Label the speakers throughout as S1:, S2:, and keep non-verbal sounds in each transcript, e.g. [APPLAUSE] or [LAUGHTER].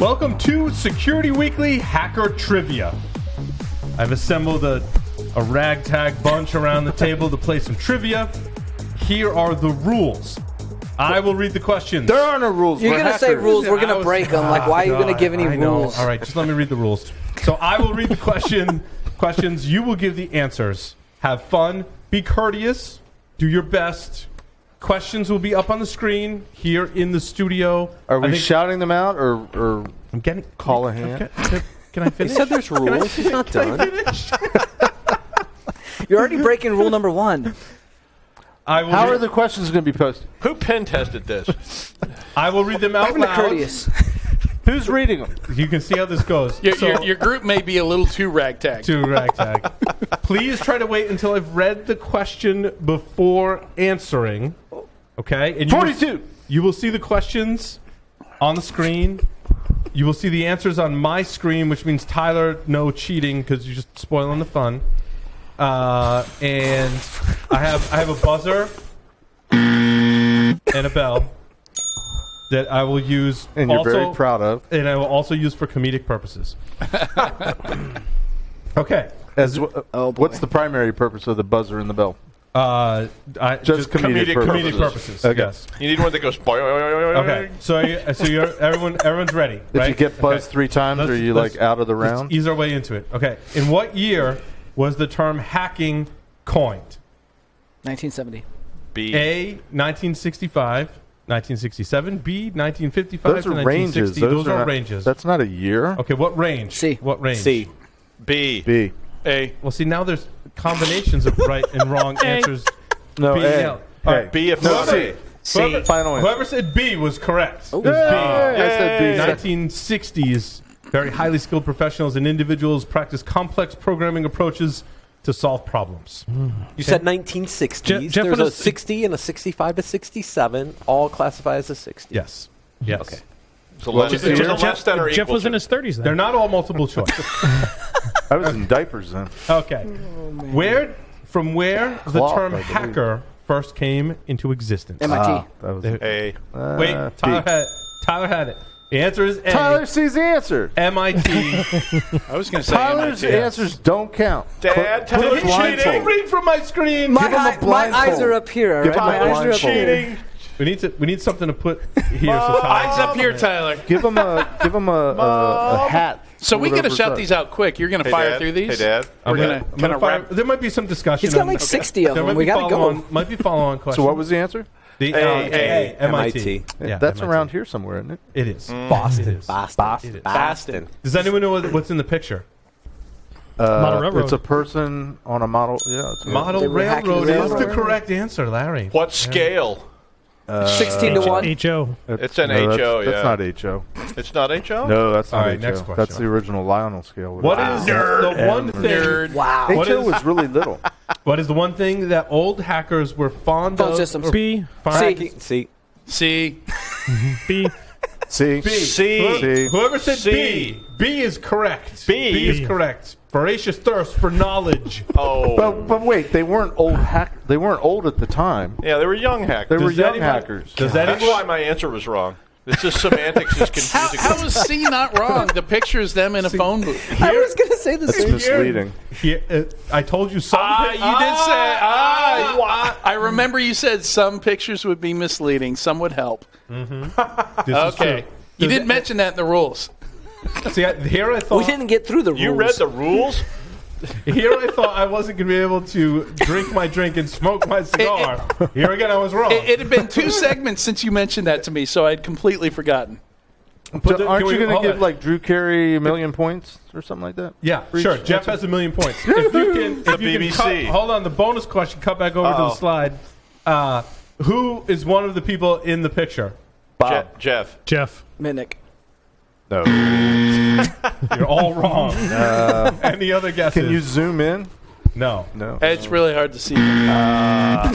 S1: Welcome to Security Weekly Hacker Trivia. I've assembled a, a ragtag bunch around the table to play some trivia. Here are the rules. I will read the questions.
S2: There are no rules.
S3: You're
S2: We're
S3: gonna say
S2: hackers.
S3: rules. We're
S1: I
S3: gonna
S1: was-
S3: break them. Like, why are
S1: [LAUGHS]
S3: you
S1: God,
S3: gonna give any
S1: I know.
S3: rules?
S1: All right, just let me read the rules. So I will read the
S3: [LAUGHS]
S1: question questions. You will give the answers. Have fun. Be courteous. Do your best. Questions will be up on the screen here in the studio.
S2: Are
S1: I
S2: we
S1: think-
S2: shouting them out or or
S1: I'm getting
S2: call a
S1: Can,
S2: hand?
S1: can- can I finish?
S3: said [LAUGHS]
S2: There's rules. It's not done.
S3: You're already breaking rule number one.
S1: I will.
S2: How
S1: read,
S2: are the questions going to be posted?
S4: Who pen tested this?
S1: I will read them out
S3: I'm the
S1: loud.
S3: courteous.
S2: Who's reading them?
S1: You can see how this goes.
S4: your,
S1: So-
S4: your, your group may be a little too ragtag.
S1: to ragtag. Please try to wait until I've read the question before answering. Okay? And you will-
S2: 42.
S1: You will see the questions on the screen. You will see the answers on my screen, which means Tyler, no cheating because you're just spoiling the fun. Uh, and I have I have a buzzer and a bell that I will use.
S2: And you're
S1: also-
S2: very proud of,
S1: And I will also use for comedic purposes. okay.
S2: as w- uh,
S3: Oh, boy.
S2: what's the primary purpose of the buzzer and the bell?
S1: Uh, I,
S2: Just comedic
S1: comedic
S2: purposes.
S1: purposes.
S2: Okay.
S1: Yes.
S4: You need one that goes. Okay.
S1: Okay. So you, so you're everyone everyone's ready.
S2: If
S1: right?
S2: you get buzzed
S1: Okay.
S2: three times,
S1: Let's-
S2: are you
S1: let's-
S2: like out of the
S1: Let's
S2: round?
S1: ease our way into it. Okay. In what year was the term hacking coined?
S3: 1970.
S4: B.
S1: A. 1965. 1967. B. 1955.
S2: Those
S1: to
S2: are ranges.
S1: 1960.
S2: Those,
S1: are,
S2: not-
S1: ranges.
S2: That's not a year.
S1: okay. What range?
S3: C.
S1: What range?
S3: C.
S4: B.
S2: B.
S4: A.
S1: Well, see now there's combinations of right and
S3: [LAUGHS]
S1: wrong answers.
S2: No.
S1: B,
S2: A.
S1: no.
S2: A.
S1: All right,
S4: B if
S2: No.
S4: not
S2: C.
S4: A.
S1: Whoever,
S2: Final answer.
S1: whoever said B was correct. It was B.
S2: Yay! I said B. E
S1: 1960s, very highly skilled professionals and individuals practice complex programming approaches to solve problems.
S2: Mm-hmm.
S5: You said 1960s.
S1: Je- Jeff
S5: There's
S1: and
S5: a
S1: us-
S5: 60 and a 65 to 67, all classified as a 60.
S1: Yes.
S2: Mm-hmm.
S1: Yes. Okay.
S4: It's a less,
S2: Jeff-
S4: it's a
S2: Jeff-
S4: less than or
S6: Jeff
S4: equal
S6: was
S4: to.
S6: in his 30s then.
S1: They're not all multiple
S2: [LAUGHS]
S1: choice.
S2: I was in diapers then.
S1: Okay. where from where the
S2: Cloth,
S1: term
S2: Oh, I believe.
S1: hacker first came into existence?
S3: MIT.
S2: Ah, that was
S1: They-
S4: A.
S2: uh,
S1: Wait,
S2: B.
S1: Tyler had it. Tyler had it. The answer is A.
S2: Tyler sees the answer. [LAUGHS]
S1: MIT.
S4: I was going to say
S2: Tyler's
S4: MIT.
S2: answers don't count.
S4: Dad,
S2: Put- put
S4: Tyler's
S2: a blindfold.
S4: cheating.
S1: Read from my screen.
S3: My,
S2: Give him a
S3: eye- my eyes
S2: blindfold.
S3: are up here. all
S2: Give
S3: Right?
S2: him
S3: My
S2: a
S3: eyes are up
S2: blindfold.
S3: here.
S4: Cheating.
S1: We need to. We need something to put here. so Tyler-
S4: Eyes up here, Tyler.
S2: Give him a give him a, a, a hat.
S4: So we got to shout these
S2: out.
S4: out quick. You're going to
S7: Hey,
S4: fire
S7: Dad.
S4: through these.
S7: Hey, Dad.
S4: We're
S1: I'm
S4: going
S1: gonna-
S4: to
S1: I'm
S4: kind
S1: gonna
S4: of
S1: fire-
S4: wrap.
S1: There might be some discussion.
S3: He's got
S1: on-
S3: like 60 of
S1: There
S3: them.
S1: might
S3: We
S1: be
S3: gotta go.
S1: follow-on- Might be follow-on questions.
S2: So what was the answer?
S1: the
S4: A,
S1: uh,
S4: A,
S1: A, MIT?
S2: Yeah,
S1: Yeah,
S2: that's
S1: MIT.
S2: around here somewhere, isn't it?
S1: It is.
S5: Boston.
S1: It is.
S5: Boston.
S2: Boston.
S5: Boston.
S4: Boston.
S1: Does anyone know what- what's in the picture?
S6: Model
S2: Uh,
S6: Railroad.
S2: it's a person on a model. Yeah, it's a
S1: Model
S3: They were hacking
S1: railroad
S3: the
S1: is the
S3: railroad.
S1: correct answer, Larry.
S4: What scale?
S3: 16 to 1.
S6: HO.
S7: It's an
S2: no, that's-
S7: HO, yeah.
S2: That's not HO.
S7: It's not HO?
S2: No, that's not
S1: All right,
S2: HO.
S1: next question.
S2: That's the original Lionel scale.
S1: What is the one thing?
S4: Nerd.
S3: Wow.
S2: HO
S1: What is-
S2: was
S1: [LAUGHS]
S2: really little.
S1: What is the one thing that old hackers were fond
S3: Phone
S1: of?
S3: systems.
S1: or
S6: B.
S1: fond-
S3: C.
S5: See,
S4: C.
S6: B.
S2: See,
S1: B.
S4: C.
S1: Whoever, whoever said B. B is correct. B. B is correct. Voracious thirst for knowledge.
S7: Oh.
S2: But, but wait, they weren't old hack. They weren't old at the time.
S7: yeah, they were young
S2: They
S7: hackers.
S2: were
S1: Does
S2: young
S1: anybody-
S2: hackers.
S1: Does
S7: That's why
S1: anyone?
S7: my answer was wrong. This is semantics is
S4: How,
S7: confusing.
S4: how is [LAUGHS] C not wrong? The picture is them in a phone booth.
S3: I was going to say the
S2: That's
S3: same.
S2: misleading.
S1: Yeah, uh, I told you something.
S4: Ah, you did say ah. you- I remember you said some pictures would be misleading. Some would help.
S1: This is
S4: Okay.
S1: true.
S4: You didn't mention that in the rules.
S1: See, I, here I thought
S3: We didn't get through the rules.
S7: you read the rules?
S1: here I thought I wasn't gonna be able to drink my drink and smoke
S4: [LAUGHS]
S1: my cigar. Here again, I was wrong.
S4: It, it had been
S6: [LAUGHS]
S4: two segments since you mentioned that to me, so I'd completely forgotten.
S1: But
S2: So
S1: the-
S2: aren't
S1: can we-
S2: you going to
S1: hold
S2: give
S1: on.
S2: like Drew Carey a million points or something like that?
S1: yeah, sure. Jeff has a million points. If you can, if you can cut,
S7: BBC.
S1: hold on. The bonus question. Cut back over to the
S7: Uh-oh.
S1: slide. Uh, who is one of the people in the picture?
S7: Je- Jeff.
S6: Jeff.
S3: Minnick.
S2: No.
S1: You're all wrong. [LAUGHS] Any other guesses?
S2: Can you zoom in?
S1: no.
S2: No.
S4: It's really hard to see. Uh,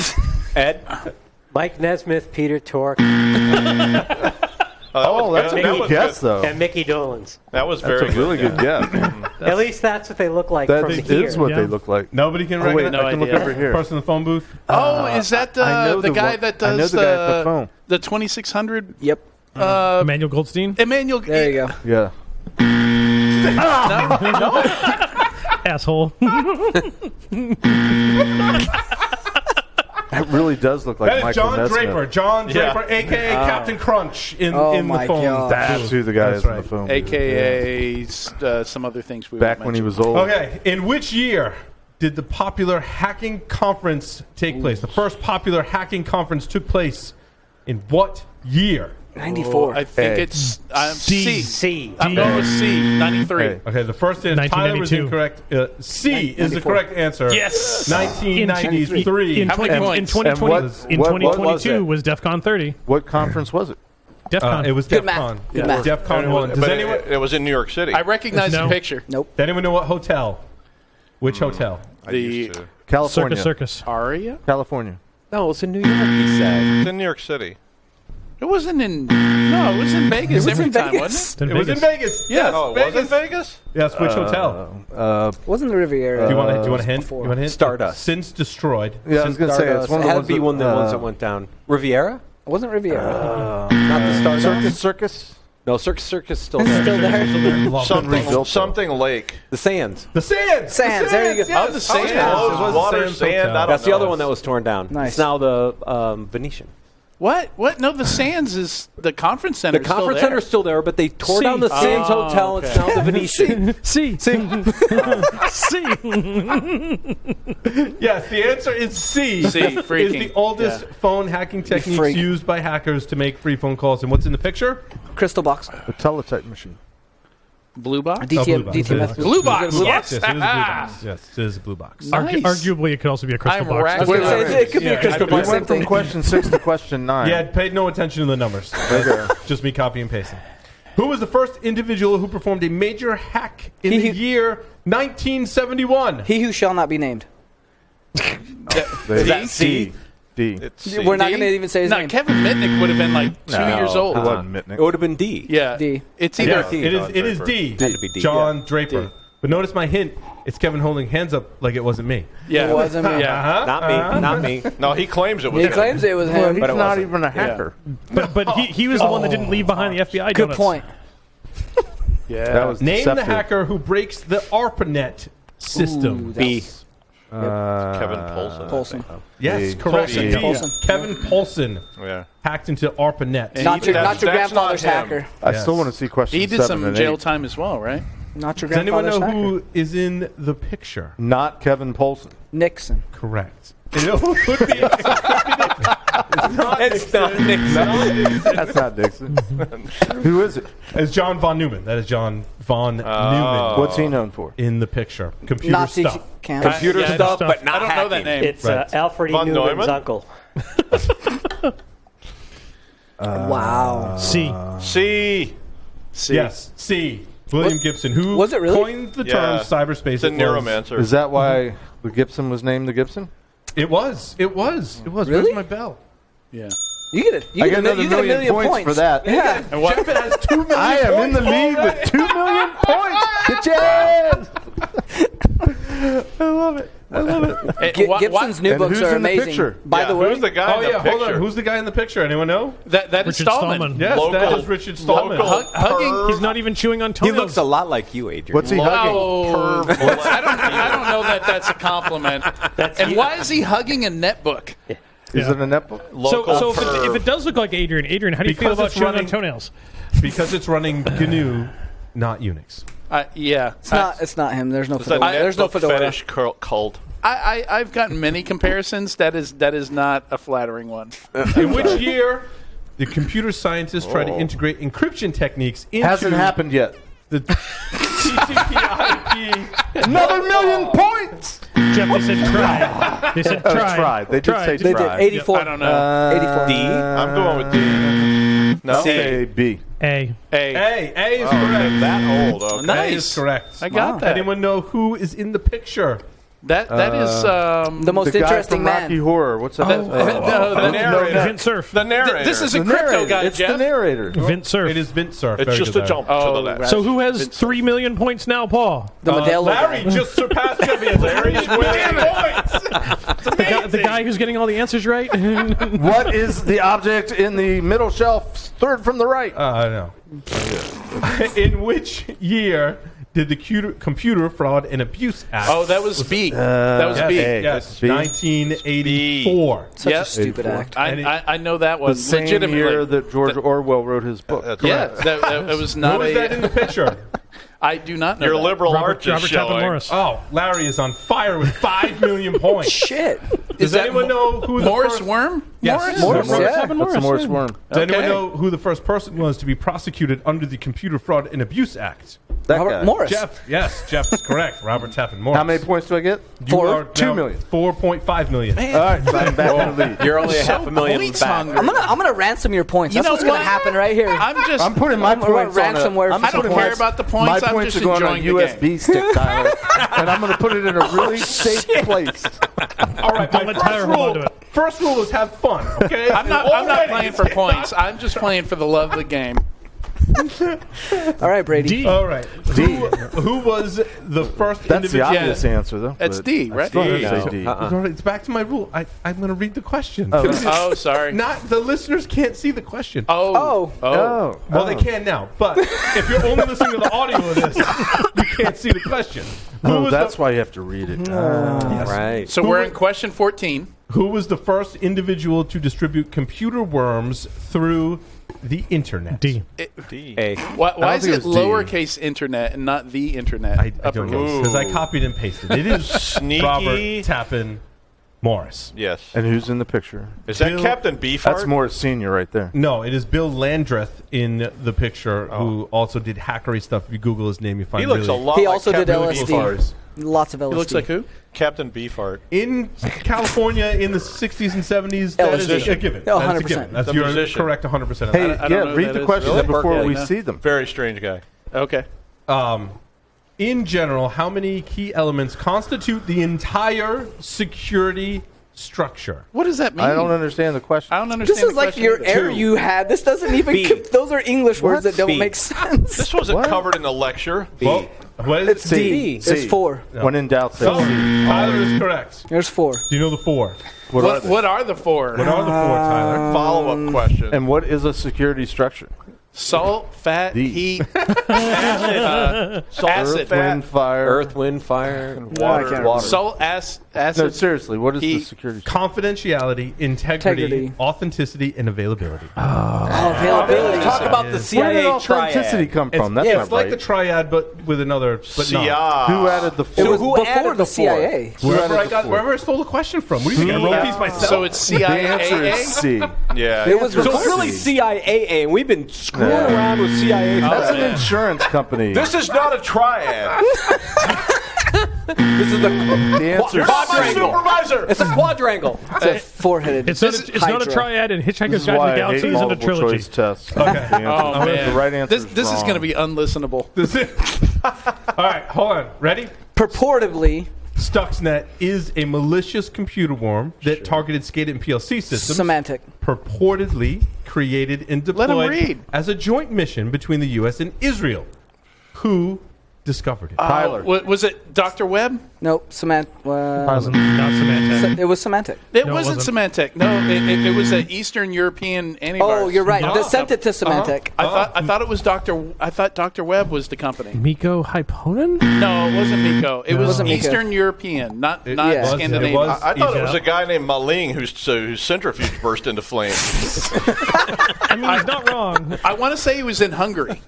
S5: Ed.
S8: Mike Nesmith, Peter Tork,
S7: Uh,
S2: Oh, that's a
S8: good.
S2: good guess, though.
S8: and Mickey Dolans.
S7: That was
S2: That's
S7: very
S2: a really good guess.
S8: At least that's what they look like
S2: That
S8: from
S2: is
S8: here.
S2: what they
S6: Yeah.
S2: look like.
S1: Nobody can
S2: Oh, wait,
S1: recognize
S4: no
S2: I can look
S4: idea.
S2: over here.
S1: person in the phone booth.
S4: oh, is that
S2: I
S4: uh,
S2: know
S4: the,
S2: the
S4: guy
S2: one-
S4: that
S2: I know
S4: does
S2: the guy at the phone.
S4: the 2600?
S3: Yep.
S4: Uh,
S6: Emmanuel Goldstein.
S4: Emmanuel.
S3: There you go.
S2: Yeah.
S6: [LAUGHS] Asshole.
S2: It really does look like
S1: That is
S2: Michael
S1: John
S2: Nesmith.
S1: Draper. John
S7: Yeah.
S1: Draper,
S2: [LAUGHS]
S1: aka Captain Crunch, in,
S3: Oh
S1: in the
S3: my
S1: phone.
S3: God.
S2: That's who the guy
S1: That's
S2: is in
S1: right.
S2: the film.
S4: AKA uh, some other things we
S2: Back
S4: won't
S2: when he
S4: mention.
S2: was old.
S1: Okay, in which year did the popular hacking conference take place? The first popular hacking conference took place in what year?
S3: 94.
S4: I think
S2: Hey.
S4: it's um,
S6: D.
S4: C.
S8: C.
S4: I'm going with C. Ninety-three.
S2: Hey.
S1: Okay, the first is Tyler was
S6: 1992.
S1: incorrect. Uh, C is the
S3: 94.
S1: correct answer.
S4: Yes.
S1: 1993.
S6: In,
S4: How many
S6: 20
S4: points?
S6: in 2020,
S2: And what-
S6: in
S2: what- what was
S6: 2022
S2: it?
S6: was, DEF CON 30.
S2: What conference was it?
S6: DEF
S1: Uh,
S6: CON.
S1: it was
S3: Good
S1: DEF
S3: math.
S1: CON.
S3: Good math.
S1: DEF CON 1. Does
S7: but
S1: anyone,
S7: it, it was in New York City.
S4: I recognize
S6: No.
S4: the picture.
S3: nope.
S1: does anyone know what hotel? Which
S2: Hmm.
S1: hotel?
S7: I
S4: The
S7: used to.
S2: California.
S6: Circus Circus.
S4: Aria.
S2: California.
S5: No, it's in New York. He said.
S7: It's in New York City.
S4: It wasn't in. No, it was in Vegas
S3: was
S4: every
S3: in
S4: time,
S3: Vegas.
S4: wasn't
S6: Then
S1: It was in
S6: Vegas.
S1: Vegas.
S4: Yes.
S7: Oh, it was in Vegas?
S1: Yes, which hotel?
S2: Uh,
S3: Wasn't the Riviera.
S1: Do you want to? Do you want to hint? You
S3: Uh, before.
S1: want a hint?
S5: Stardust.
S1: Since destroyed.
S2: yeah, I was gonna say it's one
S5: It
S2: of the
S5: had to
S2: ones
S5: be
S2: that,
S5: one of the
S2: uh,
S5: ones that went down. Riviera,
S3: it wasn't Riviera.
S5: not the Stardust.
S2: Circus Circus.
S5: No, Circus Circus still
S3: It's
S5: there.
S3: [LAUGHS] still there. [LAUGHS]
S1: Love it.
S7: Something,
S2: rebuilt, though.
S7: something lake.
S5: The Sands.
S1: The Sands.
S3: Sands, there you go.
S1: Yes.
S7: Oh, the Sands.
S1: Oh,
S7: It
S1: it
S7: was
S1: was
S7: water,
S1: Sands
S7: sand,
S1: Hotel.
S7: I don't
S5: That's the
S7: know.
S5: other one that was torn down.
S3: Nice.
S5: It's now the um, Venetian.
S4: it? What? What? No, the Sands is the conference center.
S5: The
S4: is
S5: conference
S4: still there.
S5: center's still there, but they tore
S6: See.
S5: down the
S6: Oh,
S5: Sands Hotel. It's now
S3: [LAUGHS]
S5: the Venetian.
S6: C. C. C.
S1: Yes, the answer is [LAUGHS] C.
S4: C,
S1: is
S4: freaking.
S1: the oldest phone hacking techniques
S3: freak.
S1: used by hackers to make free phone calls. And what's in the picture?
S3: Crystal box.
S2: The teletype machine.
S4: Blue box.
S3: DTM,
S1: box.
S3: DTMF.
S1: Blue
S4: Blue box.
S1: Blue
S4: yes.
S1: box. Yes, it is a blue box. Yes, it is a blue box.
S4: Nice.
S6: Arguably, it could also be a crystal
S4: I'm
S6: box.
S4: racked.
S3: I was gonna
S4: Wait,
S3: say,
S4: wait,
S3: it-
S4: wait.
S3: it could be
S1: Yeah,
S3: a crystal
S2: We
S3: box. Same
S2: went from
S3: thing.
S2: question six to question nine.
S1: Yeah, paid no attention to the numbers. Just me copy and pasting. Who was the first individual who performed a major hack in
S3: He-
S1: the
S3: he-
S1: year 1971?
S3: He who shall not be named.
S2: They-
S4: that C?
S2: D.
S7: It's
S3: Dude, We're
S7: C.
S3: not going to even say his
S4: No,
S3: name.
S4: Kevin Mitnick would have been like two
S5: No.
S4: years old.
S2: It wasn't
S5: It
S2: Mitnick.
S5: would have been D.
S4: Yeah.
S3: D.
S4: It's
S5: Yeah.
S4: either.
S5: D.
S1: It is.
S7: John
S1: It is
S7: Draper.
S1: D.
S5: Had to be D,
S1: John
S5: yeah.
S1: Draper. But notice my hint. It's Kevin holding hands up like it wasn't me.
S4: Yeah.
S3: It wasn't me.
S4: Yeah.
S1: Uh-huh,
S5: Not me.
S1: uh-huh.
S5: Not me.
S7: No, he claims it was
S3: He
S7: him.
S3: claims it was
S2: Well,
S3: him.
S2: he's
S5: But it
S2: not
S5: wasn't.
S2: even a hacker.
S6: But, but he, he was the one that didn't leave behind the FBI
S3: Good
S6: donuts.
S3: point.
S4: Yeah.
S2: That was
S1: Name
S2: deceptive.
S1: the hacker who breaks the ARPANET system.
S3: Ooh,
S5: B.
S3: that's
S2: Uh,
S7: Kevin Polson. I
S3: Paulson.
S7: think.
S1: yes,
S2: B.
S1: correct.
S7: Paulson.
S1: D.
S3: Paulson.
S1: Kevin Paulson
S7: Yeah.
S1: hacked into ARPANET.
S4: And
S3: Not your,
S7: That's-
S3: not your
S7: that's not
S3: grandfather's
S7: him.
S3: hacker.
S2: I
S1: Yes.
S2: still want to see question
S4: He did
S2: seven
S4: some
S2: and
S4: jail
S2: eight.
S4: time as well, right?
S3: Not your
S1: Does anyone
S3: grandfather's
S1: know
S3: hacker.
S1: who is in the picture?
S2: Not Kevin Polson.
S3: Nixon.
S1: Correct. Who [LAUGHS] could be?
S5: It's not Nixon.
S2: That's not Dixon. [LAUGHS] Who is it?
S1: It's John von Neumann. That is John von Neumann
S2: What's he known for?
S1: in the picture. Computer
S3: Nazi
S1: stuff.
S3: camp.
S5: Computer
S4: Yeah,
S5: stuff,
S6: stuff.
S5: but
S4: I
S5: not
S4: don't know that
S5: hacking.
S4: name.
S8: It's
S1: Right.
S8: uh, Alfred E.
S7: Von
S8: Newman's
S7: Neumann?
S8: uncle.
S3: wow.
S6: C.
S7: C.
S4: See?
S1: Yes. C. William
S3: What-
S1: Gibson, who
S3: was it really?
S1: coined the term
S7: Yeah.
S1: cyberspace.
S7: It's a
S1: It was-
S7: neuromancer.
S2: Is that why the Gibson was named the Gibson?
S1: It was. It was. It was.
S3: Really?
S1: Where's my bell?
S4: Yeah.
S3: You get a, you
S2: I
S3: get
S2: get
S3: a, mil-
S2: another
S3: you get a
S2: million
S3: million
S2: points
S3: points
S2: for that.
S3: Yeah.
S2: [LAUGHS]
S4: And what?
S1: It has two million
S2: I am in the
S1: points.
S2: lead with two million points. Good job.
S4: Eh,
S3: Gi-
S4: wha- wha-
S3: Gibson's new
S2: And
S3: books
S2: who's
S3: are
S2: in the
S3: amazing.
S2: picture?
S3: By
S4: Yeah,
S3: the way,
S7: Who's the guy
S1: Oh
S7: in the
S1: yeah,
S7: picture?
S1: hold on. Who's the guy in the picture? Anyone know?
S4: That, that is
S6: Richard
S4: Stallman.
S6: Stallman.
S1: Yes, that
S7: Local-
S1: is Richard Stallman.
S4: Hug- hugging.
S6: He's not even chewing on
S5: He
S6: toenails.
S5: looks a lot like you, Adrian.
S2: What's he hugging?
S4: Oh, I don't, [LAUGHS] I don't know that that's a compliment. and why is he hugging a netbook?
S2: Is it an apple?
S6: so,
S7: Local
S6: so if,
S7: perv.
S6: it, if it does look like Adrian, Adrian, how do you
S1: Because
S6: feel about
S1: it's
S6: chewing
S1: running-
S6: on toenails?
S1: because it's running GNU, not Unix.
S4: I Uh, yeah,
S3: it's not it's not him. There's no
S7: It's a
S3: fedora. There's no
S7: netbook
S3: fedora.
S7: fetish cul- cult.
S4: I, I I've gotten many comparisons. That is that is not a flattering one.
S1: In which year Oh. the computer scientists tried to integrate encryption techniques into
S2: Hasn't happened yet.
S1: [LAUGHS] the TCP/IP?
S2: Another million
S1: Oh.
S2: points.
S6: Jeff, they said try. They said try.
S2: tried. They did
S6: Tried.
S2: say
S3: They did
S2: tried.
S3: 84.
S4: I don't know.
S2: Uh,
S3: 84.
S7: I'm going with D. No?
S2: Say B.
S6: A.
S4: hey,
S1: A. A is
S7: Oh,
S1: correct.
S7: that old. Okay.
S1: A is
S4: nice.
S1: correct.
S4: I got
S3: Wow.
S4: that.
S1: Anyone know who is in the picture?
S4: That that is um,
S3: The most
S2: the guy
S3: interesting
S2: from
S3: man.
S2: Rocky Horror. What's that? Oh,
S4: that- that- no,
S7: The
S4: that-
S7: narrator.
S6: Vince Cerf.
S7: The narrator.
S4: th- this is a
S2: the
S4: crypto
S2: narrator.
S4: guy,
S2: it's the
S4: Jeff. [LAUGHS]
S2: narrator.
S6: Vince Cerf.
S1: It is Vince Cerf.
S7: It's
S1: Very
S7: just
S1: good
S7: a
S1: there.
S7: jump to the
S4: Oh,
S7: left.
S4: right.
S6: So who has
S4: Vince Cerf.
S6: three million points now, Paul?
S3: The
S1: Uh,
S3: Modelo guy.
S1: Larry just surpassed Chevy as Larry's winning points. It's
S6: The guy, the
S1: amazing.
S6: guy who's getting all the answers right. [LAUGHS]
S2: what is the object in the middle shelf, third from the right?
S1: Uh, no. [LAUGHS] In which year did the Cuter- Computer Fraud and Abuse Act?
S4: Oh, that was B. that was
S1: yes,
S4: B.
S2: A.
S1: Yes,
S2: B.
S1: 1984.
S3: Such
S4: Yeah.
S3: a stupid act.
S4: I,
S1: And it-
S4: I, I know that one.
S2: the same
S4: legitimately.
S2: year that George Orwell wrote his book.
S4: yeah, that, that, that was
S1: What
S4: not
S1: was
S4: a.
S1: that in the picture?
S4: I do not know.
S7: Your
S4: that.
S7: liberal
S6: Robert,
S7: arts is
S6: Robert Chapman
S7: showing.
S6: Morris.
S1: Oh, Larry is on fire with 5 million points.
S3: Shit.
S1: Does anyone know who the
S4: Morris
S1: first...
S4: Worm?
S1: Yes.
S3: Morris,
S1: Robert
S3: yeah.
S1: Chapman
S2: That's
S1: Morris.
S2: the Morris worm.
S1: Does anyone
S4: Okay.
S1: know who the first person was to be prosecuted under the Computer Fraud and Abuse Act?
S2: That
S3: Robert
S2: guy.
S3: Morris.
S1: Jeff, yes, Jeff is correct. Robert Tappan Morris.
S2: How many points do I get?
S1: You
S3: Four?
S1: are
S2: Two
S1: now
S4: [LAUGHS]
S2: million.
S1: 4.5 million.
S2: All right, so I'm back in the lead.
S5: You're only a half a million
S4: points
S5: back.
S4: hungry.
S3: I'm gonna I'm gonna ransom your points.
S4: You
S3: That's
S4: know
S3: what's gonna
S4: what?
S3: happen right here.
S4: I'm just.
S2: I'm putting my
S3: I'm- I'm
S2: points on a,
S3: ransomware
S2: I'm
S3: for
S2: putting
S3: some
S2: my-
S3: care
S4: about the
S2: My
S4: points, I'm
S2: points
S4: just
S2: are going on
S4: enjoying the Oh,
S2: USB stick,
S4: [LAUGHS]
S2: Tyler, and I'm going to put it in a really safe place.
S1: All right,
S6: Don't
S1: my
S6: let Tyler
S1: first
S6: hold on
S1: rule,
S6: to
S1: First rule is have fun, okay?
S6: [LAUGHS]
S4: I'm not. I'm not
S1: Already
S4: playing
S1: it's
S4: for
S1: kicked off.
S4: points. I'm just playing for the love of
S3: [LAUGHS]
S4: the game.
S3: All right, Brady.
S6: D.
S1: All right. Who, who was the first
S2: That's the
S1: individual?
S2: obvious Uh-uh. answer, though.
S4: That's
S2: but
S4: D,
S2: I
S4: right?
S2: still
S4: D. Uh-uh.
S2: have to say D.
S1: It's all right, It's back to my rule. I, I'm going to read the question.
S4: Oh,
S1: [LAUGHS]
S4: sorry.
S1: Not the listeners can't see the question.
S4: Oh.
S3: Oh.
S2: Oh,
S1: Well, they can now,
S6: [LAUGHS]
S1: but if you're only listening to the audio of this, you can't see the question. Who
S2: Oh,
S1: was
S2: that's
S1: the,
S2: why you have to read it.
S4: Hmm.
S5: Right.
S4: So we're in question 14.
S1: who was the first individual to distribute computer worms through the internet?
S6: D.
S5: A.
S4: Why, why
S2: don't
S4: is
S2: think
S4: it
S2: it was D.
S4: lowercase internet and not the internet?
S1: I, I don't know
S4: Uppercase.
S1: because I copied and pasted. It is
S7: Sneaky.
S1: Robert Tappan Morris.
S7: Yes.
S2: And who's in the picture?
S7: Is that
S1: Bill-
S7: Captain Beefheart?
S2: That's Morris Senior right there.
S1: No, it is Bill Landreth in the picture who also did hackery stuff. If you Google his name, you find
S7: Oh. He looks a
S1: really-
S7: lot
S3: He
S7: like
S3: also did
S7: Captain
S3: LSD.
S7: Beefheart.
S3: Lots of LSD.
S4: He looks like who?
S7: Captain Beefheart.
S1: in California in the 60s and 70s. That is
S3: LSD.
S1: a given.
S3: Oh,
S1: That is a
S3: 100%.
S1: given. That's
S7: It's a
S1: you're
S7: position.
S1: correct 100. percent
S2: Hey,
S4: I don't know
S2: yeah,
S4: who
S2: read
S4: that
S2: the
S4: is.
S2: questions
S4: Really?
S2: before
S4: Yeah,
S2: we
S4: no.
S2: see them.
S7: Very strange guy.
S4: Okay.
S1: um, in general, how many key elements constitute the entire security structure?
S4: What does that mean?
S2: I don't understand the question.
S4: I don't understand.
S3: This is
S4: the
S3: like
S4: question
S3: your
S4: either.
S3: air you had. This doesn't even.
S5: B.
S3: com- those are English words
S2: What?
S3: that don't
S5: B.
S3: make sense. [LAUGHS]
S7: [LAUGHS] This wasn't
S2: What?
S7: covered in the lecture.
S1: Well, what is
S3: It's
S1: it?
S3: D.
S2: C.
S3: It's four.
S2: When in doubt, say
S1: Tell
S2: C.
S1: me. Tyler is correct.
S3: There's four.
S1: Do you know the four?
S2: What are
S4: What,
S2: they?
S4: what are the four?
S1: What are the four,
S7: Uh,
S1: Tyler?
S7: Follow
S2: Um,
S7: up question.
S2: And what is a security structure?
S4: Salt, fat,
S2: The-
S4: heat, acid, uh,
S2: Earth,
S4: acid,
S2: wind, fire.
S5: Earth, wind, fire.
S3: I
S2: water,
S3: can't
S2: water.
S4: salt, ac-
S2: no,
S4: acid.
S2: seriously, what is
S4: Heat.
S2: the security? structure?
S1: Confidentiality, integrity,
S3: Integrity.
S1: authenticity, and availability.
S3: Oh, availability.
S5: Talk about the
S2: Where did
S5: CIA
S2: authenticity
S5: triad.
S2: come from? That's
S1: yeah,
S2: not
S1: it's like
S2: right.
S1: the triad, but with another. But
S7: See,
S1: not.
S7: ah.
S2: Who added the
S3: It
S2: four?
S3: was
S2: Who
S3: before
S2: added four?
S3: the CIA.
S2: Who
S1: Wherever
S2: added
S1: I
S2: the
S1: got,
S2: four?
S1: wherever I stole the question from. What do you
S7: Hmm.
S1: think? I wrote these myself.
S4: So it's
S2: The answer is
S4: CIA.
S2: C.
S7: Yeah.
S3: It was
S5: So
S3: reversed.
S5: it's really CIAA, and we've been screwing
S2: Yeah.
S5: around with CIA. for
S6: Oh.
S2: That's
S5: that.
S2: an insurance company.
S7: this is not a
S2: [LAUGHS]
S7: triad.
S5: This is a
S2: the answer is
S7: My
S5: quadrangle.
S2: C.
S7: supervisor.
S5: it's a quadrangle.
S3: It's a four-headed.
S6: It's not, a, it's not a
S3: hydra.
S6: triad in
S2: This
S6: Hitchhiker's
S2: is
S6: Guide to
S2: why
S6: the
S2: I hate
S6: Galaxy. It's in a
S2: multiple
S6: trilogy.
S2: choice tests. Okay.
S4: Oh, man.
S2: The right answer
S4: This, this is going to be unlistenable.
S1: [LAUGHS] All right, hold on. Ready?
S3: Purportedly,
S1: Stuxnet is a malicious computer worm that targeted SCADA and PLC systems.
S3: semantic.
S1: Purportedly created and deployed
S4: 'em read.
S1: as a joint mission between the U.S. and Israel. Who discovered it?
S2: Tyler.
S4: Wa- was it Dr. Webb?
S3: Nope. Semant. Uh,
S6: Wasn't- not Samantha.
S3: se- it was semantic.
S4: It
S6: No, it
S4: wasn't
S6: wasn't.
S4: Symantec. No, it, it, it was an Eastern European antivirus.
S3: Oh, you're right.
S1: Ah.
S3: They sent it to semantic.
S4: I thought I thought it was Doctor. I thought Doctor Webb was the company.
S6: Miko Hyponen?
S4: No, it wasn't Miko. It was
S3: wasn't Miko.
S4: Eastern European, not
S1: It
S4: not
S3: Yeah.
S1: was-
S4: Scandinavian.
S1: It was,
S7: I thought it
S6: Yeah.
S7: was a guy named Maling whose, whose centrifuge burst
S2: [LAUGHS]
S7: into flames.
S6: I mean, he's not [LAUGHS] wrong.
S4: I want to say he was in Hungary.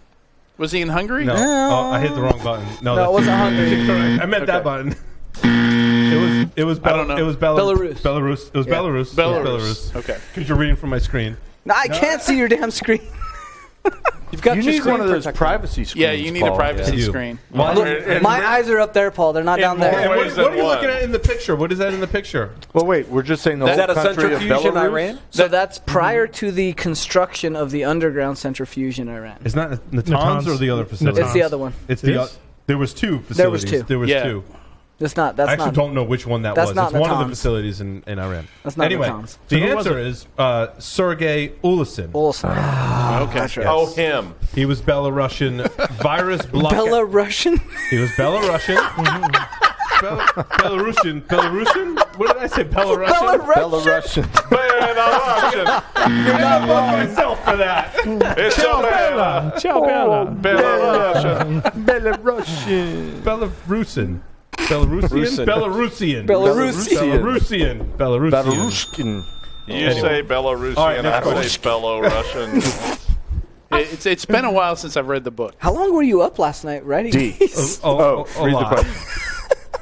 S4: Was he in Hungary?
S1: no, oh, I hit the wrong button. No,
S3: No, it
S1: that's [LAUGHS]
S3: wasn't Hungary.
S1: incorrect. I meant that button. It was it was
S4: don't
S1: Bel-
S4: know.
S1: it was Bel-
S3: Belarus.
S1: Belarus. It was Belarus.
S4: Belarus.
S1: It was Belarus.
S4: Okay.
S1: Because you're reading from my screen.
S3: No, I can't see your damn screen. [LAUGHS]
S5: You've got
S2: you
S5: your
S2: need
S5: screen
S2: one of those
S5: protector.
S2: privacy screens.
S4: Yeah, you need a
S2: Paul.
S4: privacy
S1: You.
S4: screen.
S1: Why-
S3: Look,
S1: and- and-
S3: my eyes are up there, Paul. They're not down
S1: and
S3: there.
S1: what,
S7: ways
S1: what
S7: than
S1: are you
S7: one.
S1: looking at in the picture? What is that in the picture?
S2: Well, Oh, wait, we're just saying the
S5: Is
S2: whole
S5: that a
S2: country of
S5: centrifuge in
S2: Belarus.
S5: Iran?
S3: So that's prior to the construction of the underground centrifuge in Iran.
S1: It's not Natanz or the other facility.
S6: Natanz.
S3: It's the other one.
S1: It's the
S6: This?
S1: o- there was two facilities.
S3: There was two.
S1: There was
S4: Yeah.
S1: two.
S3: That's not. That's
S1: I actually
S3: not.
S1: don't know which one that
S3: that's
S1: was.
S3: not
S1: it's one of the
S3: Natanz.
S1: facilities in, in Iran.
S3: That's not
S1: anyway,
S3: Natanz.
S1: the
S6: who was
S1: answer is uh, Sergei Ulysin.
S3: Olson.
S5: [LAUGHS]
S4: okay.
S7: Oh, him.
S1: He was Belarusian
S3: [LAUGHS]
S1: virus block.
S5: [LAUGHS]
S3: Belarusian.
S1: he was
S3: [LAUGHS]
S1: Belarusian. Bel- Belarusian. Belarusian? What did I say? Belarusian?
S3: Belarusian.
S2: Belarusian.
S7: Belarusian.
S1: You're not love myself for that.
S7: It's Bela.
S6: Ciao, Bella.
S2: [LAUGHS]
S7: Belarusian.
S1: Belarusian. Belarusian? Belarusian. Belarusian. Belarusian. Belarusian.
S2: Belarusian.
S7: You say Belarusian,
S1: All right, next
S7: I say Belarusian.
S2: [LAUGHS]
S4: It- it's, it's been a while since I've read the book.
S3: How long were you up last night writing [LAUGHS]
S2: D.
S5: uh,
S3: these?
S1: Oh, a
S2: read the
S1: lot.
S2: question.
S1: [LAUGHS]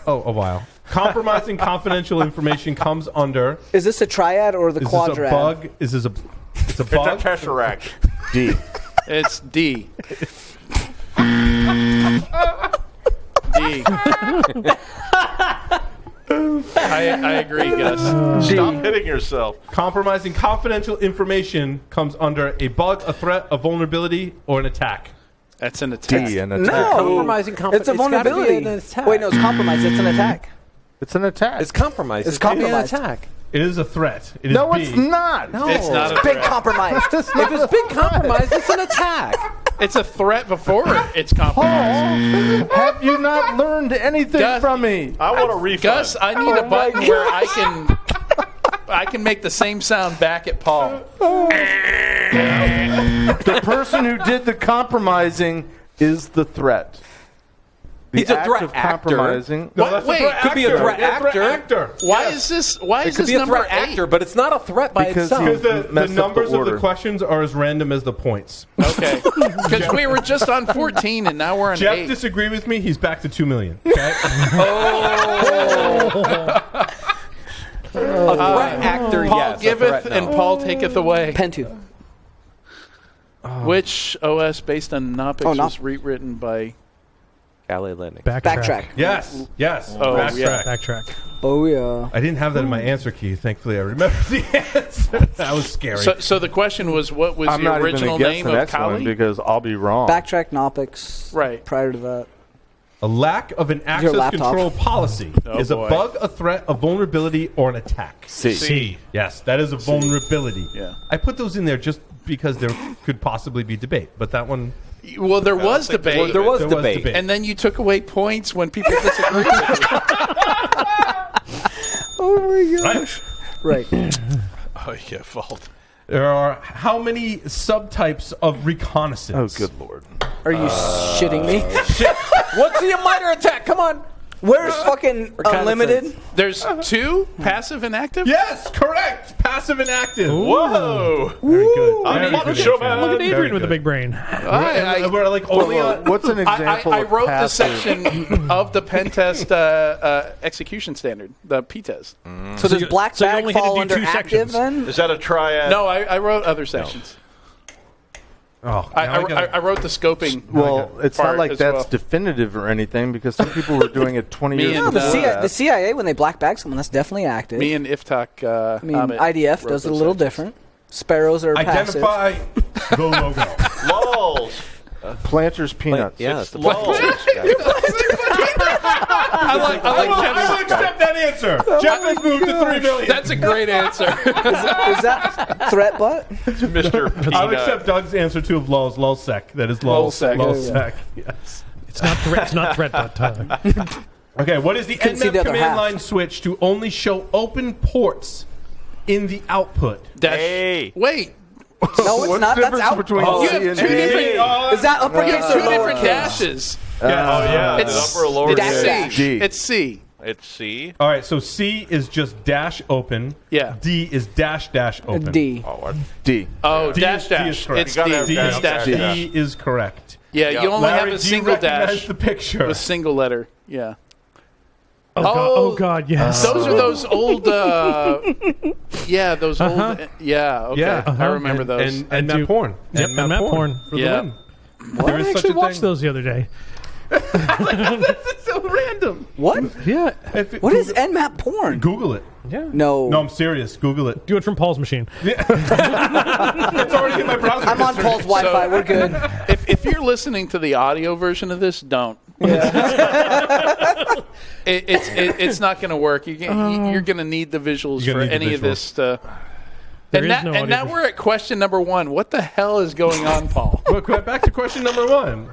S1: Oh, a while. Compromising confidential information comes under.
S3: Is this a triad or the
S1: Is
S3: quadrad?
S1: this a bug? Is this a? It's a
S7: It's a
S1: bug.
S7: tesseract.
S2: D.
S4: It's D. D. I, I agree, Gus.
S7: Stop hitting yourself.
S1: Compromising confidential information comes under a bug, a threat, a vulnerability, or an attack.
S4: That's an attack.
S2: D. An
S3: No,
S2: attack.
S5: Compromising confi-
S3: It's a
S5: it's gotta be an
S3: vulnerability.
S5: attack.
S3: Wait, no, it's compromised. It's an attack.
S2: It's an attack.
S5: It's compromised.
S3: It's
S5: gotta be an
S3: compromised.
S5: attack.
S1: It is a threat. It is
S2: no,
S1: B.
S2: it's not. No.
S4: It's not a
S3: Big
S4: threat.
S3: compromise.
S5: [LAUGHS]
S2: It's not
S5: If it's been compromised, it's an attack.
S4: It's a threat before it's compromised.
S2: Paul, have you not learned anything
S4: Gus-
S2: from me?
S7: I want a refund.
S4: Gus, I need a button where I can I can make the same sound back at Paul.
S2: The person who did the compromising is the threat. The
S5: He's a
S2: act
S5: threat
S2: of
S5: actor.
S2: compromising.
S1: No, that's a
S4: Wait,
S1: threat
S5: could be a
S1: actor.
S5: threat
S1: Yeah,
S5: actor.
S1: actor.
S4: Why is this? Why
S5: It
S4: is
S5: could
S4: this
S5: be a
S4: number
S5: threat
S4: eight?
S5: actor, but it's not a threat by
S2: Because
S5: itself.
S2: he-
S1: Because the, the
S2: Messed up the
S1: numbers of the
S2: order.
S1: questions are as random as the points.
S4: Okay, [LAUGHS] because we were just on fourteen and now we're on
S1: Jeff
S4: eight.
S1: disagree with me. He's back to two
S4: [LAUGHS]
S1: million. Okay?
S5: a threat actor,
S4: Paul
S5: yes. a
S4: giveth
S5: threat, no.
S4: and Paul taketh away. Oh.
S3: Pentu.
S4: Which OS based on Nopix
S3: Oh, Nop-
S4: was rewritten by?
S5: Callie Lennox.
S3: Backtrack.
S1: yes, yes.
S4: Oh,
S1: Backtrack.
S4: yeah.
S6: Backtrack.
S3: Oh yeah.
S1: I didn't have that in my answer key. Thankfully, I remember the [LAUGHS] answer. That was scary.
S4: So, so the question was, what was
S2: I'm
S4: the
S2: not even
S4: original
S2: going to guess
S4: name
S2: the
S4: of
S2: next one
S4: Kali?
S2: because I'll be wrong.
S3: Backtrack Nopix.
S4: Right.
S3: Prior to that.
S1: A lack of an access
S3: laptop.
S1: control
S4: [LAUGHS]
S1: policy is
S4: Oh, boy.
S1: a bug, a threat, a vulnerability, or an attack.
S2: C.
S1: C. Yes, that is a vulnerability.
S4: Yeah.
S1: I put those in there just because there could possibly be debate, but that one
S4: Well, there was debate,
S5: Well, there was
S1: there was
S5: debate.
S1: debate.
S4: and then you took away points when people disagreed. with
S5: [LAUGHS]
S4: you.
S1: right?
S3: Right.
S7: Oh, yeah, fault.
S1: There are how many subtypes of
S2: Oh,
S1: reconnaissance?
S2: good lord.
S3: Are you
S5: Uh,
S3: shitting me? [LAUGHS]
S5: What's the minor attack? Come on.
S3: Where's
S4: Uh,
S3: fucking unlimited?
S4: There's two passive and active.
S1: Yes, correct. Passive and active.
S7: Whoa.
S1: Very good.
S7: I'm
S1: Very
S7: not
S1: good
S7: sure,
S1: answer.
S7: man.
S6: Look at
S7: Very
S6: Adrian with the big brain.
S4: I,
S1: And
S4: I,
S1: We're like only on.
S2: What's an
S4: I,
S2: example
S4: I, I
S2: of
S4: wrote the
S2: passive?
S4: section of the pen test uh, uh, execution standard, the P test.
S3: So does black
S6: so you
S3: bag
S6: only had to
S3: fall
S6: do
S3: under
S6: two
S3: active
S6: sections.
S3: then?
S7: Is that a triad?
S4: No, I, I wrote other sections.
S1: Oh,
S4: I,
S1: now
S4: I, I,
S1: gotta-
S4: wrote the scoping. uh,
S2: Well, it's
S4: Part
S2: not like
S4: as
S2: that's
S4: well.
S2: definitive or anything because some people were doing it 20
S4: [LAUGHS] Me
S2: years
S4: and,
S3: No,
S2: before
S3: the,
S4: uh,
S3: CIA,
S2: that.
S3: the CIA when they black bag someone, that's definitely active.
S4: Me and Iftak. Uh,
S3: I mean, IDF does it a little different. Sparrows are passive.
S1: identify the logo.
S7: Lols.
S2: Planters peanuts.
S5: Yeah, it's a
S7: Lols.
S4: [LAUGHS] I like, I
S1: I
S4: like
S1: will,
S3: [LAUGHS]
S4: Kevin's-
S1: I will accept that answer.
S3: Oh
S1: Jeff has moved to three million.
S4: That's a great answer.
S3: Is that threat butt?
S7: Mr. Peanut.
S1: I'll accept Doug's answer too of lulz, lulsec. That is lulz,
S4: Lulsec.
S1: lulsec. Yes.
S6: It's not threat. It's not threat, but uh, oh Tyler.
S1: Okay, what is the
S3: Couldn't see
S1: nmap
S3: the other
S1: command
S3: half.
S1: line switch to only show open ports in the output?
S4: Dash.
S7: Hey.
S4: Wait,
S3: No, it's not. That's
S2: difference
S3: out. Oh,
S2: between
S4: you
S2: C
S4: have
S2: and
S4: two
S2: D?
S4: different. uh,
S3: Uh, Is that uppercase
S4: two
S3: or
S4: different
S3: lowercase?
S4: dashes.
S3: Uh,
S7: oh,
S1: Uh,
S7: yeah.
S4: It's
S7: It's upper or lower.
S3: Dash
S7: case.
S3: dash.
S2: D.
S4: It's C.
S7: It's C.
S1: All right, so C is just dash open.
S4: Yeah.
S1: D is dash dash open.
S3: Uh, D.
S7: Oh, I-
S2: D.
S4: Oh,
S1: D
S4: dash
S1: is- D is
S4: dash.
S1: correct.
S4: It's
S7: You
S4: D.
S7: gotta have
S1: D
S4: It's
S1: is
S7: dash,
S4: dash
S7: dash.
S4: dash.
S1: D is correct.
S4: Yeah, you only
S1: Larry,
S4: have a
S1: do you
S4: single
S1: recognize
S4: dash.
S1: the picture.
S4: A single letter. Yeah.
S6: Oh, God.
S4: Oh.
S6: Oh, God. Yes.
S4: Those are those old.
S1: [LAUGHS]
S4: Uh, yeah, those old. uh, Yeah, okay.
S1: Uh-huh. Yeah, uh-huh.
S4: I remember
S1: and,
S4: those.
S1: And, and
S6: I
S1: Matt
S6: do.
S1: Porn.
S6: Yep, and Matt Porn.
S1: for
S4: Yeah.
S1: the win.
S6: I
S1: There is such
S6: actually
S1: a
S6: watched
S1: thing.
S6: those the other day.
S1: That's so random.
S3: What?
S6: Yeah.
S1: If it-
S3: What is
S1: Google-
S3: Nmap porn?
S1: Google it.
S6: Yeah.
S3: No.
S1: No, I'm serious. Google it.
S6: Do it from Paul's machine.
S1: It's already in my browser.
S4: [LAUGHS]
S3: I'm on Paul's Wi-Fi. We're good.
S4: if, if you're listening to the audio version of this, don't. [LAUGHS] It, it's it, it's not going to work. You, can, you're going to need the visuals
S1: You're
S4: for
S1: gonna need
S4: any
S1: the
S4: of
S1: visuals.
S4: this. To,
S6: There
S4: and
S6: is
S4: that,
S6: no
S4: and
S6: audio
S4: now
S6: visual.
S4: we're at question number one. What the hell is going on, Paul?
S1: But qu- back to question number
S3: [LAUGHS]
S1: one.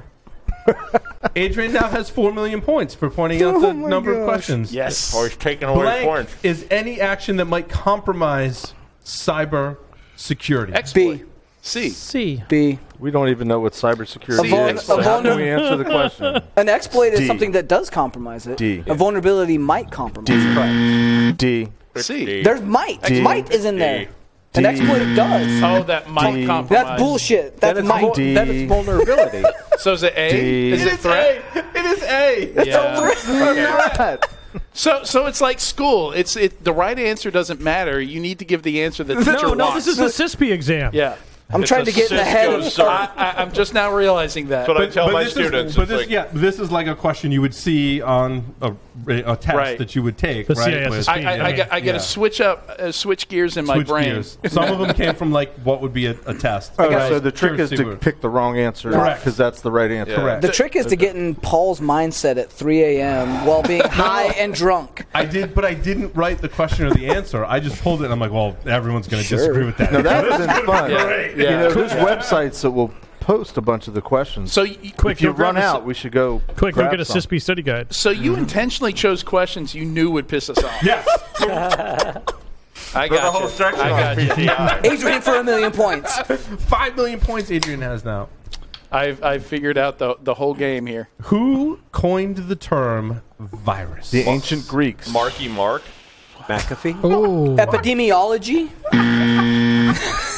S1: Adrian now has four million points for pointing out
S3: Oh
S1: the number of questions.
S4: yes.
S7: Or he's taking away his
S1: Blank
S7: points.
S1: is any action that might compromise cyber security.
S4: Exploit.
S3: B.
S4: C.
S6: C.
S3: B.
S2: We don't even know what cybersecurity
S3: A vul-
S2: is.
S3: a
S2: So how do
S3: vulner-
S2: we answer the
S4: [LAUGHS]
S2: question?
S3: An exploit is
S2: D.
S3: something that does compromise it.
S2: D.
S3: A vulnerability might compromise it.
S2: D.
S4: C.
S3: There's might.
S2: D.
S3: Might is in there. An
S2: D.
S3: exploit does.
S4: Oh, that might
S2: D.
S4: compromise.
S3: That's bullshit. That's
S5: That is,
S3: might.
S5: vul- that is vulnerability.
S4: So is it A?
S2: D.
S4: Is
S1: It
S4: it
S1: is
S4: threat?
S1: A. It is A.
S4: Yeah.
S2: Threat.
S4: So so it's like school. It's it. The right answer doesn't matter. You need to give the answer that teacher
S6: No, no,
S4: wants.
S6: this is the CISP exam.
S4: yeah.
S3: I'm trying to get in the head.
S7: Cisco cert.
S4: I, I, I'm just now realizing
S7: That's
S4: that.
S7: what I tell my
S1: this
S7: students.
S1: Is, but
S7: It's
S1: this,
S7: like-
S1: yeah, this is like a question you would see on a, a test
S4: Right.
S1: that you would take,
S6: The
S1: right?
S6: CIS
S1: with-
S6: is
S4: I, I, I, got- I got
S1: Yeah.
S4: to switch up, uh, switch gears in my
S1: switch
S4: brain.
S1: gears. Some
S4: [LAUGHS]
S1: of them came from like what would be a, a test.
S2: Okay, so the trick is
S1: Curious
S2: to
S1: would-
S2: pick the wrong answer
S1: Correct.
S2: because that's the right answer.
S7: Yeah. Correct.
S3: The trick is to get in Paul's mindset at 3 a.m. while being high and drunk.
S1: I did, but I didn't write the question or the answer. I just pulled it. and I'm like, well, everyone's going to
S3: Sure.
S1: disagree with that. [LAUGHS]
S2: No, that wasn't fun. You
S4: Yeah.
S2: know, there's websites that will post a bunch of the questions.
S4: So you,
S6: Quick,
S2: if you
S6: go
S2: run
S6: grab a s-
S2: out, we should go.
S6: Quick, go
S2: grab
S6: get a
S2: some.
S6: CISP study guide.
S4: so you intentionally chose questions you knew would piss us off.
S1: yes.
S4: I
S7: There's a
S4: got
S7: whole
S4: you.
S7: section
S4: I
S7: on
S4: got you.
S7: PTI.
S3: Adrian for a million points.
S1: Five million points Adrian has now.
S4: I've I've figured out the the whole game here.
S1: Who coined the term virus?
S2: The ancient Greeks.
S7: Marky Mark.
S5: McAfee?
S6: Oh,
S3: Epidemiology?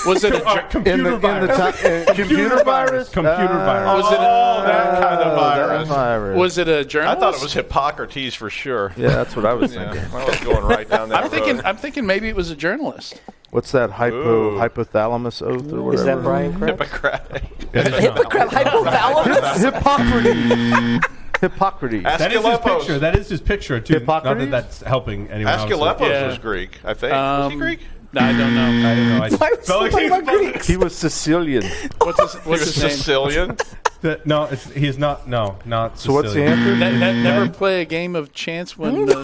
S4: Was it a
S1: Uh,
S4: ger-
S1: computer
S2: in the, in the
S1: virus.
S2: ti- uh, computer virus.
S1: Computer
S2: Ah,
S1: virus.
S4: was it
S7: Oh,
S4: a,
S7: that kind of
S2: that
S7: virus.
S2: virus.
S4: was it a journalist?
S7: I thought it was Hippocrates for sure.
S2: yeah, that's what I was
S7: Yeah,
S2: thinking.
S7: I was going right down that
S4: I'm
S7: [LAUGHS]
S4: thinking
S7: road.
S4: I'm thinking maybe it was a journalist.
S2: What's that hypo
S7: Ooh.
S2: hypothalamus oath or whatever?
S8: Is that Brian Krebs?
S7: Hippocratic.
S3: Hippocrat hypothalamus?
S2: Hippocrates. Hippocrates.
S1: That is his
S7: Asclepios.
S1: picture. That is his picture too. Not
S2: Hippocrates?
S1: that that's helping anyone.
S7: Asclepios
S4: Yeah.
S7: was Greek, I think. was he
S4: Um,
S7: Greek?
S4: No, I don't know.
S1: I don't know. I
S3: Why are we
S1: felt
S3: still
S1: like
S3: talking
S1: he-
S3: about Greeks?
S2: he was Sicilian.
S4: What's his,
S7: He
S4: what's
S7: was
S4: his name?
S7: Sicilian.
S1: that- no, it's, he's not. No, not.
S2: So what's the
S1: Sicilian.
S2: answer?
S4: That, that never play a game of chance when the,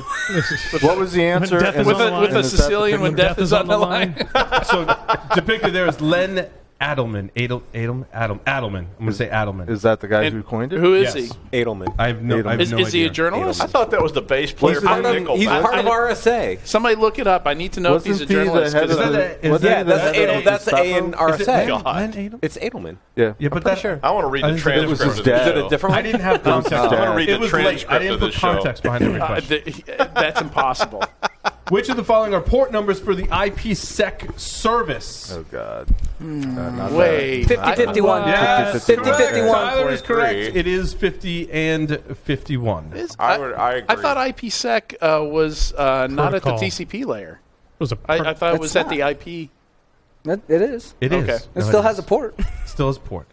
S2: What was the answer?
S6: death is
S2: And-
S4: with
S6: on the
S4: a
S6: line.
S4: with
S2: and
S4: a
S2: is that the
S4: Sicilian when death is on the line.
S1: So depicted there is Len Adelman. Adel, Adelman. Adelman. Adelman. I'm going to say Adelman.
S2: Is that the guy
S4: And
S2: who coined it?
S4: Who is
S1: Yes.
S4: he?
S5: Edelman.
S1: I have no. I have
S4: Is,
S1: no
S4: is he
S1: idea.
S4: a journalist?
S7: I thought that was the bass player
S2: He's
S7: from
S2: part of-
S7: Nickelback.
S5: He's part of
S4: I-
S5: RSA.
S4: Somebody look it up. I need to know
S2: Wasn't
S4: if he's a
S2: he the
S4: journalist.
S2: head
S4: 'cause
S2: of
S1: Is
S4: it's-
S1: that the-
S2: Wasn't
S1: Yeah,
S2: he the
S5: that's
S2: head of
S5: Adel-
S2: the
S5: that's the A
S2: Gestapo?
S5: in
S1: Is it Len-
S5: RSA.
S1: Len Adelman?
S5: It's Edelman.
S2: Yeah.
S1: Yeah, but that, sure.
S7: I want to read
S1: I
S7: the
S1: didn't think it
S7: transcript.
S1: was
S2: his
S7: of this
S2: dad.
S5: Is it
S7: show.
S5: a different
S1: I
S5: one?
S1: didn't
S7: [LAUGHS]
S1: have context.
S2: I'm gonna
S1: behind
S7: read
S1: it.
S7: the
S1: It was late. I
S7: transcript
S1: didn't
S7: of
S1: put
S7: this show.
S1: context behind
S7: [LAUGHS]
S1: every
S4: Uh,
S1: question.
S4: th- that's impossible.
S1: Which of the following are port numbers for the IPsec E service?
S2: Oh God. Uh, not
S4: Wait.
S2: that.
S3: 50 51.
S1: Yes,
S2: 50, 51.
S1: Tyler is correct.
S7: 53.
S1: It is 50 and 51.
S7: I would- I agree.
S4: thought IPsec uh, was uh, not at the
S6: Protocol.
S4: TCP layer.
S6: was a
S4: I, I thought it
S3: It's
S4: was at
S3: not.
S4: the IP.
S3: It it is.
S1: It is.
S4: Okay. It
S3: It
S1: No,
S3: still
S1: is.
S3: has a port.
S1: Still is port.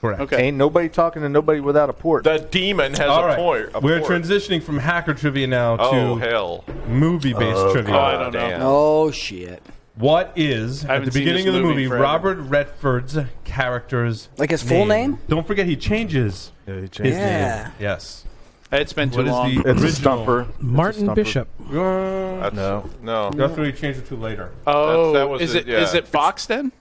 S1: Correct.
S4: Okay.
S2: Ain't nobody talking to nobody without a port.
S7: The demon has
S1: All
S7: a
S1: right.
S7: point. a
S1: We're
S7: port.
S1: transitioning from hacker trivia now
S7: Oh
S1: to
S7: hell!
S1: movie-based trivia.
S4: Oh, I don't know.
S7: damn.
S3: Oh, shit.
S1: What is at
S4: haven't
S1: the
S4: seen
S1: beginning of
S4: this
S1: the
S4: movie
S1: movie
S4: forever.
S1: Robert Redford's character's
S3: Like his full name?
S1: Don't forget he changes
S2: Yeah, he changed
S1: his
S2: it.
S3: Yeah.
S1: name. Yes.
S4: It's been too
S1: What is
S4: long.
S1: the
S2: It's a
S1: original?
S2: stumper. It's a
S6: Martin
S2: stumper.
S6: Bishop.
S1: Uh,
S7: That's, no, no.
S1: that's what he changed it to later.
S4: oh,
S7: that was
S4: is
S7: a-
S4: it is
S7: yeah.
S4: it Fox then?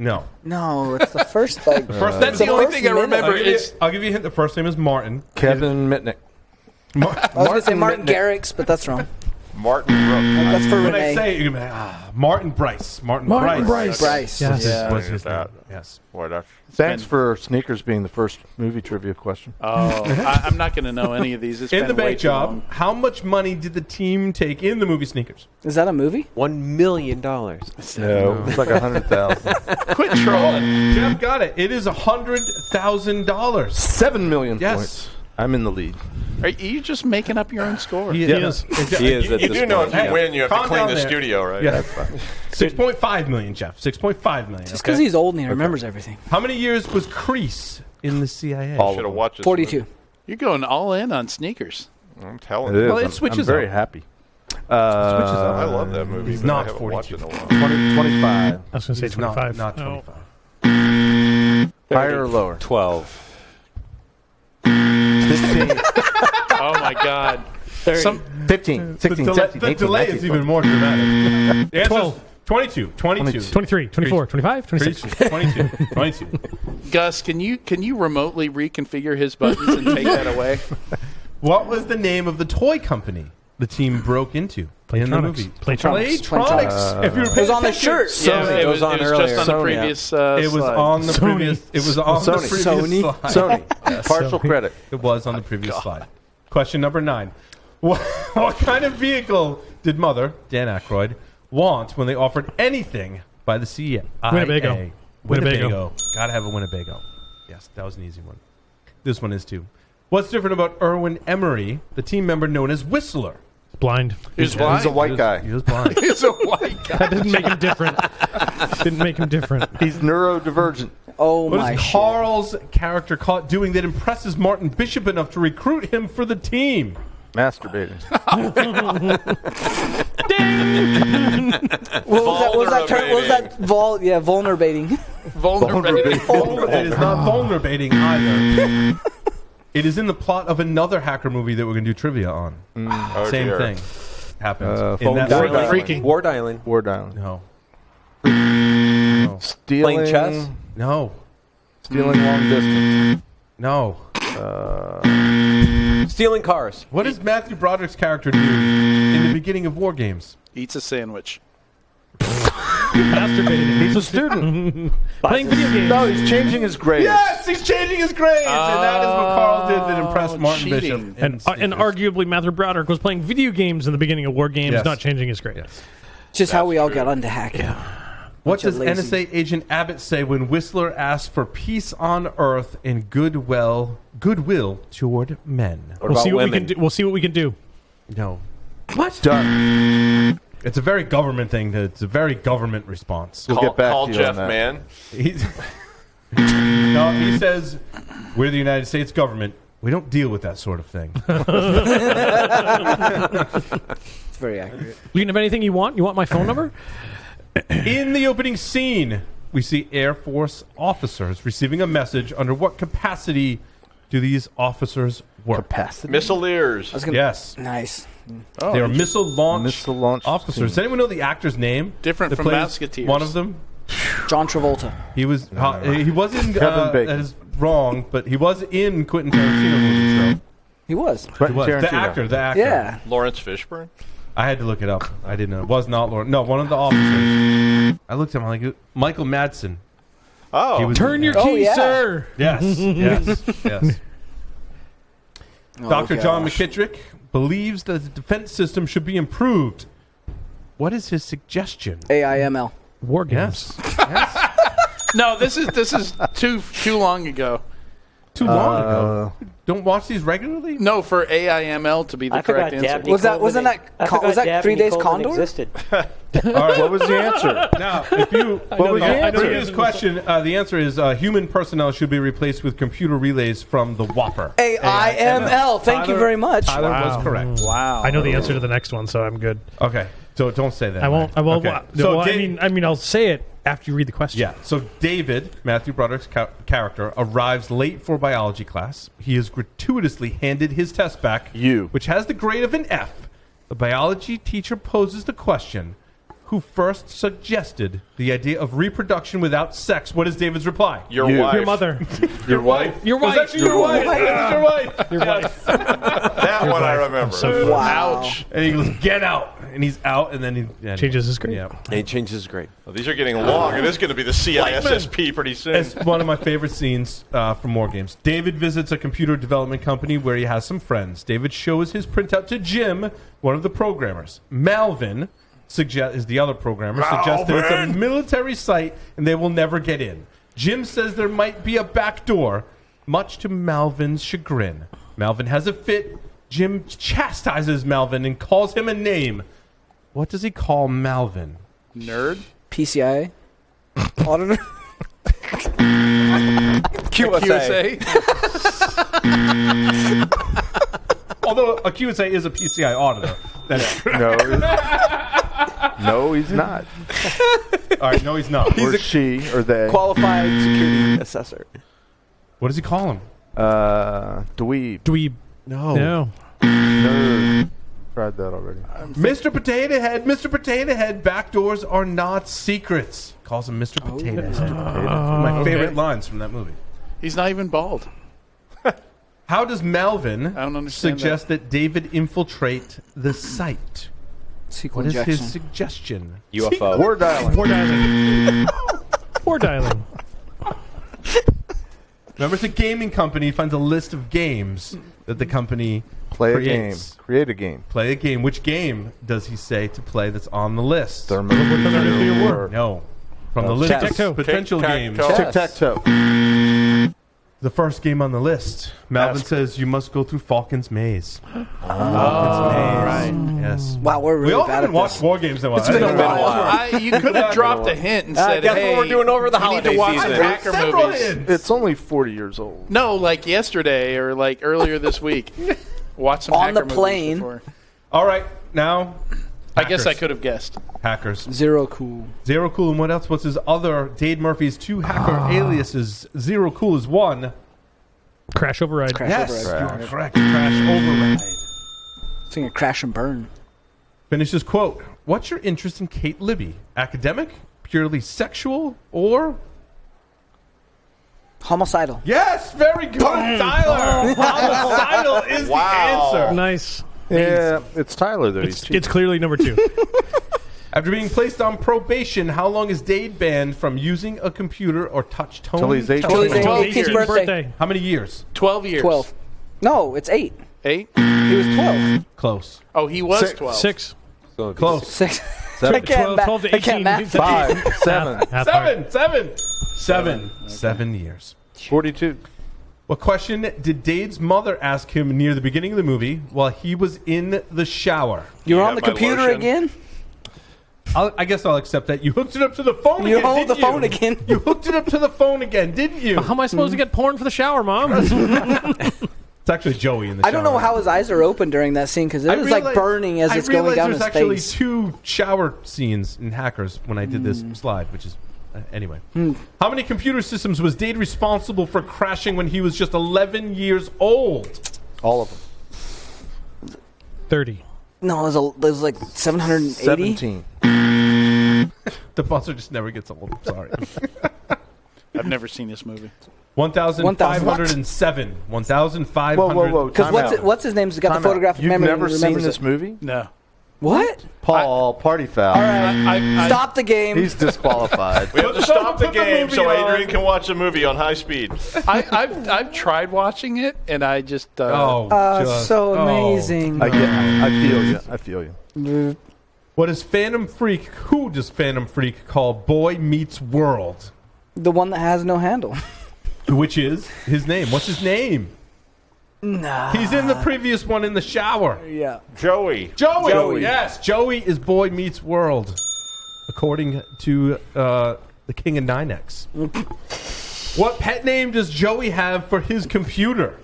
S1: No.
S3: No, it's the first like
S1: First name.
S4: That's the,
S3: the
S4: only
S3: first
S4: thing I
S3: minute.
S1: I'll
S4: remember.
S1: give, you,
S4: Is
S1: I'll give you a hint. The first name is Martin.
S2: Kevin Mitnick.
S1: Mar-
S3: I was going to say Martin
S2: Mitnick.
S3: Garrix, but that's wrong.
S7: Martin Rook.
S3: That's for
S1: when I
S3: Renee.
S1: say it, you're gonna be like, ah, Martin Bryce. Martin,
S6: Martin
S1: Bryce.
S6: Bryce.
S3: Bryce.
S6: Yes.
S1: Yes. Was
S7: Yeah.
S1: his name.
S7: That.
S1: Yes.
S7: Boy, that's-
S2: Thanks for sneakers being the first movie trivia question.
S4: oh,
S1: [LAUGHS]
S4: I, I'm not going to know any of these. It's
S1: In
S4: been
S1: the
S4: way
S1: bank
S4: too
S1: job, [LAUGHS]
S4: long.
S1: how much money did the team take in the movie Sneakers?
S3: Is that a movie?
S5: One million dollars.
S2: No, it's like a hundred thousand.
S4: Quit trolling.
S1: Jeff got it. It is a hundred thousand dollars.
S2: Seven million
S1: Yes.
S2: points. I'm in the lead.
S4: Are you just making up your own score?
S6: Yes.
S5: He is at
S7: You
S5: this
S7: do know
S5: point.
S7: if you
S1: Hey,
S7: win, you have to
S1: calm
S7: clean
S1: down
S7: the
S1: there.
S7: studio, right?
S1: Yeah. Six point five million, Jeff. Six point five million.
S3: Just
S1: okay?
S3: because he's old and he remembers everything.
S1: How many years was Crease in the CIA?
S7: Should have watched this
S3: 42.
S4: You're going all in on sneakers.
S7: movie. I'm telling
S2: It
S7: you.
S2: is.
S1: it
S2: I'm-
S1: switches
S2: I'm very
S1: up.
S2: happy. Uh,
S1: Switches up.
S7: I love that movie.
S1: He's
S7: but
S1: not
S7: I haven't watched it in a while.
S2: 20, 25.
S6: I was going to say
S1: It's not,
S6: 25.
S1: not
S6: No.
S1: twenty-five.
S2: Higher or lower?
S5: Twelve.
S1: [LAUGHS]
S2: 15,
S4: Oh my god.
S8: 30.
S4: Some,
S2: 15,
S1: The,
S2: 16,
S1: del-
S2: 17,
S1: the
S2: 18,
S1: delay
S2: 19,
S1: is even more dramatic. The answer's
S6: 12.
S1: 22, 22.
S6: 23, 24, 25, 26.
S1: 22, 22, 22.
S4: Gus, can you can you remotely reconfigure his buttons and take that away?
S1: What was the name of the toy company the team broke into in the
S6: Playtronics.
S1: movie?
S6: Playtronics.
S1: Playtronics. if you were
S3: It was on the shirt.
S4: [LAUGHS] Yeah, it
S5: It was
S4: was,
S5: on
S4: it was
S5: earlier.
S4: just on
S5: Sony.
S4: the previous uh,
S1: It was
S4: slide.
S1: on the
S6: Sony.
S1: previous. It was on the
S2: Sony.
S1: previous
S3: Sony.
S1: slide. [LAUGHS]
S2: Sony. Partial
S6: Sony.
S2: credit.
S1: It was on the previous slide. Question number nine: what, [LAUGHS] what kind of vehicle did Mother Dan Aykroyd want when they offered anything by the CIA?
S6: Winnebago.
S1: Winnebago. Gotta have a Winnebago. Yes, that was an easy one. This one is too. What's different about Erwin Emery, the team member known as Whistler?
S6: Blind.
S2: He's
S4: He's
S2: a
S4: [LAUGHS] blind.
S1: He
S2: white
S1: was-
S2: guy.
S1: He was blind.
S4: He's
S1: [LAUGHS]
S4: a white guy.
S6: That didn't make him [LAUGHS] different. didn't make him different.
S2: [LAUGHS] He's neurodivergent.
S3: Oh
S1: What
S3: my
S1: is
S3: shit.
S1: Carl's character caught doing that impresses Martin Bishop enough to recruit him for the team?
S2: Masturbating. [LAUGHS]
S3: What was that? What was that? Term? What was that? Vul- yeah, vulnerating.
S4: Vulnerability.
S1: [LAUGHS] It is not vulnerating either. it is in the plot of another hacker movie that we're going to do trivia on.
S7: Oh,
S1: Same
S7: dear.
S1: thing happens.
S2: Uh,
S1: in
S2: phone
S1: that
S2: dial.
S1: movie.
S4: Freaking. Freaking.
S5: Ward Island.
S2: Ward Island.
S1: No.
S2: Stealing
S5: Playing chess?
S1: No.
S2: Stealing long distance.
S1: No.
S5: Stealing cars.
S1: What does Matthew Broderick's character do in the beginning of War Games?
S4: Eats a sandwich.
S2: He's a student.
S6: [LAUGHS] Playing video games.
S2: no, he's changing his grades.
S1: Yes, he's changing his grades, and that is what Carl did that impressed Martin
S4: cheating.
S1: Bishop.
S6: And, uh, and arguably, Mather Broderick was playing video games in the beginning of War Games,
S1: Yes.
S6: not changing his grade.
S3: [LAUGHS] Just how we all got onto hacking.
S1: What
S3: Bunch of
S1: does
S3: lazy-
S1: NSA agent Abbott say when Whistler asks for peace on Earth and goodwill goodwill toward men?
S5: What
S6: We'll
S5: about
S6: see what we
S5: women?
S6: can do. We'll see what we can do.
S1: No,
S2: Done.
S1: it's a very government thing. To, it's a very government response.
S2: We'll
S7: Call,
S2: get back
S7: call
S2: to you
S7: Jeff,
S2: on that.
S7: man.
S1: He's- [LAUGHS] no, he says we're the United States government. We don't deal with that sort of thing.
S3: [LAUGHS] It's very accurate.
S6: You can have anything you want. You want my phone number?
S1: In the opening scene, we see Air Force officers receiving a message. Under what capacity do these officers work?
S2: Capacity.
S7: Missileers.
S1: Yes,
S3: Nice.
S1: they are missile launch
S2: Oh, Missile launch
S1: officers.
S2: team.
S1: Does anyone know the actor's name?
S4: Different
S1: that
S4: from
S1: plays
S4: Musketeers.
S1: One of them.
S3: John Travolta.
S1: He was. uh, he was in.
S2: Kevin
S1: Uh,
S2: Bacon.
S1: that is wrong, but he was in Quentin Tarantino movies.
S3: He was.
S1: though.
S2: Quentin
S1: He was. The
S2: Tarantino.
S1: actor. The actor.
S3: Yeah.
S7: Lawrence Fishburne.
S1: I had to look it up. I didn't know. It was not Lauren. No, one of the officers. I looked at him. I'm like Michael Madsen.
S7: Oh,
S1: He was
S6: [LAUGHS] Turn your key,
S3: Oh, yeah.
S6: sir.
S2: [LAUGHS]
S1: Yes. Yes. yes.
S2: Oh,
S1: Dr. John
S3: gosh.
S1: McKittrick believes that the defense system should be improved. What is his suggestion?
S3: AIML.
S6: War Games.
S1: Yes. yes.
S4: No, this is this [LAUGHS] is too too long ago.
S1: Too long ago.
S2: Uh,
S1: Don't watch these regularly.
S4: No, for AIML to be the
S8: I forgot
S4: correct answer.
S8: Dabney
S3: Was that-
S8: Coleman
S3: wasn't that Con-
S8: I forgot
S3: was that
S8: Dabney
S3: Three Days
S8: Coleman
S3: Condor?
S8: Existed.
S1: All right.
S2: What was the answer?
S1: Now, if you,
S2: What was the
S6: that. [LAUGHS] I know
S1: For
S6: that.
S2: answer?
S1: this question, uh, the answer is uh, human personnel should be replaced with computer relays from the Whopper.
S3: AIML. Thank you
S1: Tyler-
S3: very much.
S1: Tyler
S6: Wow.
S1: was correct.
S4: Wow.
S6: I know the answer to the next one, so I'm good.
S1: Okay, so don't say that.
S6: I won't. I won't.
S1: Okay.
S6: So well, I
S1: Da-
S6: mean, I mean, I'll say it after you read the question.
S1: yeah. So David, Matthew Broderick's ca- character, arrives late for biology class. He is gratuitously handed his test back,
S2: You.
S1: which has the grade of an F. The biology teacher poses the question: Who first suggested the idea of reproduction without sex? What is David's reply?
S7: your
S2: You.
S7: wife.
S6: Your mother.
S2: Your wife.
S6: Your
S1: Was
S6: wife.
S1: actually your, wife. It's your wife.
S6: [LAUGHS] Your wife.
S7: That one I remember.
S3: Wow.
S4: Ouch.
S1: And he goes, "Get out!" And he's out, and then he anyway.
S6: Changes his grade.
S1: Yeah.
S5: And he changes his grade.
S7: Well, Oh, these are getting long, and it's going to be the CISSP pretty soon.
S1: It's one of my favorite scenes uh, from War Games. David visits a computer development company where he has some friends. David shows his printout to Jim, one of the programmers. Malvin suggest- is the other programmer, suggests that it's a military site and they will never get in. Jim says there might be a back door, much to Malvin's chagrin. Malvin has a fit. Jim chastises Malvin and calls him a name. What does he call Malvin?
S4: Nerd.
S3: PCI. Auditor.
S5: QSA.
S4: QSA.
S1: Although a QSA is a PCI auditor. That's
S2: No.
S1: [LAUGHS]
S2: he's- no, he's not.
S1: All right, no, he's not.
S2: or she or they.
S5: Qualified security assessor.
S1: what does he call him?
S2: Uh, dweeb.
S6: Dweeb.
S1: No.
S6: No.
S2: Nerd. Tried that already.
S1: Mr. Potato Head, Mr. Potato Head, backdoors are not secrets. Calls him Mr. Potato
S4: Oh.
S1: Head.
S4: Uh,
S6: Oh,
S1: My favorite lines from that movie.
S4: He's not even bald.
S1: How does Melvin
S4: I don't understand
S1: suggest that. David infiltrate the site?
S3: Sequel
S1: What is
S3: injection.
S1: his suggestion?
S5: UFO.
S2: Word dialing.
S1: Port Island.
S6: Poor dialing.
S1: Remember, it's a gaming company finds a list of games that the company
S2: Play a game.
S1: creates.
S2: Create a game.
S1: Play a game. Which game does he say to play that's on the list?
S2: Thermal.
S1: no. From
S2: Uh,
S1: the list
S5: Tic-tac-toe.
S1: of potential
S7: Tic-tac-toe.
S1: games.
S2: Tic tac toe.
S1: The first game on the list. Malvin says you must go through Falcon's Maze. Falcon's Maze. Yes.
S3: Wow, we're really
S1: we all
S3: bad
S1: haven't
S3: at
S1: watched
S3: this.
S1: war games in a while.
S5: been a
S1: I-
S5: while.
S4: I, you could have dropped a hint and
S5: Ah,
S4: said,
S5: guess what
S4: "Hey,
S5: we're doing over the
S4: we need
S5: holiday
S4: to watch
S5: season."
S4: Cracker
S1: Several
S4: movies."
S1: hints.
S2: It's only 40 years old.
S4: No, like yesterday or like earlier this week. Watch some
S3: On the
S4: hacker movies
S3: plane.
S4: before.
S1: All right, now
S4: I guess I
S1: Hackers.
S4: could have guessed.
S1: hackers.
S3: Zero cool.
S1: Zero Cool and what else? What's his other Dade Murphy's two hacker aliases? Zero Cool is one.
S6: Crash override.
S3: Crash
S1: Yes,
S3: override.
S1: you're correct. Crash override.
S3: It's gonna crash and burn.
S1: Finishes quote. What's your interest in Kate Libby? Academic, purely sexual, or
S3: Homicidal.
S1: yes? Very good, Tyler. Homicidal is
S7: Wow.
S1: the answer.
S6: Nice.
S2: Yeah, it's Tyler though. He's
S6: It's,
S2: cheap.
S6: it's clearly number two.
S1: After being placed on probation, how long is Dade banned from using a computer or touch tone?
S2: Till he's 18.
S3: Till he's
S4: Twelve
S3: 18th
S4: years.
S3: birthday.
S1: How many years?
S4: Twelve years.
S3: Twelve. No, it's eight.
S4: Eight.
S3: He was twelve.
S1: Close.
S4: Oh, he was
S2: Six.
S4: twelve.
S6: Six.
S1: Close.
S3: Six. I
S5: Seven.
S3: can't
S6: Twelve-
S3: ma-
S6: twelve to
S3: I can't
S6: eighteen.
S3: math.
S2: Five, [LAUGHS] seven,
S6: Half heart.
S1: Seven, seven, seven, seven years.
S2: 42.
S1: What question did Dade's mother ask him near the beginning of the movie while he was in the shower?
S3: You're
S7: You
S3: on
S7: got
S3: the
S7: my
S3: computer
S7: lotion.
S3: again.
S1: I'll, I guess I'll accept that. You hooked it up to the phone
S3: You
S1: again.
S3: hold
S1: didn't
S3: the phone
S1: you?
S3: again.
S1: You hooked it up to the phone again, didn't you?
S6: How am I supposed to get porn for the shower, Mom?
S1: It's actually Joey in the
S3: I don't
S1: shower.
S3: know how his eyes are open during that scene because it
S1: I
S3: is like
S1: realize-
S3: burning as
S1: I
S3: it's going
S1: realized
S3: down
S1: there's
S3: his
S1: actually
S3: face.
S1: two shower scenes in Hackers when I did this
S3: Hmm.
S1: slide, which is uh, anyway. How many computer systems was Dade responsible for crashing when he was just 11 years old?
S2: All of them.
S6: Thirty.
S3: No, it was, a, it was like 780.
S2: 17.
S1: The buzzer just never gets old. I'm
S3: [LAUGHS]
S1: sorry.
S4: I've never seen this movie.
S1: 1,507. 1,500.
S2: Whoa, whoa, whoa.
S3: Because
S2: Time out.
S3: what's it, what's his name's got
S2: Time
S3: the photographic
S2: out. You've
S3: memory.
S2: never
S3: and
S2: seen
S3: remembers
S2: this
S3: it.
S2: movie?
S4: No.
S3: What?
S2: Paul, party foul.
S4: I, I,
S3: Stop the game.
S2: He's disqualified.
S7: We have to
S1: the-
S7: stop the
S1: put the
S7: game
S1: movie
S7: so
S1: on.
S7: Adrian can watch a movie on
S1: [LAUGHS]
S7: high speed.
S4: I, I've, I've tried watching it, and I just uh,
S1: Oh,
S3: Uh,
S1: just-
S3: so
S1: oh.
S2: [LAUGHS]
S3: amazing.
S2: I get. I feel you. I feel you.
S1: What is Phantom Freak? Who does Phantom Freak call Boy Meets World?
S3: the one that has no handle.
S1: Which is his name. What's his name?
S3: nah.
S1: He's in the previous one in the shower.
S3: Yeah.
S7: Joey.
S1: Joey.
S3: Joey.
S1: Yes, Joey is Boy Meets World, according to uh, the King of Ninex. what pet name does Joey have for his computer?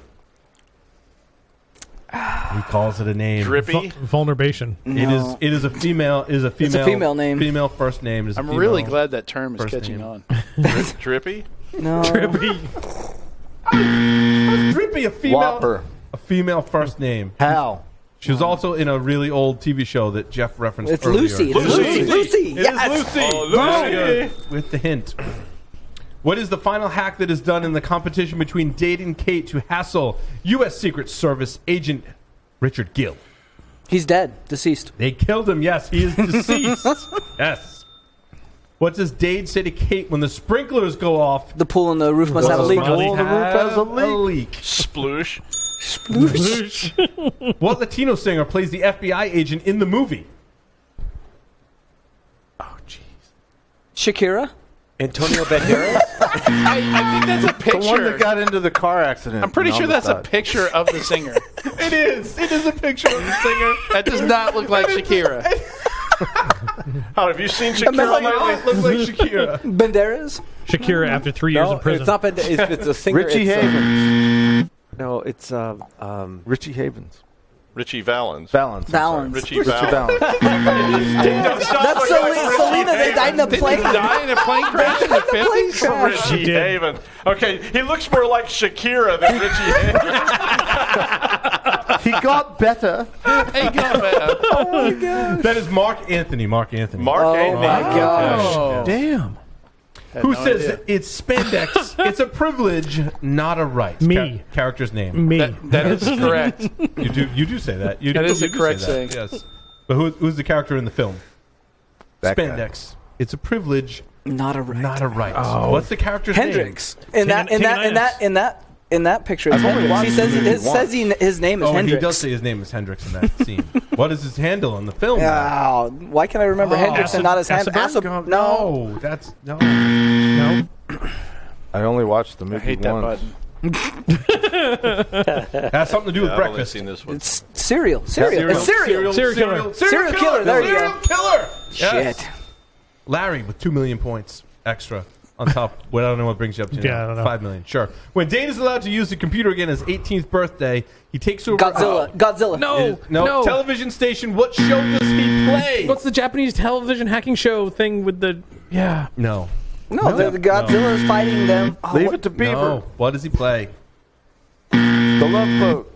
S1: He calls it a name.
S7: Drippy.
S6: Vulneration.
S1: It is. It is a female. Is a female.
S3: female name.
S1: Female first name. Is a
S4: I'm really
S1: female.
S4: glad that term is
S1: First
S4: catching
S1: name.
S4: on.
S7: Drippy.
S3: No.
S6: Trippy.
S1: Drippy, a female.
S2: Whopper.
S1: A female first name.
S2: How?
S1: She was also in a really old TV show that Jeff referenced.
S3: It's
S1: earlier.
S3: Lucy. It's
S7: Lucy.
S3: Lucy. Lucy.
S1: It is
S3: Yes.
S1: Lucy.
S7: Oh, Lucy.
S1: Very good. With the hint. What is the final hack that is done in the competition between Dade and Kate to hassle U.S. Secret Service agent Richard Gill?
S3: He's dead. Deceased.
S1: They killed him. Yes, he [LAUGHS] is deceased. yes. What does Dade say to Kate when the sprinklers go off?
S3: The pool and the roof must have a
S1: Does
S3: leak.
S1: Molly
S2: Oh, the roof
S1: have
S2: has a leak.
S7: Sploosh.
S1: What Latino singer plays the FBI agent in the movie?
S3: Shakira?
S5: Antonio Banderas.
S4: I, I think that's a
S2: The
S4: picture.
S2: one that got into the car accident.
S4: I'm pretty
S2: and
S4: sure that's
S2: almost died.
S4: a picture of the [LAUGHS] singer.
S1: It is. It is a picture of the singer.
S4: That does not look like [LAUGHS] Shakira.
S7: How have you seen Shakira lately?
S1: looks like Shakira.
S3: Banderas?
S6: Shakira after three years
S5: No,
S6: in prison.
S5: it's not Banderas.
S2: [LAUGHS]
S5: It's, it's a singer.
S2: Richie
S5: it's, uh,
S2: Havens.
S5: no, it's um, um,
S2: Richie Havens.
S7: Richie Valens.
S2: Valance. I'm sorry.
S3: Valance.
S7: Richie
S2: Richie
S7: Valens.
S2: Valance.
S3: That's Selena. Selena. They died in a plane.
S7: Die
S4: [LAUGHS]
S7: in a plane crash in the
S3: plane
S7: 50s?
S3: crash.
S7: Richie Haven. Okay, he looks more like Shakira than Richie Haven.
S2: he got better.
S7: hey, come on.
S1: That is Mark Anthony. Mark Anthony.
S7: Mark Anthony.
S3: my gosh.
S2: Damn.
S1: Who says it's spandex?
S2: [LAUGHS]
S1: it's a privilege, not a right.
S6: Me.
S1: character's name.
S6: Me.
S4: That, that [LAUGHS] is correct.
S1: You do. You do say that. You
S4: That
S1: do-
S4: is the
S1: you do
S4: correct
S1: say that, Yes. But who, who's the character in the film?
S2: That guy.
S1: spandex. It's a privilege,
S3: Not a right.
S1: not a right.
S6: Oh.
S1: What's the character's
S3: Hendrix. In that,
S6: Take
S3: in
S6: an-
S3: that,
S6: take
S3: in
S6: an
S3: that,
S6: ass.
S3: in that, in that picture, it's Hendrix. He says, it says he, his name is
S1: name? Oh,
S3: Hendrix.
S1: he does say his name is Hendrix in that
S3: [LAUGHS]
S1: scene. what is his handle in the film? Oh.
S3: Wow. Why can I remember Hendrix and not his hand?
S6: Acid-
S3: Acid- no.
S1: No, that's no.
S6: No.
S2: I only watched the movie
S4: I hate that
S2: once.
S4: button.
S1: That's something to do with
S7: I've only
S1: breakfast.
S7: seen this one.
S3: It's cereal. Cereal. It's cereal.
S6: Serial
S1: Serial, serial,
S6: killer.
S3: Serial killer, there you
S1: serial
S3: go.
S1: killer. Yes.
S3: Shit.
S1: Larry with two million points extra on top. [LAUGHS] well, I don't know what brings you up to.
S6: Yeah,
S1: now.
S6: I don't know.
S1: five million. Sure. When Dane is allowed to use the computer again, his 18th birthday, he takes over.
S3: Godzilla. Godzilla.
S1: Oh,
S6: No.
S1: it is- no, television station. What show does he play?
S6: What's the Japanese television hacking show thing with the? Yeah.
S1: no,
S3: No, the, the Godzilla is fighting them. Oh,
S2: Leave
S3: what-
S2: it to Beaver.
S1: no. What does he play?
S2: The Love Boat.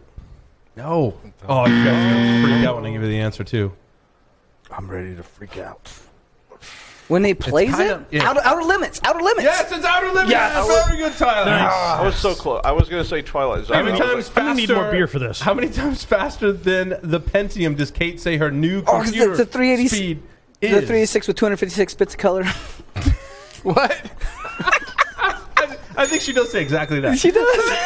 S1: No. Oh, you guys are gonna freak out when I give you the answer too.
S2: I'm ready to freak out.
S3: When they plays
S1: kinda-
S3: it?
S1: yeah.
S3: Outer, outer Limits. Outer Limits.
S1: Yes, it's Outer Limits. Very good, Tyler. Ah.
S7: I was so close. I was going to say Twilight Zone.
S1: How many
S7: I was
S1: times
S7: like,
S6: I'm gonna
S1: faster?
S6: need more beer for this.
S1: How many times faster than the Pentium does Kate say her new
S3: Oh, 'cause
S1: computer
S3: the- the 380
S1: speed
S3: The
S1: is?
S3: 386 with 256 bits of
S1: [LAUGHS]
S3: color.
S1: What? I think she does say exactly that.
S3: she does.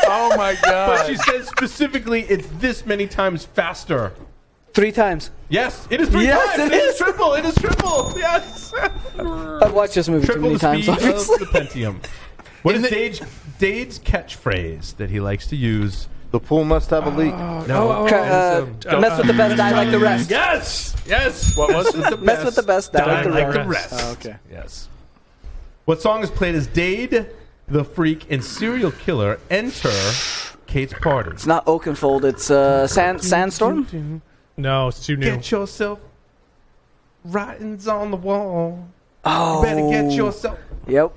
S4: Oh my
S1: but
S4: god!
S1: she says specifically it's this many times faster.
S3: Three times.
S1: Yes, it is three
S3: Yes,
S1: times.
S3: it is.
S1: triple. It is triple. Yes.
S3: I've watched this movie
S1: triple
S3: too many
S1: the
S3: times,
S1: speed
S3: obviously.
S1: [LAUGHS] of the Pentium. What is Dade's, Dade's catchphrase that he likes to use?
S2: The pool must have a leak.
S3: Oh,
S1: No.
S3: Ca- uh, mess with the best, die like the rest.
S1: Yes. Yes. What was it? The
S3: Mess with the best, die like the rest.
S6: like the
S1: rest.
S4: [LAUGHS]
S3: Oh, okay.
S1: Yes. What song is played as Dade, the Freak, and Serial Killer enter Kate's party?
S3: It's not Oakenfold. It's uh, sand, Sandstorm.
S6: No, it's too new.
S1: Get yourself writings on the wall.
S3: Oh.
S1: Better get yourself.
S3: Yep.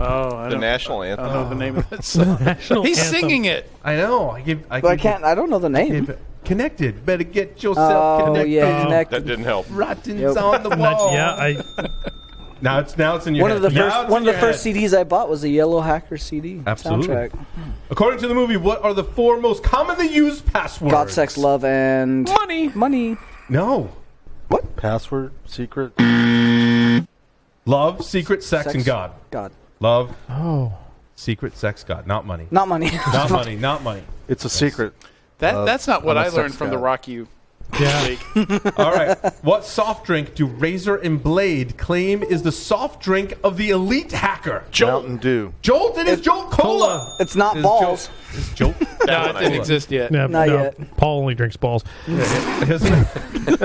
S4: oh, I
S7: The
S4: don't,
S7: national anthem.
S4: I don't know the name of that song.
S6: [LAUGHS] National
S4: He's
S6: anthem.
S4: singing it.
S1: I know. I give. I,
S3: But I
S1: give-
S3: can't. I don't know the name.
S1: give- connected. Better get yourself
S3: Oh
S1: connected.
S3: yeah,
S7: That
S3: connected.
S7: didn't help.
S1: Writings
S3: Yep.
S1: on the
S6: That's-
S1: wall.
S6: yeah, I
S1: Now it's now it's in your
S3: One
S1: head.
S3: of the
S1: Now
S3: first
S1: it's
S3: one
S1: in
S3: of the
S1: your
S3: first
S1: head.
S3: CDs I bought was a Yellow Hacker CD
S1: Absolutely.
S3: soundtrack.
S1: According to the movie, what are the four most commonly used passwords?
S3: God, sex, love, and
S6: money.
S3: money.
S1: No.
S2: Password? Secret? Love?
S1: Love, secret, sex,
S3: Sex.
S1: and God.
S3: God,
S1: Love. Oh. Secret, sex, God. Not money.
S3: not money.
S1: Not money. Not money.
S2: It's a secret.
S4: That
S2: Uh,
S4: that's not what
S2: I'm a
S4: I learned
S2: sex
S4: from
S2: guy.
S4: the Rock You.
S6: Yeah.
S1: All right. What soft drink do Razor and Blade claim is the soft drink of the elite hacker?
S2: Mountain Dew.
S1: Jolt. It is Jolt Cola.
S3: [LAUGHS] It's not
S1: It's
S3: balls.
S1: Jolt. It's Jolt.
S4: No, it didn't exist yet.
S6: No,
S3: Not
S6: no.
S3: yet.
S6: Paul only drinks balls.
S1: Isn't it?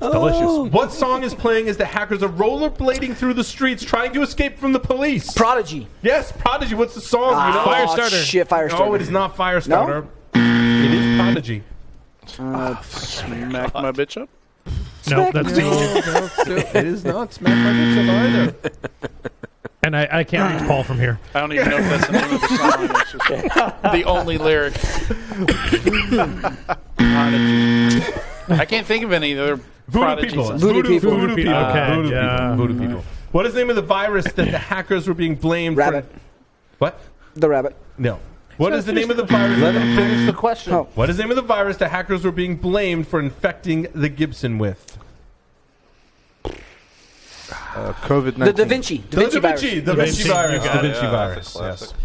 S1: Delicious. What song is playing as the hackers are rollerblading through the streets trying to escape from the police?
S3: Prodigy.
S1: yes, Prodigy. What's the song? You know?
S3: Oh,
S6: Firestarter.
S3: Shit, Firestarter.
S1: No, it is not Firestarter. It is Prodigy.
S4: Smack my bitch up.
S6: No, that's
S1: it is not Smack My Bitch Up either.
S6: and I, I can't reach Paul from here.
S4: I don't even know if that's the name of the song. It's just [LAUGHS] the only lyric. Prodigy. I can't think of any other
S1: Voodoo
S4: prodigy
S1: people.
S4: songs.
S3: Voodoo people.
S6: Voodoo people. Okay,
S1: voodoo
S6: yeah.
S1: people. Voodoo people. What is the name of the virus that the hackers were being blamed
S3: Rabbit.
S1: for? What?
S3: The rabbit.
S1: No. What is the name of the virus?
S2: Let him finish the question.
S3: Oh.
S1: What is the name of the virus the hackers were being blamed for infecting the Gibson with?
S2: Uh, COVID 19.
S3: The Da Vinci. Da Vinci
S1: the Da Vinci,
S3: virus.
S1: the Da Vinci
S6: Vinci,
S1: virus.
S6: you
S1: Da
S6: got
S1: Vinci
S7: Yeah,
S1: virus.
S7: that's a classic.
S1: Yes.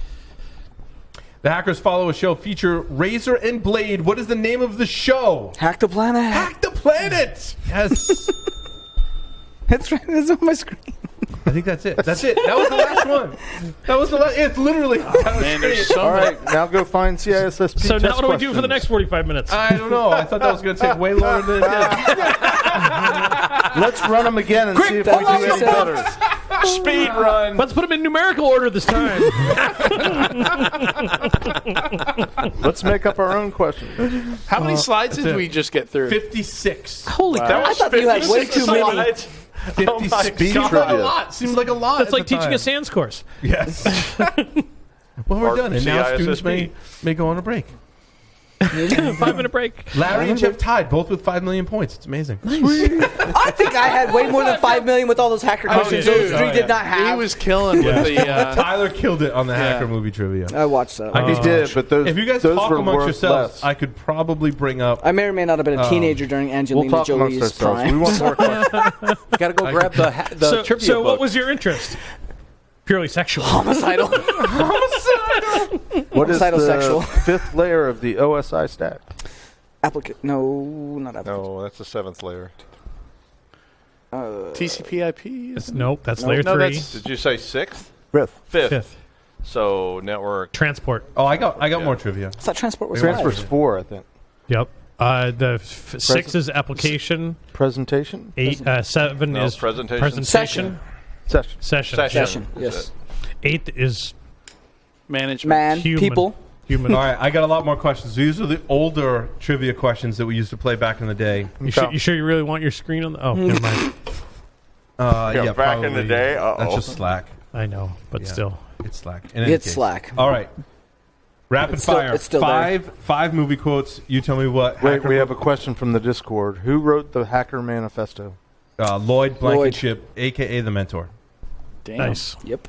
S1: The hackers follow a show feature Razor and Blade. What is the name of the show?
S3: Hack the planet.
S1: Hack the planet. Yes.
S3: [LAUGHS] That's right. It's on my screen.
S1: I think that's it. That's it. That was the last one. That was the last. It's literally. that was
S4: Man,
S1: great.
S4: there's so
S2: All
S4: many.
S2: right, now go find CISSP.
S6: So now
S2: test
S6: what do we do for the
S2: questions.
S6: next 45 minutes?
S1: I don't know. I thought that was going to take way longer [LAUGHS] than it did.
S2: Let's run them again and see if
S3: Quick,
S2: we
S3: that's
S2: do any
S3: what I
S2: better.
S7: Speed run.
S6: Let's put them in numerical order this time.
S2: Let's make up our own question.
S4: How many slides
S1: that's
S4: did
S1: it.
S4: we just get through?
S1: Fifty-six.
S5: Holy
S4: That
S5: crap.
S4: was
S5: I thought you had way too
S4: 56
S5: many.
S4: slides.
S2: Oh
S3: Oh
S1: Fifty-six.
S2: speed
S1: Seemed like
S2: trivia.
S1: a lot. Seemed like a lot.
S6: That's
S1: at
S6: like
S1: the
S6: teaching
S1: time.
S6: a sans course.
S1: Yes. [LAUGHS] well, we're
S7: Or
S1: done, and now students may
S7: CISSP.
S1: may go on a break.
S6: Five minute break.
S1: Larry and Jeff tied both with five million points. It's amazing.
S3: I think I had way more than five million with all those hacker questions.
S1: dude.
S3: Those three
S1: Oh, yeah.
S3: did not
S4: He
S3: have.
S4: was killing with the.
S1: [LAUGHS]
S4: Uh,
S1: Tyler killed it on the hacker movie trivia.
S3: I watched that.
S6: Uh,
S2: he did, but those
S1: if you guys
S2: those
S1: talk
S2: were
S1: amongst
S2: worth
S1: yourselves,
S2: less.
S1: I could probably bring up.
S3: I may or may not have been a teenager during
S2: we'll
S3: Angelina
S2: talk amongst
S3: Jolie's
S2: ourselves. We
S3: prime.
S2: want more questions.
S5: Gotta go grab the, ha- the
S6: so,
S5: trivia
S6: so
S5: book.
S6: what was your interest? Purely sexual.
S3: [LAUGHS] Homicidal.
S2: What is
S3: Homicidal
S2: the
S3: sexual.
S2: fifth layer of the OSI stack?
S3: Applicant. No, not applicant.
S7: No, Oh, that's the seventh layer.
S4: TCP/IP.
S6: That's- nope, that's layer
S7: No,
S6: three.
S7: that's. Did you say sixth?
S2: Fifth.
S7: Fifth.
S6: Fifth.
S7: So network.
S6: Transport.
S1: Oh, I got I got
S7: Yeah.
S1: more trivia.
S3: I thought transport was
S2: Transfer's
S3: live.
S2: four, I think.
S6: Yep. Uh, the f- six is application.
S2: Presentation
S6: Eight, uh, seven
S7: No,
S6: is
S7: presentation.
S6: presentation.
S2: session.
S6: Session.
S3: Session.
S7: That's
S3: Yes.
S7: it.
S6: Eight is
S4: Management.
S3: Man,
S6: human.
S3: people.
S6: Human.
S1: All right, I got a lot more questions. These are the older trivia questions that we used to play back in the day.
S6: You, sure, you sure you really want your screen on the? Oh, never mind.
S1: Uh, yeah,
S7: back in the
S1: probably.
S7: day? Uh-oh.
S1: That's just Slack.
S6: I know, but
S1: Yeah.
S6: still.
S1: It's Slack. In any
S3: It's
S1: case.
S3: Slack.
S1: All right. Rapid
S3: It's still-
S1: fire.
S3: it's still there.
S1: five five movie quotes. You tell me what.
S2: Wait,
S1: hacker-
S2: we have a question from the Discord. Who wrote the Hacker Manifesto?
S1: uh, Lloyd Blankenship, aka the mentor.
S4: Damn.
S6: Nice.
S3: Yep.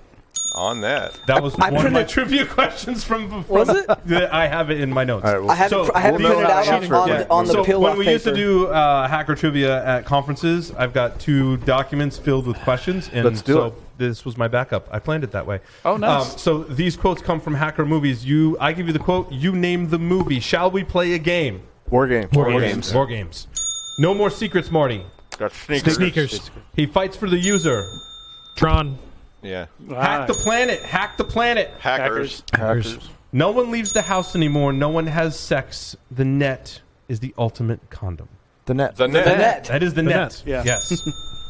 S7: On that.
S1: That was
S3: I
S1: one of my
S3: printed-
S1: trivia questions from before.
S3: Was it?
S1: I have it in my notes.
S2: All right, well,
S3: I have it,
S1: So,
S3: pr- I have it
S1: we'll know
S3: printed out
S1: how
S3: on,
S1: to
S3: on,
S1: answer.
S3: the, on the
S1: so
S3: pill
S1: when we
S3: paper.
S1: used to do uh, hacker trivia at conferences, I've got two documents filled with questions, and
S2: Let's do
S1: so
S2: it.
S1: this was my backup. I planned it that way. Um,
S4: Oh, nice.
S1: so these quotes come from hacker movies. You, I give you the quote. You name the movie. Shall we play a game?
S2: War Game.
S6: War
S1: games. War games. No more secrets, Marty.
S7: Got sneakers.
S6: Sneakers.
S1: He fights for the user.
S6: Tron.
S7: Yeah.
S1: Hack the planet. Hack the planet.
S7: Hackers.
S2: Hackers.
S1: No one leaves the house anymore. No one has sex. The net is the ultimate condom.
S2: The Net.
S7: The net.
S3: the net.
S1: That is the, net.
S6: net,
S4: yeah.
S1: [LAUGHS] Yes.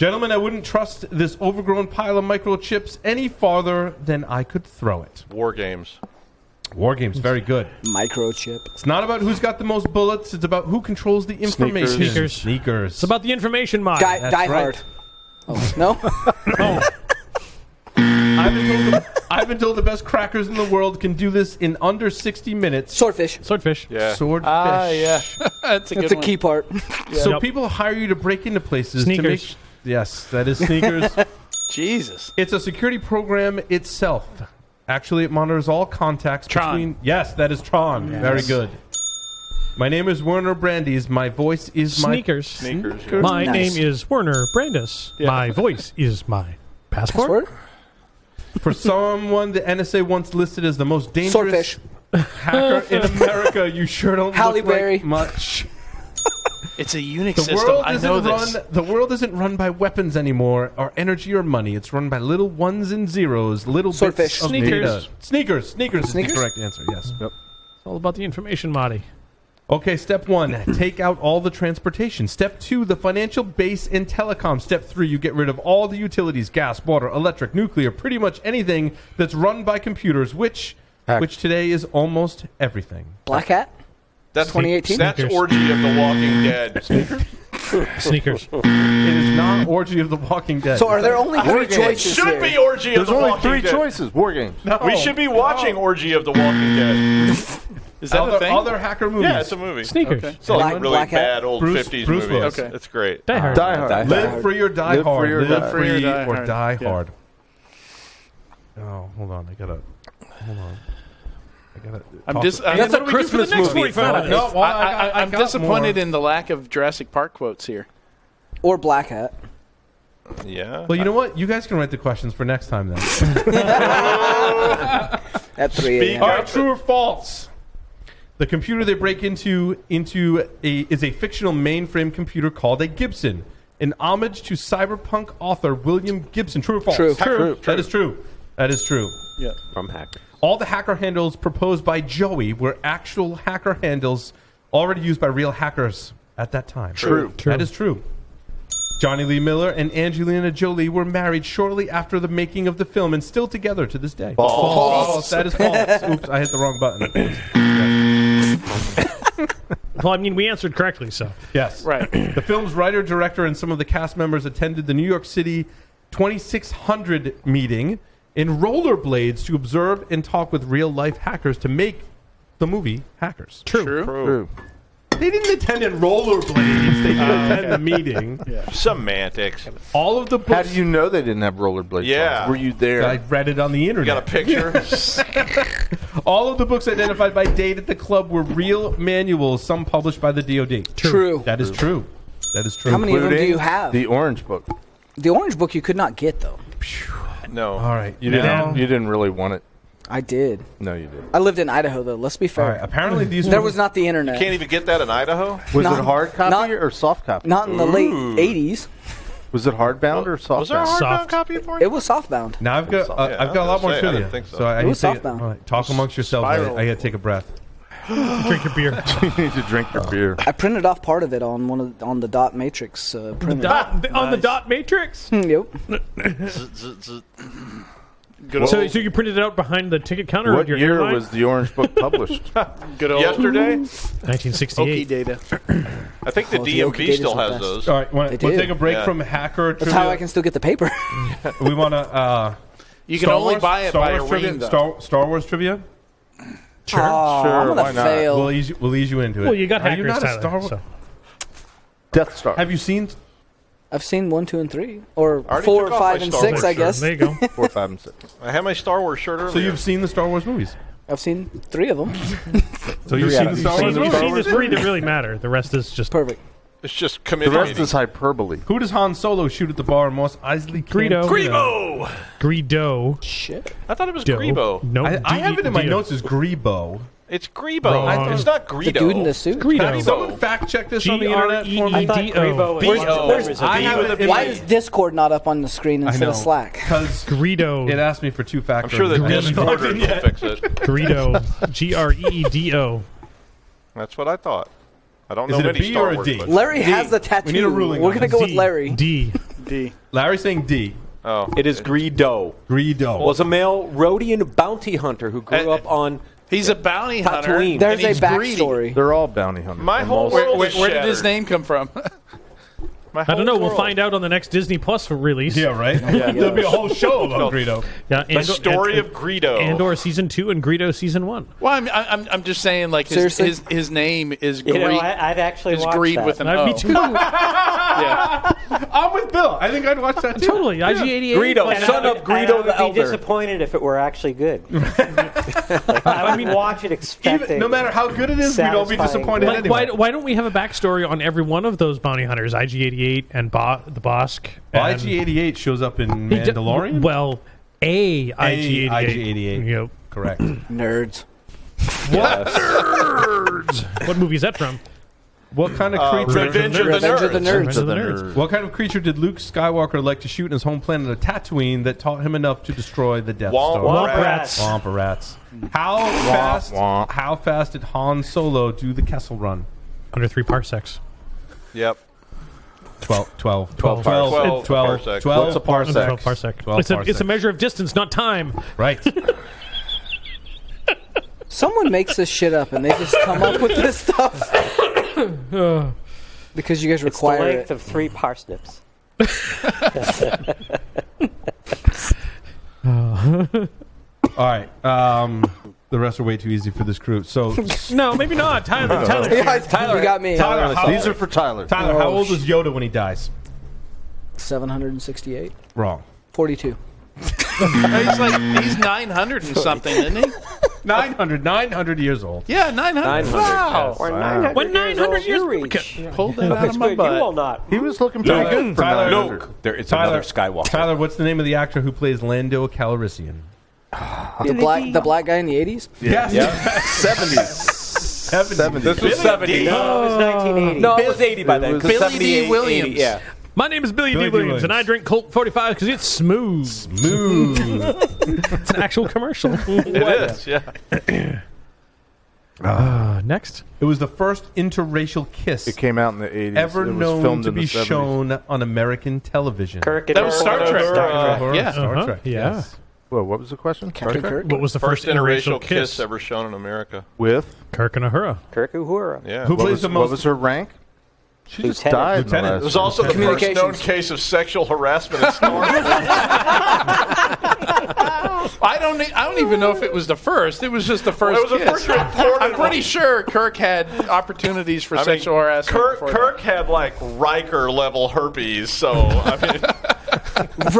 S1: Gentlemen, I wouldn't trust this overgrown pile of microchips any farther than I could throw it.
S7: War games.
S1: War games, very good.
S3: Microchip.
S1: It's not about who's got the most bullets. It's about who controls the information.
S6: Sneakers.
S1: Sneakers.
S6: It's about the information mod.
S3: Die,
S1: That's
S3: die
S1: right.
S3: Hard. Oh no.
S1: I've been, told
S6: [LAUGHS]
S1: the, [LAUGHS] I've been told the best crackers in the world can do this in under 60 minutes.
S3: Swordfish.
S6: Swordfish.
S7: Yeah.
S1: Swordfish.
S4: That's a good
S3: That's a
S4: one.
S3: key part.
S1: So
S6: Ah, Yep.
S1: people hire you to break into places to
S6: Sneakers.
S1: make. Yes, that is
S6: [LAUGHS]
S1: sneakers.
S4: Jesus.
S1: It's a security program itself. Actually, it monitors all contacts
S4: Tron.
S1: between. Yes, that is Tron. Very good. My name is Werner Brandes. My voice is
S6: Sneakers.
S7: Sneakers. yeah.
S6: My
S3: Nice.
S6: name is Werner Brandis. My voice is my passport.
S3: Sword?
S1: my. For someone the NSA once listed as the most dangerous
S3: Swordfish.
S1: hacker
S4: [LAUGHS]
S1: in America, you sure don't
S3: Halle
S1: look like
S3: Berry.
S1: much.
S4: It's a Unix
S1: The
S4: system.
S1: world
S4: I
S1: isn't
S4: know
S1: run.
S4: this.
S1: The world isn't run by weapons anymore, or energy, or money. It's run by little ones and zeros, little
S3: Swordfish.
S1: bits of
S6: Sneakers.
S1: data. Sneakers. Sneakers. Is
S3: Sneakers?
S1: the correct answer. Yes.
S6: It's all about the information moddy.
S1: Okay, step one, take out all the transportation. Step two, the financial base and telecom. Step three, you get rid of all the utilities, gas, water, electric, nuclear, pretty much anything that's run by computers, which
S2: Hacked.
S1: which today is almost everything.
S3: Black Hat.
S7: That's
S3: 2018?
S7: That's
S6: Sneakers.
S7: orgy of the Walking Dead. Sneakers.
S1: [LAUGHS]
S6: Sneakers.
S1: It is not Orgy of the Walking Dead.
S3: So are there only three
S7: It
S3: choices
S7: should
S3: here?
S7: be orgy of
S2: There's
S7: the
S2: only
S7: Walking
S2: three
S7: Dead.
S2: choices. War Games.
S1: Oh.
S7: We should be watching orgy of the Walking Dead.
S4: Is that
S1: other,
S4: a thing?
S1: other hacker movies?
S7: Yeah, it's a movie.
S6: Sneakers.
S4: Okay.
S7: It's like
S3: Black-
S7: really
S3: Black Hat?
S7: bad old
S1: Bruce-
S7: 50s
S1: Bruce
S7: movie.
S1: Willis.
S7: That's great.
S6: Die Hard.
S2: Die Hard.
S5: Die Hard.
S1: Live free or die
S2: Live free
S1: hard.
S2: or
S1: Live
S2: die
S1: free or
S4: hard.
S1: die,
S4: Yeah.
S1: hard. Oh, hold on, I gotta hold on. I gotta
S4: I'm
S1: toss
S4: dis-
S1: it.
S4: I'm,
S5: That's a Christmas movie. It's not a-
S1: No, well, I,
S4: I,
S1: got- I
S4: am
S1: got
S4: disappointed
S1: more.
S4: in the lack of Jurassic Park quotes here.
S3: Or Black Hat.
S7: Yeah.
S1: Well, you know what? You guys can write the questions for next [LAUGHS] time then.
S3: At 3
S1: All
S3: a.m.
S1: right, true or false? The computer they break into into a, is a fictional mainframe computer called a Gibson, in homage to cyberpunk author William Gibson. True or false?
S3: True.
S1: True. That is true. That is true.
S4: Yeah.
S5: From Hacker.
S1: All the hacker handles proposed by Joey were actual hacker handles already used by real hackers at that time.
S7: True.
S1: That is true. Johnny Lee Miller and Angelina Jolie were married shortly after the making of the film and still together to this day.
S2: False.
S1: False. That is false. Oops, I hit the wrong button.
S6: Well, I mean, we answered correctly, so.
S1: Yes.
S4: Right.
S1: [CLEARS THROAT] The film's writer, director, and some of the cast members attended the New York City 2600 meeting in rollerblades to observe and talk with real life hackers to make the movie Hackers.
S6: True.
S2: True.
S1: They didn't attend in rollerblades, they did attend the Uh, [LAUGHS] meeting.
S7: Semantics.
S1: All of the books.
S2: How do you know they didn't have rollerblades?
S7: Yeah.
S2: on? Were you there?
S1: I read it on the internet.
S7: Got a picture?
S1: [LAUGHS] All of the books identified by date at the club were real manuals, some published by the DoD.
S3: True.
S1: That is true. That is true.
S3: How many of them do
S2: Including
S3: you have?
S2: The orange book.
S3: The orange book you could not get though.
S7: No.
S1: All right.
S2: You
S1: now-
S2: didn't. You didn't really want it.
S3: I did.
S2: No, you didn't.
S3: I lived in Idaho though. Let's be
S1: All
S3: fair. Mm.
S1: right. Apparently, these
S3: there
S1: were-
S3: was not the internet.
S7: Can't even get that in Idaho?
S2: Was
S3: Not-
S2: it hard copy
S3: not-
S2: or soft copy?
S3: not in the
S7: Ooh.
S3: late '80s.
S2: Was it hardbound or soft?
S7: Was there a hardbound
S6: Soft.
S7: copy for
S3: It
S7: it?
S3: was softbound.
S1: Now I've got uh,
S7: Yeah, I
S1: I've
S7: was
S1: got a lot
S7: gonna
S1: more
S7: say, I
S1: trivia.
S7: didn't think so.
S1: I
S3: It
S1: need
S3: was
S1: to take-
S3: softbound.
S1: all right, talk amongst yourselves.
S7: spiral.
S1: I, I got to take a breath.
S6: Drink your
S1: [LAUGHS]
S6: beer.
S2: [LAUGHS] you need to drink your beer.
S3: I printed off part of it on one of on the dot matrix uh, printer. Mm,
S6: Dot- On the dot matrix?
S3: Yep.
S7: Z- z- z-
S4: Good old,
S6: So, so you printed it out behind the ticket counter?
S2: What
S6: of your
S2: year
S6: airline? [LAUGHS]
S2: was the orange book published?
S4: good old
S7: Yesterday?
S4: Okie
S6: 1968.
S4: data.
S7: I think the
S3: Oh, the
S7: DMV
S3: Okie
S7: still
S3: Daters are
S7: has
S3: best.
S7: those.
S1: All right, wanna,
S3: They
S1: we'll
S3: do.
S1: take a break
S7: Yeah.
S1: from hacker
S3: That's
S1: trivia.
S3: how I can still get the paper.
S1: we want to. Uh,
S4: You can
S1: Star
S4: only
S1: Wars,
S4: buy it
S1: Star
S4: by
S1: Wars
S4: a
S1: trivia,
S4: ring, though.
S1: Star, Star Wars trivia.
S3: sure, Aw,
S2: sure,
S3: Ah, I'm gonna
S2: why not?
S3: fail.
S1: We'll ease, you- we'll ease you into it.
S6: Well, you got
S1: Are
S6: hackers,
S1: not a
S6: Tyler.
S1: Star Wars?
S6: so.
S2: Death Star.
S1: Have you seen?
S3: I've seen one, two, and three, or
S7: already
S3: four,
S7: took off
S3: five,
S7: my
S3: and
S7: Star
S3: six.
S7: Wars
S3: I
S6: Sure,
S3: guess
S6: There you go.
S2: four, five, and six?
S7: I had my Star Wars shirt earlier.
S1: So you've seen the Star Wars movies.
S3: I've seen three of them.
S1: So you've seen the [LAUGHS] Star Wars
S6: You've seen, you've
S1: movies.
S6: seen the three that really matter. The rest is just
S3: Perfect.
S7: It's just
S2: The
S7: committed.
S2: rest is hyperbole.
S1: Who does Han Solo shoot at the bar in Moss Isley?
S6: Greedo.
S1: Cantina?
S7: Grebo!
S6: Greedo.
S3: Shit.
S7: I thought it was
S6: Doe.
S7: Grebo.
S6: No, E
S1: I, I have it in my
S6: D-E-D-O.
S1: notes as Grebo.
S7: It's
S6: Wrong.
S7: Grebo.
S6: I thought-
S7: It's not
S3: The dude in the
S7: Greedo.
S3: suit.
S1: Can
S6: Greedo.
S1: someone fact check this on the
S6: E
S1: internet for me?
S8: I thought
S6: D-O.
S8: Grebo was
S7: B-O.
S8: one of the members of
S1: I
S8: the E
S1: have it in
S3: Why
S1: my
S3: is Discord not up on the screen
S1: I
S3: instead
S1: know
S3: of Slack?
S1: because
S6: Greedo.
S1: it asked me for two
S7: I'm
S1: factors.
S7: sure the Discord will fix it.
S6: Greedo. G R E E D O.
S7: That's what I thought. I don't
S1: Is
S7: know
S1: it a
S7: many
S1: B
S7: Star
S1: or a
S7: Wars.
S1: D?
S7: but-
S3: Larry has the tattoo.
S1: We need a ruling
S3: We're
S1: on
S3: gonna
S1: this.
S3: go with Larry.
S6: D.
S4: D.
S1: Larry's saying D.
S7: Oh,
S5: It is Greedo.
S1: Greedo.
S5: Was a male Rhodian bounty hunter who grew
S7: Uh,
S5: up on
S4: He's a bounty hunter.
S5: Tatooine.
S4: and
S3: There's a
S4: he's greedy.
S3: backstory.
S2: They're all bounty hunters.
S7: My
S2: I'm
S7: whole
S2: all-
S7: world-
S4: Where, where- where did
S7: Shattered.
S4: his name come from? [LAUGHS]
S7: my
S6: I don't know.
S7: whole
S6: We'll
S7: world.
S6: find out on the next Disney Plus release.
S1: yeah, right. There'll be a whole show about Greedo.
S6: Yeah,
S7: The story of Greedo.
S6: Andor season two and Greedo season one.
S4: Well, I'm, I'm, I'm just saying, like, his,
S3: Seriously?
S4: his, his name is Greed.
S8: You know, I, I've actually
S4: is
S8: watched
S4: Greed
S8: that.
S4: with an
S6: Uh,
S4: O.
S6: Me too.
S4: Yeah.
S1: I'm with Bill. I think I'd watch that too.
S6: totally. IG88.
S5: Greedo,
S6: Like,
S5: son
S8: I would-
S5: of
S8: and I
S5: Greedo
S8: would
S5: the
S8: be
S5: Elder.
S8: disappointed if it were actually good. Like, I would watch it expecting.
S1: Even, no matter how good it is, we don't be
S8: Satisfying.
S1: disappointed
S6: like,
S1: anyway.
S6: why, why don't we have a backstory on every one of those bounty hunters? IG88 and Bo- the Bosk.
S1: Well,
S6: and-
S1: IG88 shows up in
S6: He d-
S1: Mandalorian.
S6: Well, a IG88.
S1: IG88.
S6: Yep.
S1: correct.
S3: Nerds.
S6: What movie is that from?
S1: What kind of
S7: Uh,
S1: creature?
S7: Revenge of the
S3: Revenge of the
S7: Nerds.
S6: Revenge
S3: Nerds.
S6: of the Nerds.
S1: What kind of creature did Luke Skywalker like to shoot in his home planet of Tatooine that taught him enough to destroy the Death
S7: Womp
S1: Star?
S7: womp
S8: Womp
S6: rats.
S8: rats.
S1: Womp rats. How fast?
S2: womp.
S1: How fast did Han Solo do the Kessel Run?
S6: Under three parsecs.
S7: Yep.
S1: 12, 12, 12, 12,
S6: Twelve.
S7: Twelve
S1: 12, 12,
S7: parsecs.
S1: 12,
S2: What's a parsec?
S6: Under twelve parsec.
S1: Twelve
S6: it's, a, it's
S1: parsecs.
S6: a measure of distance, not time. [LAUGHS]
S1: Right.
S3: Someone makes this shit up and they just come up with this
S8: [COUGHS]
S3: stuff. because you guys
S8: it's the
S3: require
S8: length
S3: it.
S8: of three parsnips.
S1: All right. Um, the rest are way too easy for this crew. So,
S6: [LAUGHS] No, maybe not. Tyler, Tyler.
S8: [LAUGHS]
S3: Tyler, you got me.
S1: Tyler, how,
S2: These are for Tyler.
S1: Tyler, how
S3: Oh,
S1: old is Yoda when he dies?
S3: 768.
S1: Wrong.
S3: 42.
S4: he's like, he's 900 and something, isn't he?
S1: 900, 900 years old.
S4: Yeah, 900.
S5: 900,
S4: Wow.
S5: yes.
S6: When 900 years
S4: Pulled that out of my
S8: Good, you will
S4: butt.
S8: not.
S2: He was looking pretty
S1: Tyler-
S2: good for
S1: Tyler-
S2: 900.
S5: There is
S1: Tyler-
S5: another Skywalker.
S1: Tyler, what's the name of the actor who plays Lando Calrissian?
S3: The black, the black guy in the 80s?
S1: Yes.
S2: Seventies.
S1: 70.
S2: This was seventies.
S8: No, it was 1980.
S5: No, it was eighty by then. 'cause
S4: Billy D.
S5: 78, 80,
S4: Williams.
S5: Yeah.
S6: My name is Billy,
S1: Billy D.
S6: D. Williams,
S1: Williams.
S6: and I drink Colt 45 because it's smooth.
S1: Smooth.
S6: [LAUGHS] It's an actual commercial.
S7: It is, yeah.
S6: Uh, next.
S1: It was the first interracial kiss
S2: It came out in the 80s.
S1: ever
S2: it was
S1: known
S2: filmed
S1: to
S2: in the
S1: be
S2: 70s.
S1: shown on American television.
S8: Kirk and
S4: That was Star
S8: Kirk.
S4: Trek.
S7: uh,
S8: Star Trek.
S1: Or
S4: yeah.
S1: Star
S6: Uh-huh.
S1: Trek.
S6: Yeah.
S1: Yes.
S2: Whoa, what was the question?
S3: Captain Kirk.
S6: What was the
S7: First
S6: first,
S7: interracial
S6: kiss?
S7: kiss ever shown in America.
S2: With
S6: Kirk and Ahura.
S8: Kirk Uhura.
S7: Yeah.
S1: Who
S2: what
S1: plays
S2: was,
S1: the
S2: what
S1: most?
S2: was her rank?
S1: She
S8: just
S2: Died. in the
S1: Lieutenant.
S2: last
S7: It was also the first
S3: Communications.
S7: known case of sexual harassment in Star
S4: I don't. e- I don't even know if it was the first. It was just the first.
S7: It was the
S4: kiss.
S7: first reported
S4: I'm pretty
S7: one.
S4: sure Kirk had opportunities for
S7: I mean,
S4: sexual harassment.
S7: Kirk,
S4: before
S7: Kirk had like Riker level herpes, so I mean,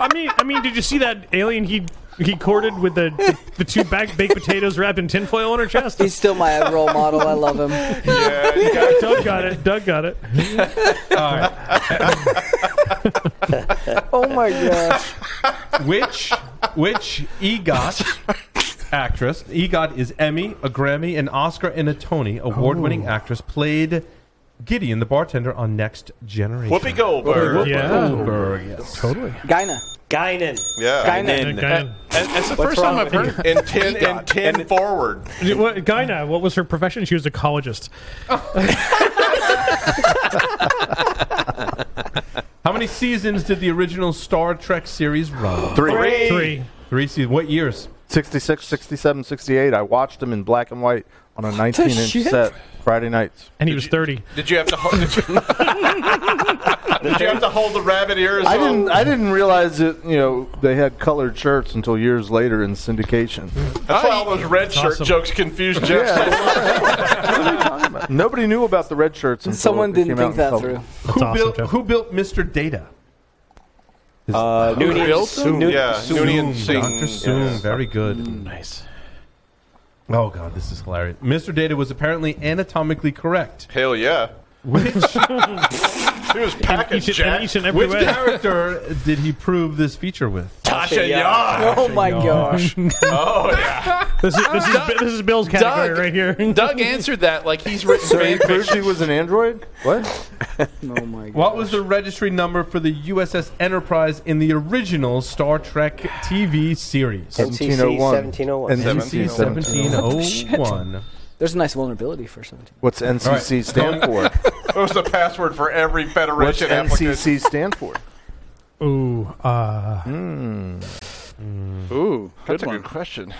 S6: I mean, I mean, did you see that alien he he courted with the the, two back, baked potatoes wrapped in tinfoil on her chest?
S3: He's still my role model. I love him.
S7: yeah, you got-
S6: Doug got it. Doug got it.
S3: [LAUGHS] Oh my gosh.
S1: which which
S2: [LAUGHS]
S1: EGOT actress? EGOT is Emmy, a Grammy, an Oscar, and a Tony award-winning actress played Gideon, the bartender on Next Generation.
S7: Whoopi Goldberg.
S6: Yeah.
S1: Goldberg, yes.
S6: Totally.
S3: Gyna.
S8: Guinan.
S7: Yeah,
S3: Gyna.
S6: Gyna.
S4: that. And That's the first time I've heard. it.
S7: and ten and ten forward.
S6: What, Gyna, what was her profession? She was a ecologist.
S1: How many seasons did the original Star Trek series run?
S2: Three.
S6: Three.
S1: Three seasons. What years?
S2: 66, 67, 68. I watched them in black and white on a 19 inch
S3: shit?
S2: set Friday nights.
S6: And he was 30.
S7: Did you have to hold? Did you, [LAUGHS] did you have to hold the rabbit ears?
S2: I
S7: up?
S2: didn't. I didn't realize that you know they had colored shirts until years later in [LAUGHS] syndication.
S7: That's why all those red shirt
S6: Awesome.
S7: jokes confused Jeff.
S2: Nobody knew about the red shirts. Until
S3: Someone
S2: it
S3: didn't
S2: came out in
S3: think that
S2: public.
S3: through.
S6: That's
S1: Who
S6: awesome,
S1: built
S6: Jeff. [LAUGHS]
S1: Who built Mr. Data?
S8: Uh, Noonan. Noonan.
S7: Yeah, Noonan and Singh.
S1: Doctor Soon.
S7: Yes. Mm.
S1: Very good.
S6: Nice.
S1: Oh god, this is hilarious. Mr. Data was apparently anatomically
S7: [LAUGHS]
S1: correct.
S7: Hell yeah.
S1: Which
S7: He was
S6: And
S7: packaged
S6: each, and
S7: Jack.
S6: each and every
S1: Which
S6: way.
S1: character did he prove this feature with?
S7: Tasha
S8: Yar.
S7: Yar.
S3: Oh my gosh.
S7: Oh yeah.
S6: This is, this, is, this is Bill's category
S4: Doug.
S6: right here.
S4: [LAUGHS] Doug answered that like he's written fan
S2: Proved
S4: fiction.
S2: he was an android. What?
S3: Oh my gosh.
S1: What was the registry number for the USS Enterprise in the original Star Trek TV series?
S7: Oh,
S8: MCC 1701.
S2: And NCC 1701.
S7: Oh,
S1: 1701.
S3: There's a nice vulnerability for 17.
S2: What's NCC stand for?
S7: That was the password for every
S2: What's
S7: Federation application.
S2: NCC stand for?
S6: [LAUGHS] Ooh. Uh,
S4: Ooh,
S7: That's a good question.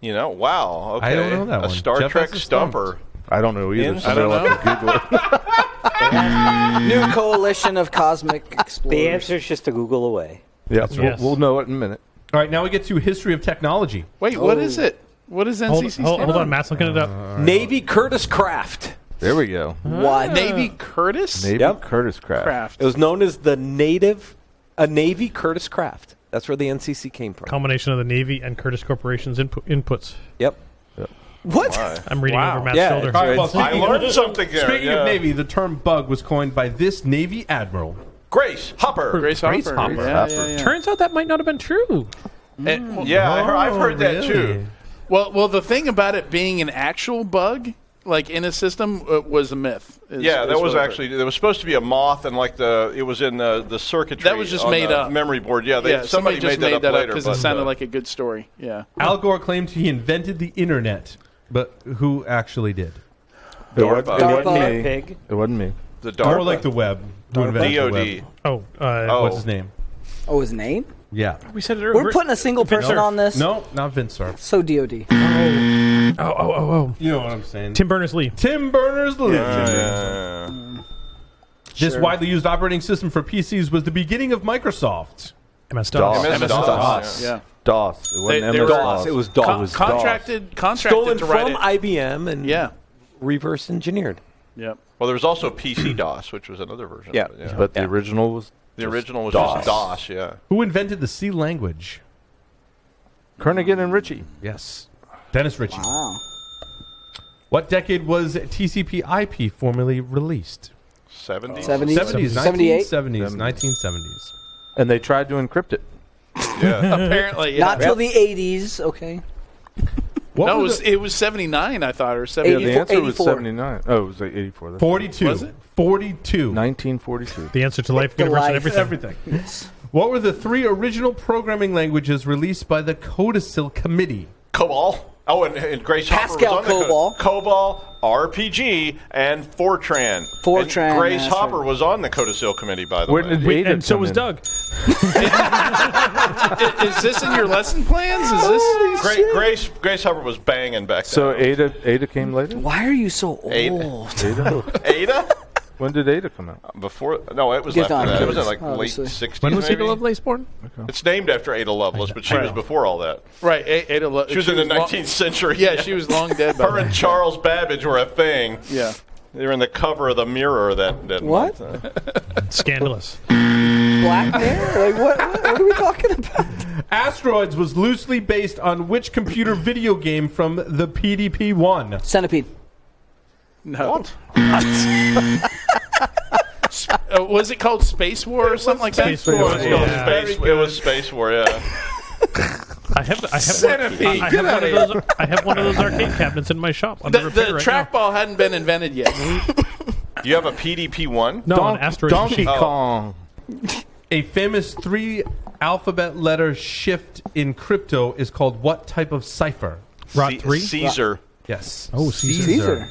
S7: You know, wow. Okay.
S1: I don't know that
S7: a
S1: one.
S7: Star
S1: Jeff
S7: Trek
S1: has us
S7: stumper.
S2: I don't know either.
S7: In-
S2: so they'll have to Google it.
S3: New coalition of cosmic [LAUGHS] explorers.
S8: The answer is just to Google away.
S2: Yeah, we'll,
S6: right.
S2: we'll know it in a minute.
S1: All right, now we get to history of technology.
S4: Wait, what is it? What is
S6: hold,
S4: NCC?
S6: hold,
S4: stand
S6: hold on, Matt's looking it up.
S5: Navy Curtis Craft.
S2: There we go.
S3: What?
S4: Navy Curtis
S2: Maybe
S5: Uh-huh. Yep.
S2: Curtis Craft.
S5: It
S4: Craft.
S5: was known as the Native, a Navy Curtis Craft. That's where the NCC came from.
S6: Combination of the Navy and Curtis Corporation's inpu- inputs.
S5: Yep.
S8: What?
S6: I'm reading
S4: Wow.
S6: over Matt's
S5: Yeah,
S6: shoulder.
S5: it's- All right,
S1: well,
S7: I
S1: speaking-
S7: learned something there.
S1: Speaking
S7: yeah.
S1: of Navy, the term bug was coined by this Navy admiral.
S7: Grace Hopper.
S4: Grace Hopper.
S1: Hopper.
S4: Yeah, yeah, yeah.
S6: Turns out that might not have been true.
S4: And- well,
S7: Yeah, I heard- I've heard that
S1: Oh, really?
S7: too.
S4: Well, well, the thing about it being an actual bug, like in a system, uh, was a myth. is-
S7: Yeah,
S4: is
S7: that was
S4: what I heard.
S7: actually there was supposed to be a moth and like the it was in the the circuitry.
S4: That was just
S7: on
S4: made
S7: the
S4: up.
S7: memory board. Yeah, they,
S4: yeah. Somebody, just made, that up
S7: later,
S4: because
S7: but,
S4: it sounded
S7: uh,
S4: like a good story. Yeah.
S1: Al Gore claimed he invented the internet, but who actually did?
S2: It wasn't, it
S3: DARPA.
S2: wasn't
S3: Hey.
S2: me.
S8: Pig.
S2: It wasn't me.
S7: the dark
S1: More Oh, like the web. Who invented the
S7: DOD.
S1: web?
S6: Oh, uh,
S7: Oh.
S1: What's his name?
S3: Oh, his name?
S1: Yeah.
S6: we said it earlier.
S3: We're putting a single person
S6: Vince
S3: on this.
S1: No, not Vince Cerf.
S3: So DOD.
S6: Oh, oh, oh, oh.
S1: You know what I'm saying.
S6: Tim Berners Lee.
S1: Tim Berners Lee.
S7: Yeah.
S1: This
S3: Sure.
S1: widely used operating system for PCs was the beginning of Microsoft.
S6: MS
S2: DOS.
S6: DOS.
S7: MS-DOS.
S2: DOS.
S4: Yeah.
S2: DOS. It wasn't
S4: They- they were-
S2: MS-DOS.
S5: It was DOS.
S4: Con- contracted, contracted
S5: stolen
S4: to write
S5: from
S4: it.
S5: IBM and
S4: yeah.
S5: reverse engineered.
S4: Yep.
S7: Well, there was also PC DOS, which was another version.
S5: Yeah.
S7: of it,
S2: But the
S5: Yeah.
S2: original was
S7: the original was
S5: DOS.
S7: just DOS. Yeah,
S1: Who invented the C language?
S2: Kernigan and Ritchie.
S1: Yes. Dennis Ritchie.
S3: Wow.
S1: What decade was TCP/IP formally released?
S7: 70s.
S3: 70s.
S1: 70s,
S3: 78?
S1: 1970s, 1970s.
S2: And they tried to encrypt it.
S7: Yeah,
S4: Apparently, yeah.
S3: Not till the 80s, okay?
S1: What
S4: no, it
S1: were
S4: was
S1: the-
S4: it was seventy nine. I thought or
S2: Yeah,
S4: seventy.
S2: the
S3: 84
S2: answer was
S3: 84.
S2: 79. Oh, it was like 84. That's-
S1: 42.
S4: Was it?
S1: 42.
S2: 1942.
S6: The answer to life,
S3: The
S6: universe, and
S3: life.
S6: everything.
S1: Everything. What were the three original programming languages released by the Codicil Committee?
S7: COBOL. Oh, and, and Grace Hopper
S3: Pascal
S7: was on the
S3: COBOL.
S7: COBOL, RPG, and Fortran.
S3: Fortran,
S7: And Grace
S3: that's
S7: Hopper
S3: right.
S7: was on the Codicil Committee, by the
S2: Where
S7: way.
S2: did
S6: Wait,
S2: David
S6: and so
S2: come
S6: was
S2: in?
S6: Doug.
S4: [LAUGHS] is this in your lesson plans? Is this?
S7: Gra- Grace Grace Hopper was banging back
S2: So
S7: then.
S2: Ada Ada came later.
S3: Why are you so old?
S7: Eight.
S2: Ada?
S7: Ada
S2: when did Ada come out?
S7: before no, it was
S3: Get on
S7: after that. It was in
S3: kids,
S7: like
S3: obviously.
S7: late sixties.
S1: When was
S7: maybe?
S1: Ada Lovelace born?
S7: It's named after Ada Lovelace, but she was before all that.
S4: Right. A- Ada Lo-
S7: She was in the
S4: long-
S7: nineteenth century.
S4: [LAUGHS] Yeah, she was long dead. By
S7: Her
S4: then.
S7: and Charles Babbage were a thing.
S4: Yeah.
S7: They were in the cover of the Mirror that
S3: [LAUGHS]
S7: that
S3: What?
S7: month.
S6: Scandalous.
S3: Black hair? Like what, what? What are we talking about?
S1: Asteroids was loosely based on which computer video game from the PDP 1?
S3: Centipede.
S4: No. [LAUGHS] Uh, was it called Space War or something like
S6: Space
S4: that?
S6: War.
S7: It was called
S6: Yeah.
S7: Space- It was Space War. Yeah.
S6: I have I have one,
S4: Centipede.
S6: I have one of those I have one of those arcade cabinets in my shop. Under
S4: The, the
S6: repair right now.
S4: trackball hadn't been invented yet.
S7: Do you have a PDP one?
S6: No, an
S2: Don-
S6: asteroid
S2: Donkey Oh,
S6: machine.
S2: Kong.
S1: A famous three alphabet letter shift in crypto is called what type of cipher?
S6: Rot
S7: C-
S6: three.
S7: Caesar.
S1: Yes.
S6: Oh, Caesar.
S3: Caesar.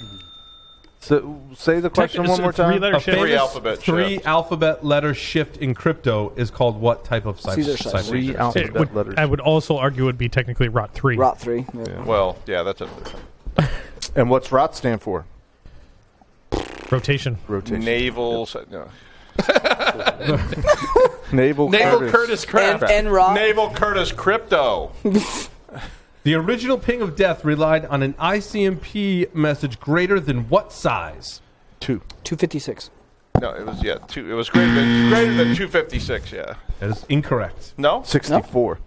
S2: So, say the question one more time.
S6: Three-letter
S1: A
S6: shape.
S7: Three
S1: famous
S7: alphabet
S1: Oh, three
S7: shift.
S1: alphabet letter shift in crypto is called what type of cipher?
S3: Caesar cipher.
S2: Three
S6: It
S2: alphabet
S6: would-
S2: letters.
S6: I would also argue would be technically rot three.
S3: Rot three. Yeah.
S7: Well, yeah, that's another thing.
S2: and what's ROT stand for?
S6: Rotation.
S2: Rotation.
S7: Naval. si- No.
S2: Naval,
S4: Naval Curtis
S3: And,
S4: Craft.
S3: and Rock.
S7: Naval Curtis Crypto.
S1: The original ping of death relied on an ICMP message greater than what size?
S2: Two.
S3: 256.
S7: No, it was yeah. Two, it was greater than greater than two fifty six. Yeah.
S1: That is incorrect.
S7: No.
S2: 64.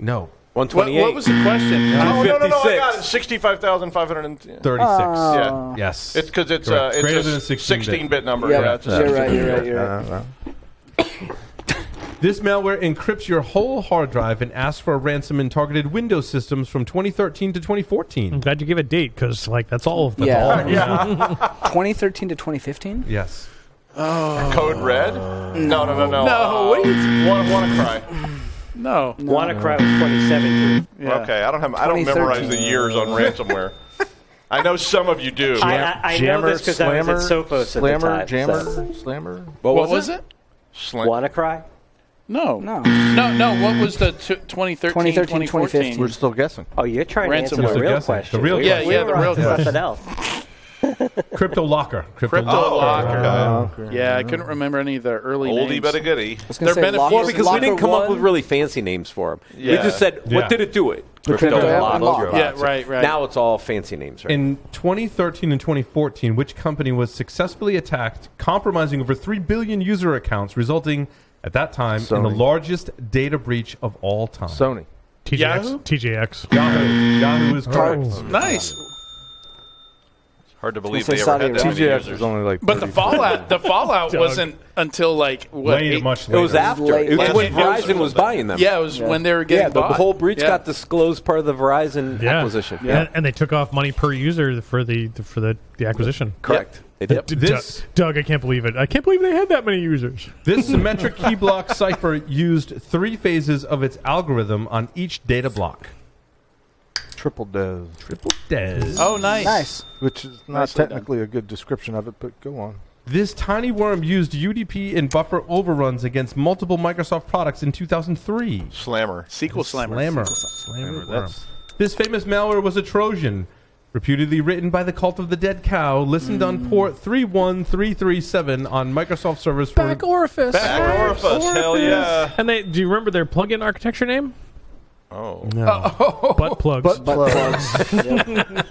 S1: No.
S4: What,
S5: 128.
S4: what was the question?
S7: Oh, no, no, no, I got it.
S5: 56.
S7: Sixty five thousand five hundred and. Yeah.
S1: 36.
S7: yeah.
S1: Yes.
S7: It's because it's
S1: Correct.
S7: uh, it's
S1: Greater
S7: a
S1: than a 16 bit.
S7: 16 bit number.
S3: Yep.
S7: Yeah, it's a
S3: You're
S7: 16
S3: right. You're right. You're right.
S2: Uh, well.
S1: This malware encrypts your whole hard drive and asks for a ransom in targeted Windows systems from 2013 to 2014.
S6: I'm glad you gave a date because like that's all. That's
S3: [LAUGHS] Yeah.
S6: all. yeah.
S3: 2013 to 2015.
S1: Yes.
S7: Code Red? No, no, no, no.
S4: No, what are
S7: you? Want, want to cry?
S4: No.
S8: WannaCry was 2017.
S4: Yeah.
S7: Okay, I don't have. I don't memorize the
S3: 2013.
S7: years on ransomware. I know some of you do.
S8: I, I, I know this because I was at Sophos
S2: slammer,
S8: at the time.
S2: jammer,
S8: So.
S2: slammer.
S5: What
S4: What
S5: was
S4: was
S5: it?
S4: it?
S7: Slant-
S8: WannaCry?
S4: No.
S3: No.
S4: No, no. What was the t- 2013,
S3: 2013,
S4: 2014?
S2: We're still guessing.
S8: Oh, you're trying to
S4: Ransomware.
S8: answer my real
S1: Guessing.
S8: question.
S1: The real
S8: We-
S1: question.
S8: we
S4: Yeah, yeah,
S8: were
S4: the
S8: on
S4: real
S8: to
S4: question.
S8: Something else.
S1: Crypto
S7: [LAUGHS]
S1: Locker. Crypto,
S7: Crypto Locker.
S4: Yeah, I couldn't remember any of the early
S7: Oldie
S4: names.
S7: but a goodie.
S3: I was gonna
S4: They're
S3: say
S4: benefits-
S3: locker,
S5: Well, because we
S3: Locker
S5: didn't come up
S3: one.
S5: with really fancy names for them. We
S7: Yeah.
S5: just said, what
S1: Yeah.
S5: did it do it?
S3: Crypto
S5: lock,
S3: lock.
S5: lock.
S4: Yeah, right, right.
S5: Now it's all fancy names, right?
S1: In 2013 and 2014, which company was successfully attacked, compromising over 3 billion user accounts, resulting at that time in the
S2: Sony.
S1: largest data breach of all time?
S2: Sony.
S6: TJX.
S4: Yahoo?
S6: TJX.
S1: Yahoo. Yahoo is correct.
S6: Oh.
S4: Nice.
S7: Hard to believe
S3: say
S7: they ever
S3: Saudi
S7: had that many
S3: Arabia.
S2: TJX
S7: users.
S2: was only like.
S4: But the
S2: 34.
S4: fallout, the fallout
S6: Doug.
S4: wasn't until like what?
S1: Later,
S4: eight-
S1: much
S5: It
S1: later.
S5: was after.
S3: late
S5: It was
S3: last
S5: when
S4: year.
S5: Verizon was buying them.
S4: Yeah, it was when they were
S5: Yeah,
S4: getting
S5: the
S4: bought.
S5: whole breach
S4: Yeah.
S5: got disclosed part of the Verizon
S6: Yeah.
S5: acquisition.
S6: And, and they took off money per user for the for the, the acquisition.
S5: Correct. They did.
S6: D-
S1: This-
S6: Doug- Doug, I can't believe it. I can't believe they had that many users.
S1: This symmetric key block cipher used three phases of its algorithm on each data block.
S2: triple does,
S1: Triple Des.
S4: Oh, nice.
S3: Nice.
S2: which is not technically a good description of it, but go on.
S1: This tiny worm used UDP and buffer overruns against multiple Microsoft products in 2003.
S7: Slammer.
S4: Sequel slammer.
S1: Slammer. Slammer worm. This famous malware was a Trojan, reputedly written by the cult of the dead cow, listened on port 31337 on Microsoft servers for
S6: orifice.
S7: Back orifice, hell yeah.
S6: And they do you remember their plug-in architecture name?
S7: [LAUGHS] Oh.
S6: Butt plugs.
S2: But,
S3: Butt plugs.
S4: And then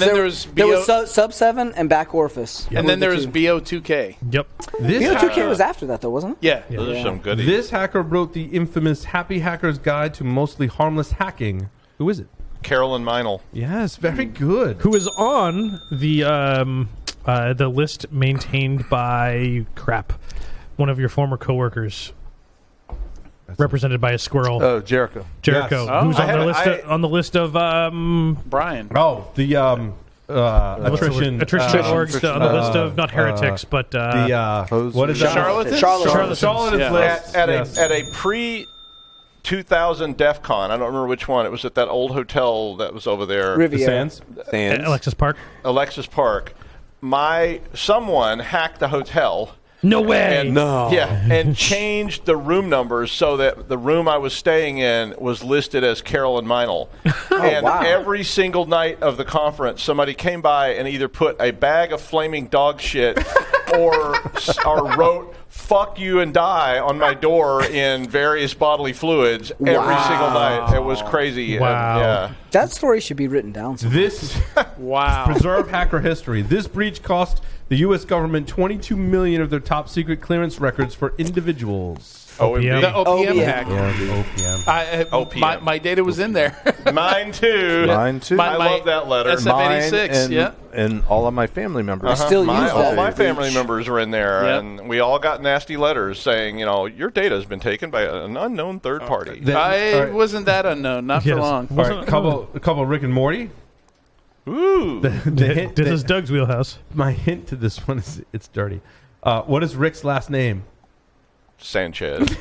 S4: there was BO,
S3: there was sub, sub seven and back orifice.
S4: and then there was
S3: two.
S4: BO2K.
S6: yep.
S1: this
S3: You know,
S1: hack-
S3: 2K was after that though, wasn't it?
S4: Yeah.
S7: Those are some goodies.
S1: This hacker wrote the infamous Happy Hacker's Guide to Mostly Harmless Hacking. Who is it?
S7: Carolyn Meinl.
S1: Yes, very good.
S6: Who is on the um uh, the list maintained by crap, one of your former coworkers, represented by a squirrel,
S2: oh, Jericho.
S6: Jericho,
S1: yes.
S6: who's
S7: Oh.
S6: on
S7: I
S6: the
S7: had-
S6: list
S7: I-
S6: on the list of um
S4: Brian.
S1: Oh, the um, uh,
S6: What's the word?
S1: attrition.
S6: Attrition.
S1: uh,
S6: org, the, on the list of not heretics, but uh,
S1: the uh, what is that?
S4: Charlatans?
S8: Charlotte.
S6: Charlatans.
S1: Charlatan's
S4: Yeah.
S1: list.
S7: At, at
S1: yes.
S7: a at a pre. 2000 DEF CON. I don't remember which one. It was at that old hotel that was over there.
S1: the
S3: Riviera.
S1: sands.
S5: Sands.
S6: Alexis Park.
S7: Alexis Park, my someone hacked the hotel.
S6: No way.
S7: And,
S5: No.
S7: Yeah, and changed the room numbers so that the room I was staying in was listed as Carolyn Meinl. and
S8: wow.
S7: every single night of the conference, somebody came by and either put a bag of flaming dog shit or, s- or wrote "fuck you and die" on my door in various bodily fluids every single night. It was crazy. and,
S6: Wow.
S7: yeah.
S3: That story should be written down.
S1: This [LAUGHS]
S4: Wow.
S1: preserve hacker history. This breach cost the U.S. government 22 million of their top secret clearance records for individuals.
S7: Oh,
S6: OPM.
S4: The OPM
S3: OPM.
S4: hack.
S1: OPM.
S4: I, uh,
S7: OPM.
S4: My, my data was in there. [LAUGHS]
S7: mine too.
S2: Mine too.
S7: I love that letter.
S4: SF86,
S2: Mine and,
S4: yeah.
S2: and all of my family members.
S7: Uh-huh.
S3: still
S7: my,
S3: use
S7: all
S3: that
S7: my
S3: to
S7: family
S3: reach-
S7: members were in there,
S4: Yep.
S7: and we all got nasty letters saying, you know, your data has been taken by an unknown third party. Ah,
S1: Then-
S4: I
S1: all right.
S4: wasn't that unknown, not
S6: Yes.
S4: for long.
S1: All right, couple, a couple Rick and Morty.
S7: Ooh,
S1: The hint-
S6: This
S1: the-
S6: is Doug's wheelhouse.
S1: my hint to this one is it's dirty. Uh, what is Rick's last name?
S7: Sanchez.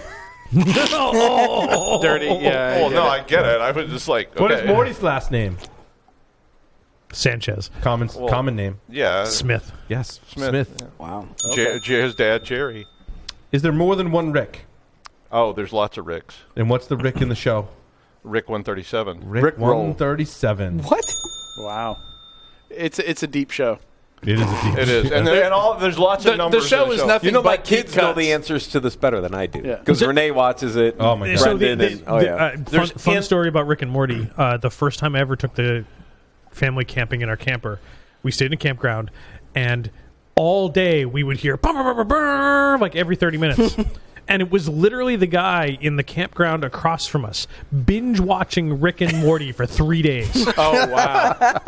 S4: Dirty, yeah.
S7: oh no, I get it. I was just like, okay.
S1: What is Morty's last name?
S6: Sanchez.
S1: Common common name.
S7: Yeah,
S6: Smith.
S1: Yes,
S7: Smith.
S1: Smith.
S3: Wow.
S7: Jer- Jer- his dad, Jerry.
S1: Is there more than one Rick?
S7: Oh, there's lots of Ricks.
S1: And what's the Rick in the show?
S7: Rick 137.
S1: Rick,
S2: Rick Roll.
S1: 137.
S3: What?
S4: Wow. It's, it's a deep show.
S1: It is a deep
S7: It
S1: [LAUGHS]
S7: is, and, there- and all there's lots
S4: The,
S7: of
S4: the
S7: numbers. in
S4: show is
S7: [LAUGHS]
S4: nothing
S5: You know,
S4: but
S5: my kids
S4: deep
S5: know
S4: cuts.
S5: the answers to this better than I do
S4: Yeah.
S5: because Renee watches it.
S1: Oh, my God.
S5: and
S1: So
S6: the-
S5: Brendan
S6: the-
S5: and- oh
S6: the-
S5: yeah.
S6: uh, fun
S7: There's
S6: fun
S7: in-
S6: story about Rick and Morty. Uh, the first time I ever took the family camping in our camper, we stayed in a campground, and all day we would hear "Bum, bum, bum, bum, bum," like every thirty minutes. And it was literally the guy in the campground across from us binge watching Rick and Morty for three days.
S4: Oh, wow.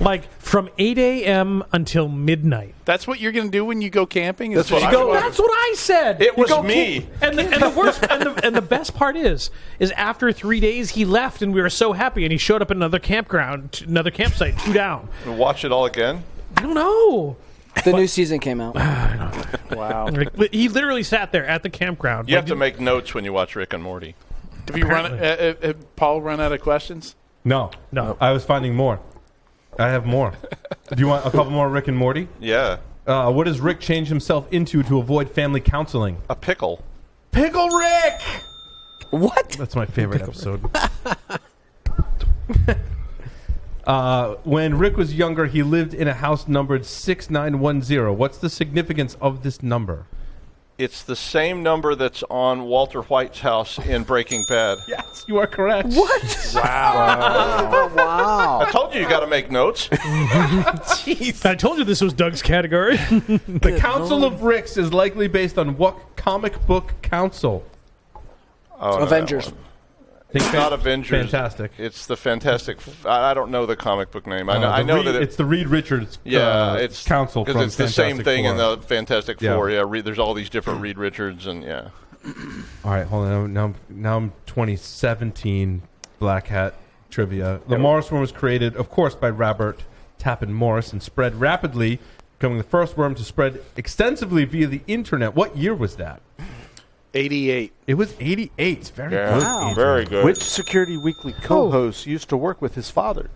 S6: Like from 8 a.m. until midnight.
S4: That's what you're going to do when you go camping? That's
S7: what I
S4: go,
S7: would-
S6: That's what I said.
S7: It
S6: You
S7: was
S6: go
S7: me.
S6: kick- And the, and the worst and the, and the best part is is after three days he left and we were so happy and he showed up at another campground, another campsite, two down.
S7: Watch it all again.
S6: I don't know.
S3: The new season came out.
S8: Wow.
S6: Like, he literally sat there at the campground.
S7: You
S6: Like,
S7: have to make notes when you watch Rick and Morty.
S4: Have you run, uh, uh, uh, Paul run out of questions?
S1: No,
S6: No.
S1: I was finding more. I have more. Do you want a couple more Rick and Morty?
S7: Yeah,
S1: Uh, what does Rick change himself into to avoid family counseling?
S7: a pickle.
S1: Pickle Rick.
S3: What?
S1: That's my favorite episode. [LAUGHS] uh, when Rick was younger, he lived in a house numbered six nine one zero. What's the significance of this number?
S7: It's the same number that's on Walter White's house in Breaking
S1: [LAUGHS]
S7: Bad.
S1: Yes, you are correct. What?
S7: I told you you got to make
S1: [LAUGHS]
S7: notes.
S6: I told you this was Doug's category. [LAUGHS]
S1: The Council of Ricks is likely based on what comic book council?
S7: Oh, no,
S3: Avengers.
S7: that one.
S1: Think
S7: It's
S1: fan-
S7: not Avengers.
S1: Fantastic.
S7: It's the Fantastic. F- I I don't know the comic book name. I know,
S1: Uh,
S7: I
S1: the
S7: know
S1: Reed-
S7: that it,
S1: it's the Reed Richards.
S7: yeah,
S1: uh,
S7: it's
S1: council
S7: 'cause
S1: from
S7: it's the same
S1: Fantastic
S7: thing in
S1: Four.
S7: the Fantastic
S1: Yeah.
S7: Four. Yeah, Reed, there's all these different Reed Richards and yeah.
S1: All right, hold on. Now, now, now I'm 2017 Black Hat trivia. The Morris worm was created, of course, by Robert Tappan Morris and spread rapidly, becoming the first worm to spread extensively via the internet. What year was that?
S4: 88.
S1: It was 88. It's very
S7: Yeah,
S1: good.
S3: Wow.
S1: Adrian.
S7: very good.
S2: Which Security Weekly co-host used to work with his father?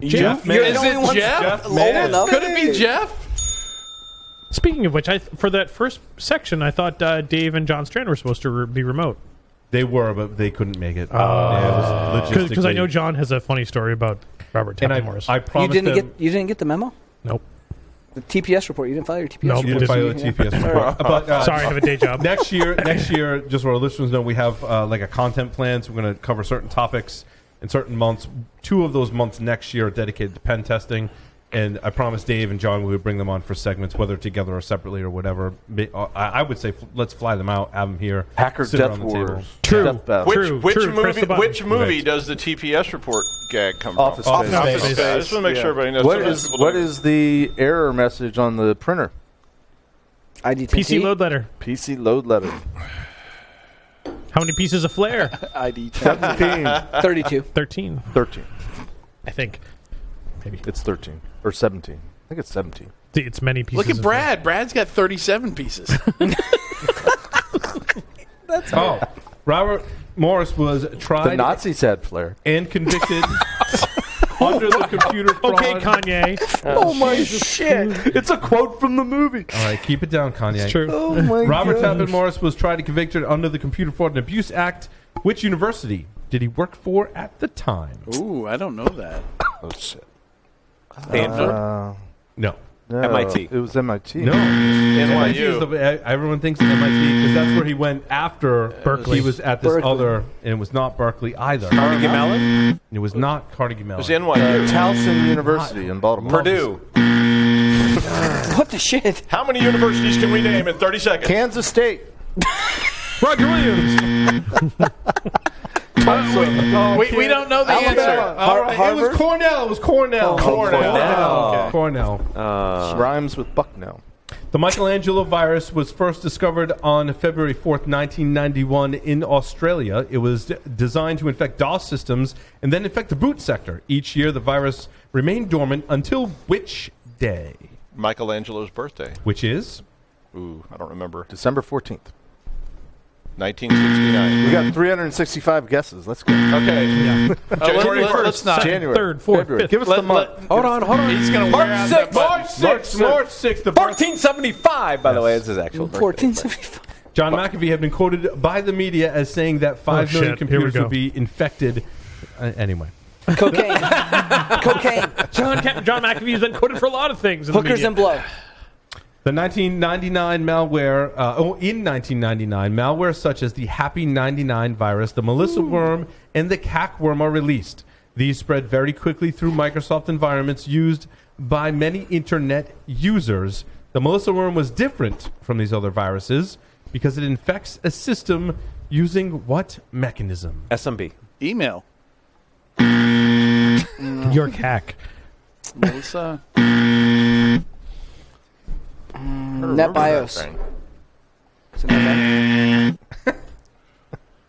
S1: Jeff,
S3: You're
S1: man.
S4: Is
S3: the only
S4: it
S3: one
S4: Jeff?
S3: low enough.
S4: Could it be Jeff?
S6: Speaking of which, I th- for that first section, I thought uh, Dave and John Strand were supposed to re- be remote
S1: They were, but they couldn't make
S6: Uh,
S1: it. Yeah, it was
S6: because uh, I know
S1: Uh, logistically-
S6: John has a funny story about Robert
S1: And
S6: Tappan Morris.
S1: I, I
S3: You
S1: promised
S3: didn't
S1: them-
S3: get you didn't get the memo?
S6: nope.
S3: The TPS report. You didn't file your TPS
S6: Nope.
S3: report. [LAUGHS]
S1: You didn't file the TPS report. But, uh,
S6: Sorry, I have a day job.
S1: next year, next year, just so our listeners know, we have uh, like a content plan. So we're going to cover certain topics in certain months. Two of those months next year are dedicated to pen testing. And I promised Dave and John we would bring them on for segments, whether together or separately or whatever. Ma- uh, I I would say f- let's fly them out, have them here.
S2: Hacker
S1: sit
S2: Death
S1: around the
S2: Wars.
S1: table.
S6: True.
S2: Death Bath.
S7: which
S6: True,
S7: which
S6: true, press
S7: movie
S6: the button.
S7: which movie
S1: Right.
S7: does the TPS report gag come
S2: Office
S7: from?
S2: Space.
S7: Office Space. I just want to make sure everybody knows.
S2: What
S7: Sometimes
S2: is
S7: people
S2: what
S7: don't-
S2: is the error message on the printer?
S3: IDT.
S6: PC load letter.
S2: PC load letter.
S6: How many pieces
S7: [LAUGHS]
S6: of flair?
S4: ID 10.
S2: 17.
S3: 32.
S6: 13,
S2: 13.
S6: I think. Maybe
S2: It's 13 or 17. I think it's 17.
S6: D- it's many pieces.
S4: Look at
S6: of-
S4: Brad. Brad's got 37 pieces.
S1: Oh, Robert Morris was
S2: The
S1: tried
S2: Nazis had flair.
S1: and
S2: [LAUGHS]
S1: convicted under the computer fraud.
S6: Okay, Kanye.
S2: Oh my shit! It's a quote from the movie.
S1: All right, keep it down, Kanye.
S6: It's true.
S2: [LAUGHS] Oh my
S1: Robert
S2: God.
S1: Tappan Morris was tried and convicted under the Computer Fraud and Abuse Act. Which university did he work for at the time?
S4: Ooh, I don't know that.
S7: Oh, shit.
S5: Stanford.
S2: Uh,
S1: No.
S2: no,
S5: MIT.
S2: It was MIT.
S1: No. MIT is
S7: NYU.
S1: the, e, everyone thinks of MIT because that's where he went after
S6: Berkeley.
S1: He was at this
S3: Berkeley.
S1: other, and it was not Berkeley either.
S5: Carnegie Mellon.
S1: It was not Carnegie Mellon.
S7: It was NYU.
S2: Uh, Towson University in Baltimore.
S5: Purdue.
S3: What the shit?
S7: How many universities can we name in 30 seconds?
S2: Kansas State.
S1: Roger Williams.
S4: We, we don't know the
S2: Alabama.
S4: answer.
S1: All right, it was Cornell. It was Cornell.
S7: Cornell.
S1: Okay. Cornell.
S2: Rhymes with Bucknell.
S1: The Michelangelo virus was first discovered on February 4th, 1991, in Australia. It was d- designed to infect DOS systems and then infect the boot sector. Each year, the virus remained dormant until which day?
S7: Michelangelo's birthday.
S1: Which is?
S7: Ooh, I don't remember.
S2: December 14th.
S7: 1969.
S2: We got 365 guesses. Let's go.
S7: Okay.
S4: Uh, let,
S7: January
S4: us not.
S2: January.
S6: Third, fourth,
S2: February.
S6: fifth.
S2: Give us the
S4: Let-
S2: month.
S4: let-
S5: Hold on, hold on.
S4: He's going to wear out that button.
S1: March 6th. March 6th. The birth-
S5: 1475, by the way, is his actual birthday.
S3: 1475.
S1: John McAfee had been quoted by the media as saying that five
S6: Oh,
S1: million
S6: shit. Here we
S1: computers
S6: go.
S1: would be infected. Uh, anyway.
S3: Cocaine. Cocaine.
S6: [LAUGHS] John, Ca- John McAfee has been quoted for a lot of things. in the
S3: Hookers
S6: media.
S3: and blow.
S1: The 1999 malware, uh, oh, in 1999, malware such as the Happy 99 virus, the Melissa worm, and the CAC worm are released. These spread very quickly through Microsoft environments used by many internet users. The Melissa worm was different from these other viruses because it infects a system using what mechanism?
S5: SMB.
S4: Email.
S6: Your hack.
S4: Melissa.
S3: NetBIOS. It's another-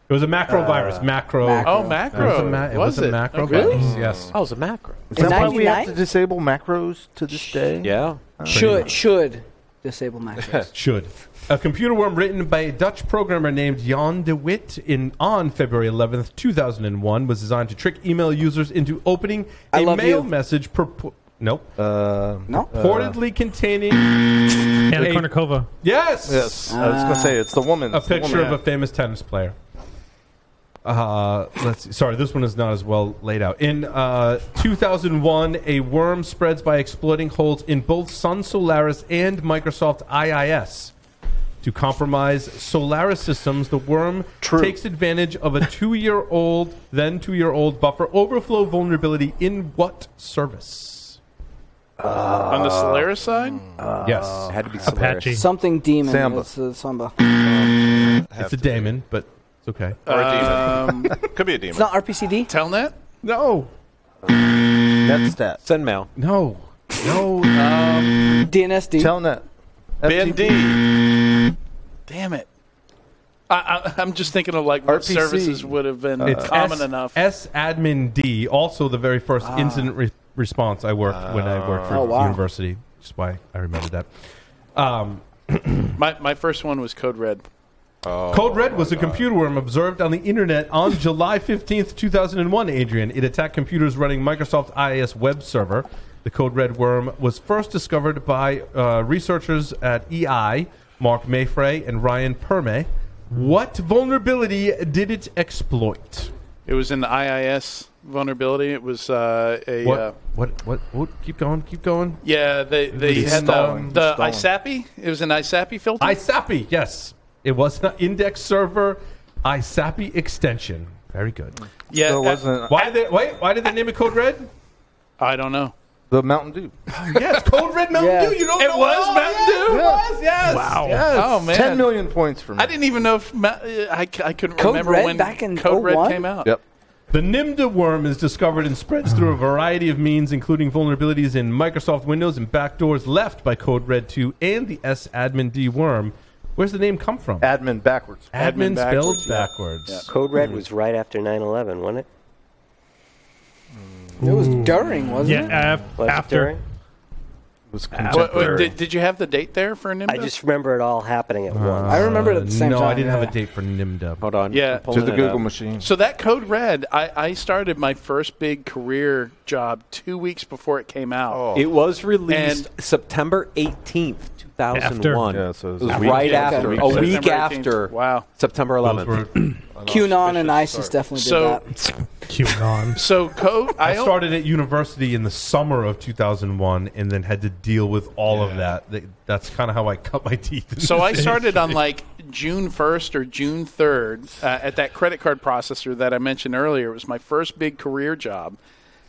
S1: It was a macro virus. Macro.
S3: Macro.
S4: Oh,
S1: It was
S4: macro.
S1: a, ma- it was
S4: was
S1: a
S4: it?
S1: macro
S4: Okay.
S1: virus. Yes.
S5: Oh, it's a macro.
S2: Is that why we have
S3: 99?
S2: to disable macros to this day?
S5: Yeah.
S1: Pretty
S3: Should
S1: much. Uh,
S3: should disable macros.
S1: Should. A computer worm written by a Dutch programmer named Jan de Wit in, on February 11th, 2001, was designed to trick email users into opening
S3: I
S1: a
S3: love
S1: mail
S3: you.
S1: message purpo- nope,
S2: Uh,
S3: no.
S1: purportedly containing.
S6: Anna
S1: Hey.
S6: Kournikova.
S1: Yes!
S2: yes. I was going to say, it's the woman.
S1: A
S2: It's the
S1: picture
S2: woman.
S1: of a famous tennis player. Uh, let's see. Sorry, this one is not as well laid out. In uh, 2001, a worm spreads by exploiting holes in both Sun Solaris and Microsoft IIS. To compromise Solaris systems, the worm
S2: True.
S1: takes advantage of a two-year-old, then two-year-old buffer overflow vulnerability in what service?
S4: On the
S2: Uh,
S4: Solaris side?
S1: yes,
S5: It Uh, had to be
S6: Apache.
S5: Solaris.
S3: Something demon.
S2: Samba.
S3: It's uh, samba.
S1: it's a daemon, but it's okay.
S7: Or a demon.
S4: Um,
S7: [LAUGHS] Could be a
S3: It's
S7: demon.
S3: not RPCD.
S4: Telnet?
S1: No,
S2: NetStat.
S5: Send mail.
S1: no, no.
S3: DNSD.
S2: Telnet.
S7: Ben D.
S4: Damn it. I, I, I'm just thinking of like what
S2: RPC.
S4: services would have been
S1: It's
S4: common
S1: S,
S4: enough.
S1: S admin D, also the very first incident re- response I worked when I worked for
S3: Oh, wow.
S1: university. Which is why I remember that. Um,
S4: my, my first one was Code Red.
S1: Code Red was a computer worm observed on the internet on July 15th, 2001, Adrian. It attacked computers running Microsoft IIS web server. The Code Red worm was first discovered by uh, researchers at EI, Mark Mayfrey and Ryan Perme. What vulnerability did it exploit?
S4: It was an IIS vulnerability. It was uh, a.
S1: What,
S4: Uh,
S1: what, what, what? Keep going, keep going.
S4: yeah, they, they had um,
S2: Installing,
S4: the
S2: installing.
S4: ISAPI. It was an ISAPI filter.
S1: ISAPI, yes. It was an index server ISAPI extension. Very good.
S4: yeah,
S2: So it
S4: uh,
S2: wasn't
S1: Why did they, wait, why did they name it Code Red?
S4: I don't know.
S2: the Mountain Dew.
S1: Yes, Code Red Mountain
S3: Yeah.
S1: Dew. You don't
S4: It
S1: know
S4: was Mountain Dew?
S1: Yes, it was, yes. Wow.
S4: Oh man,
S2: 10 million points for me.
S4: I didn't even know if Ma- uh, I, c- I couldn't
S3: Code
S4: remember
S3: Red
S4: when
S3: back in
S4: Code Red
S3: 01?
S4: came out.
S2: Yep.
S1: The Nimda worm is discovered and spreads through a variety of means, including vulnerabilities in Microsoft Windows and backdoors left by Code Red 2 and the S admin D worm. Where's the name come from?
S2: Admin backwards.
S1: admin,
S4: Admin
S1: spelled
S4: backwards, yeah.
S1: backwards.
S8: Code Red was right after 9 11, wasn't it?
S3: It was during, wasn't
S6: Yeah,
S3: it?
S6: af-
S8: Was it
S6: after.
S8: during?
S2: was
S4: What- what-
S2: contemporary.
S4: did, did you have the date there for Nimbus?
S8: I just remember it all happening at once.
S3: I remember it at the same
S1: no,
S3: time.
S1: I didn't have
S3: yeah.
S1: a date for Nimda.
S5: Hold on.
S4: Yeah.
S5: I'm pulling
S2: to the
S5: it
S2: Google
S5: up.
S2: machine.
S4: So that Code Red, I, I started my first big career job two weeks before it came out.
S7: Oh.
S5: It was released
S4: And-
S5: September 18th, 2001.
S2: Yeah, so it was
S5: it was
S2: a week
S5: right after.
S4: after. Okay.
S5: A
S4: September
S5: week
S4: 18th.
S5: after.
S4: Wow.
S5: September 11th.
S3: QAnon and ISIS definitely
S4: So-
S3: did that.
S6: QAnon.
S4: So Code, I,
S1: I
S4: o-
S1: started at university in the summer of 2001, and then had to deal with all of that. Th- That's kind of how I cut my teeth.
S4: So I started on like June 1st or June 3rd uh, at that credit card processor that I mentioned earlier. It was my first big career job.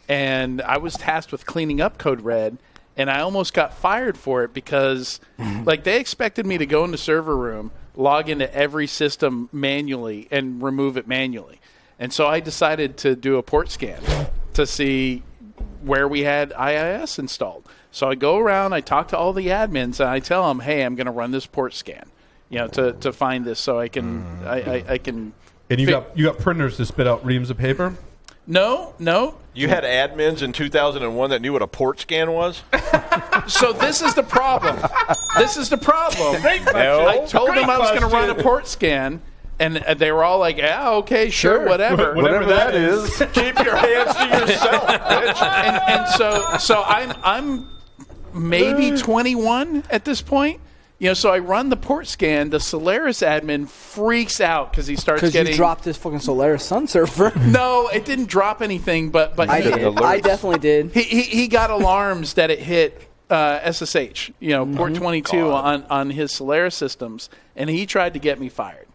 S4: And I was tasked with cleaning up Code Red. And I almost got fired for it because, like, they expected me to go into server room, log into every system manually, and remove it manually. And so I decided to do a port scan to see where we had IIS installed. So I go around, I talk to all the admins, and I tell them, "Hey, I'm going to run this port scan, you know, to, to find this, so I can I, I, I can."
S1: [LAUGHS] and you
S4: fi-
S1: got you got printers to spit out reams of paper.
S4: no, no.
S7: You had admins in 2001 that knew what a port scan was?
S4: So this is the problem. this is the problem.
S7: No.
S4: I told them I was going to run a
S1: question.
S4: port scan, and uh, they were all like, "Yeah, okay, sure,
S1: [LAUGHS]
S4: whatever."
S2: Whatever that is,
S7: Keep your hands to yourself, bitch.
S4: and, and so so I'm I'm
S7: Uh.
S4: maybe 21 at this point. You know, so I run the port scan. The Solaris admin freaks out because he starts
S3: Because you
S4: getting
S3: dropped this fucking Solaris Sun Surfer. [LAUGHS]
S4: No, it didn't drop anything, but but
S3: I
S4: he,
S3: did. I definitely did.
S4: he, he he got alarms that it hit uh, SSH, you know, port
S5: Mm-hmm.
S4: 22 on on his Solaris systems, and he tried to get me fired,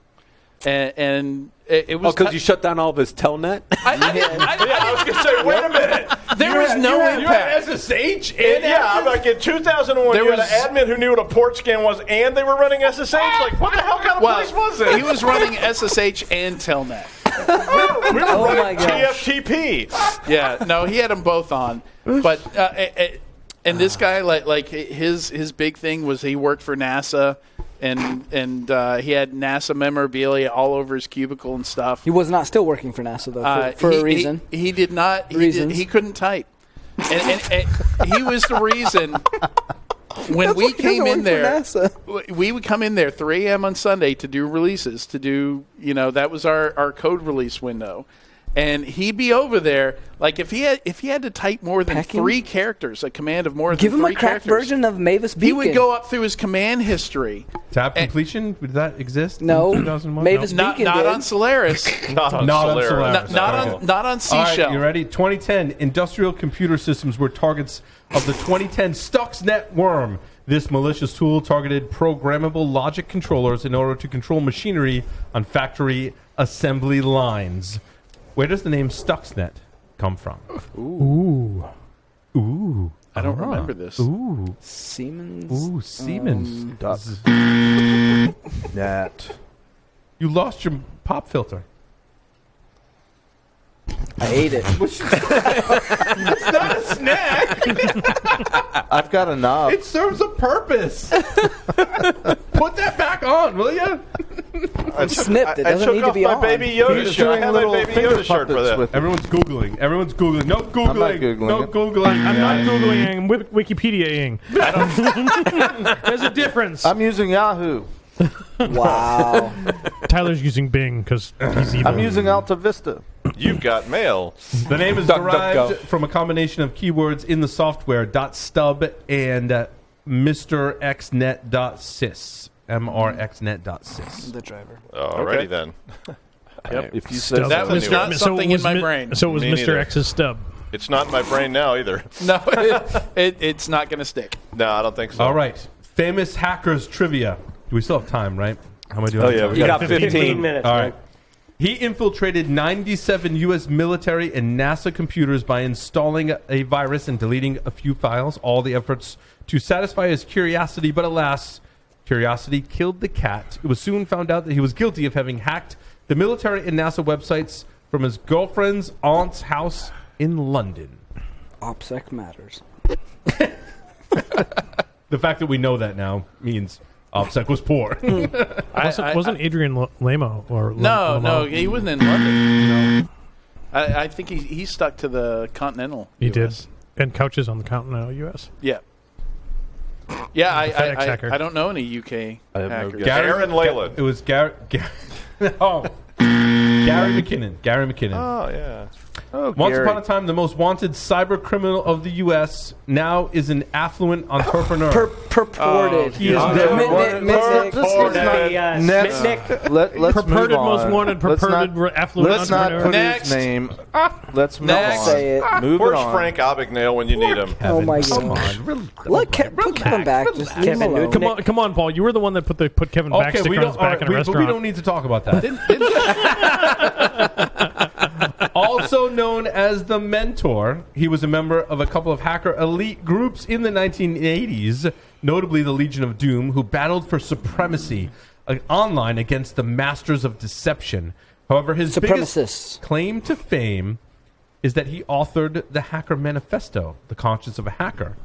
S4: and, and it, it
S5: Oh,
S4: was
S5: because you shut down all of his telnet?
S4: I, I didn't- I- I
S7: [LAUGHS] I was going to say, wait a minute.
S4: didn't- there was no
S7: You
S4: impact.
S7: had SSH and yeah, I'm like in 2001.
S4: There
S7: you
S4: was-
S7: had an admin who knew what a port scan was, and they were running SSH. Like, what the hell kind of
S4: well,
S7: place was it?
S4: he was running SSH and Telnet.
S7: we were
S3: Oh my
S7: running
S3: gosh.
S7: TFTP.
S4: yeah, no, he had them both on, but uh, eh, eh, and this guy like like his his big thing was he worked for NASA, and and uh, he had NASA memorabilia all over his cubicle and stuff.
S3: He was not still working for NASA though, for,
S4: Uh,
S3: for
S4: he-
S3: a reason.
S4: He, he did not. He, did,
S3: Reasons.
S4: he couldn't type, and, and, and he was the reason. When we
S3: he doesn't
S4: came
S3: work
S4: in
S3: for
S4: there,
S3: NASA.
S4: w- we would come in there 3 a.m. on Sunday to do releases. To do, you know, that was our, our code release window, and he'd be over there. Like if he had if he had to type more than
S3: Packing?
S4: three characters, a command of more
S3: Give
S4: than
S3: him a
S4: three
S3: cracked
S4: characters,
S3: version of Mavis Beacon.
S4: he would go up through his command history.
S1: Tab completion did that exist?
S3: No.
S1: in 2001?
S3: Mavis
S1: No.
S4: Not
S3: Beacon
S4: not
S3: did.
S4: on Solaris.
S7: Not on
S1: [LAUGHS] Not on
S7: Solaris.
S1: Solaris.
S4: not, not on not on
S1: All right,
S4: Seashell.
S1: you ready? 2010 industrial computer systems were targets of the 2010 Stuxnet worm. This malicious tool targeted programmable logic controllers in order to control machinery on factory assembly lines. Where does the name Stuxnet come from?
S6: Ooh.
S1: Ooh, Ah.
S4: I don't remember this. Um.
S1: Ooh,
S3: Siemens.
S1: ooh, Siemens.
S2: Ducks. Nat.
S1: You lost your pop filter.
S3: I ate it.
S2: I've got a knob.
S1: It serves a
S4: [LAUGHS]
S1: purpose. Put that back on, will you?
S7: I took-
S3: snipped. It
S7: I- I
S3: doesn't
S7: took
S3: need to
S7: off
S3: be
S7: my
S3: on.
S7: baby Yoda
S2: He's
S7: shirt. I
S2: doing
S7: had
S2: little
S7: my baby
S2: finger
S7: Yoda shirt for
S2: puppets
S7: that.
S2: with it.
S1: Everyone's googling. Everyone's googling. No googling.
S2: Googling
S1: no
S2: it.
S1: googling.
S6: I'm not Googling, I'm Wik- [LAUGHS] Wikipedia-ing. There's a difference.
S2: I'm using Yahoo.
S3: Wow.
S6: Tyler's using Bing because he's evil.
S1: Mm-hmm.
S2: I'm using Alta Vista.
S7: You've got mail.
S1: The name is derived from a combination of keywords in the software .stub and uh, mrxnet.sys. mrxnet.sys.
S3: the driver.
S7: Alrighty then.
S2: If you
S6: Stub.
S2: said
S4: That was
S7: Mr.
S4: not
S6: So
S4: something
S6: it was
S4: in my
S6: mi-
S4: brain.
S6: So it was
S7: Me
S6: Mr.
S7: neither.
S6: X's stub.
S7: It's not in my brain now either.
S4: [LAUGHS] No, it, it, it's not going to stick.
S7: No, I don't think so.
S1: All right. Famous hackers trivia. We still have time, right? How am I doing?
S7: Oh yeah, we
S5: You
S7: got
S5: got 15.
S8: 15 minutes.
S1: All right. He infiltrated 97 U.S. military and NASA computers by installing a virus and deleting a few files. All the efforts to satisfy his curiosity, but alas, curiosity killed the cat. It was soon found out that he was guilty of having hacked the military and NASA websites from his girlfriend's aunt's house in London.
S3: OPSEC matters.
S1: The fact that we know that now means OPSEC was poor.
S6: Wasn't,
S4: I-
S6: wasn't Adrian L- Lamo or L-
S4: No, no,
S6: Lamo?
S4: he wasn't in London. I, I think he, he stuck to the continental.
S6: He did.
S4: US.
S6: And couches on the continental U.S.
S4: Yeah. Yeah, I, I,
S6: FedEx
S4: I-
S6: hacker.
S4: I don't know any UK
S7: I have no
S4: hackers.
S7: guess. Aaron Leyland.
S1: It was Gary. Gar- [LAUGHS] oh, Gary McKinnon. Gary McKinnon.
S7: Oh yeah.
S1: Once
S2: Gary.
S1: upon a time, the most wanted cyber criminal of the U.S. now is an affluent entrepreneur.
S3: Pur- purported.
S1: he is
S3: Uh,
S1: never
S3: mi- mi-
S1: wanted-
S3: mi-
S2: Let's- let's
S7: Purported.
S2: not-
S8: Hey, uh,
S2: Next,
S8: Mitnick,
S2: let, let's
S6: Purported
S2: move on.
S6: most wanted,
S2: Let's
S6: purported
S2: not-
S6: re- affluent
S2: Let's not
S6: entrepreneur.
S2: put
S4: Next.
S2: his name. Let's move
S4: Next.
S2: on.
S3: Say it.
S2: Move
S7: Where's
S2: on.
S7: Frank Abagnale when you need him?
S3: Oh my
S1: Come
S3: god.
S1: on, really?
S3: Let Ke- put Kevin back. Just leave him
S8: Kevin
S3: alone.
S6: Come on, come on, Paul. You were the one that put the put Kevin
S1: Okay,
S6: Backstick
S1: we
S6: on his
S1: don't. all
S6: back
S1: right, we,
S6: in a
S1: but we
S6: restaurant.
S1: don't need to talk about that.
S4: Didn't, didn't,
S1: [LAUGHS] also known as the Mentor, he was a member of a couple of hacker elite groups in the 1980s, notably the Legion of Doom, who battled for supremacy uh, online against the Masters of Deception. However, his
S3: Supremacists.
S1: biggest claim to fame is that he authored the Hacker Manifesto, The Conscience of a Hacker,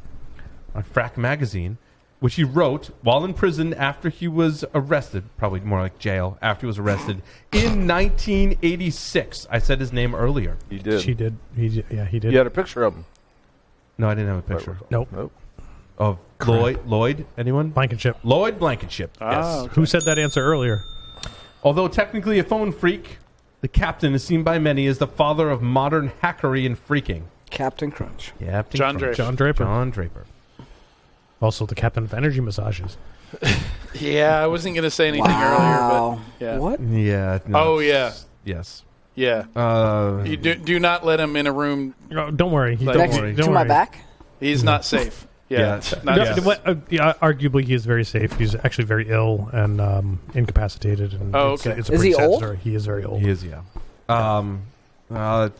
S1: on Frack Magazine, which he wrote while in prison after he was arrested, probably more like jail, after he was arrested in 1986. I said his name earlier.
S2: You did.
S6: She did. He, did- yeah, he did.
S2: You had a picture of him.
S1: No, I didn't have a picture
S6: Nope.
S2: Nope.
S1: of Lloyd. Lloyd, anyone?
S6: Blankenship.
S1: Lloyd Blankenship.
S4: Ah,
S6: Who said that answer earlier?
S1: Although technically a phone freak, the captain is seen by many as the father of modern hackery and freaking.
S3: Captain Crunch.
S1: Captain
S4: John
S1: Crunch.
S4: Draper.
S6: John Draper.
S1: John Draper.
S6: Also, the captain of energy massages.
S4: yeah, I wasn't going to say anything earlier,
S3: Wow.
S4: but yeah.
S3: What?
S1: Yeah.
S4: Oh,
S1: it's- Yes.
S4: Yeah.
S1: Uh,
S4: You do, do not let him in a room.
S6: Oh, don't worry. He-
S4: Like-
S6: don't
S3: Next
S6: worry.
S3: to
S6: Don't
S3: my
S6: worry.
S3: back.
S4: He's
S6: [LAUGHS]
S4: not safe. Yeah.
S1: Yeah.
S4: Not
S6: No,
S1: Yes.
S4: safe.
S6: what- uh, yeah, arguably, he is very safe. He's actually very ill and um, incapacitated. And
S4: Oh,
S6: it's,
S4: okay.
S6: it's a
S3: Is
S6: pretty
S3: he
S6: sad
S3: old?
S6: Story. He is very old.
S1: He is, yeah. Um, uh,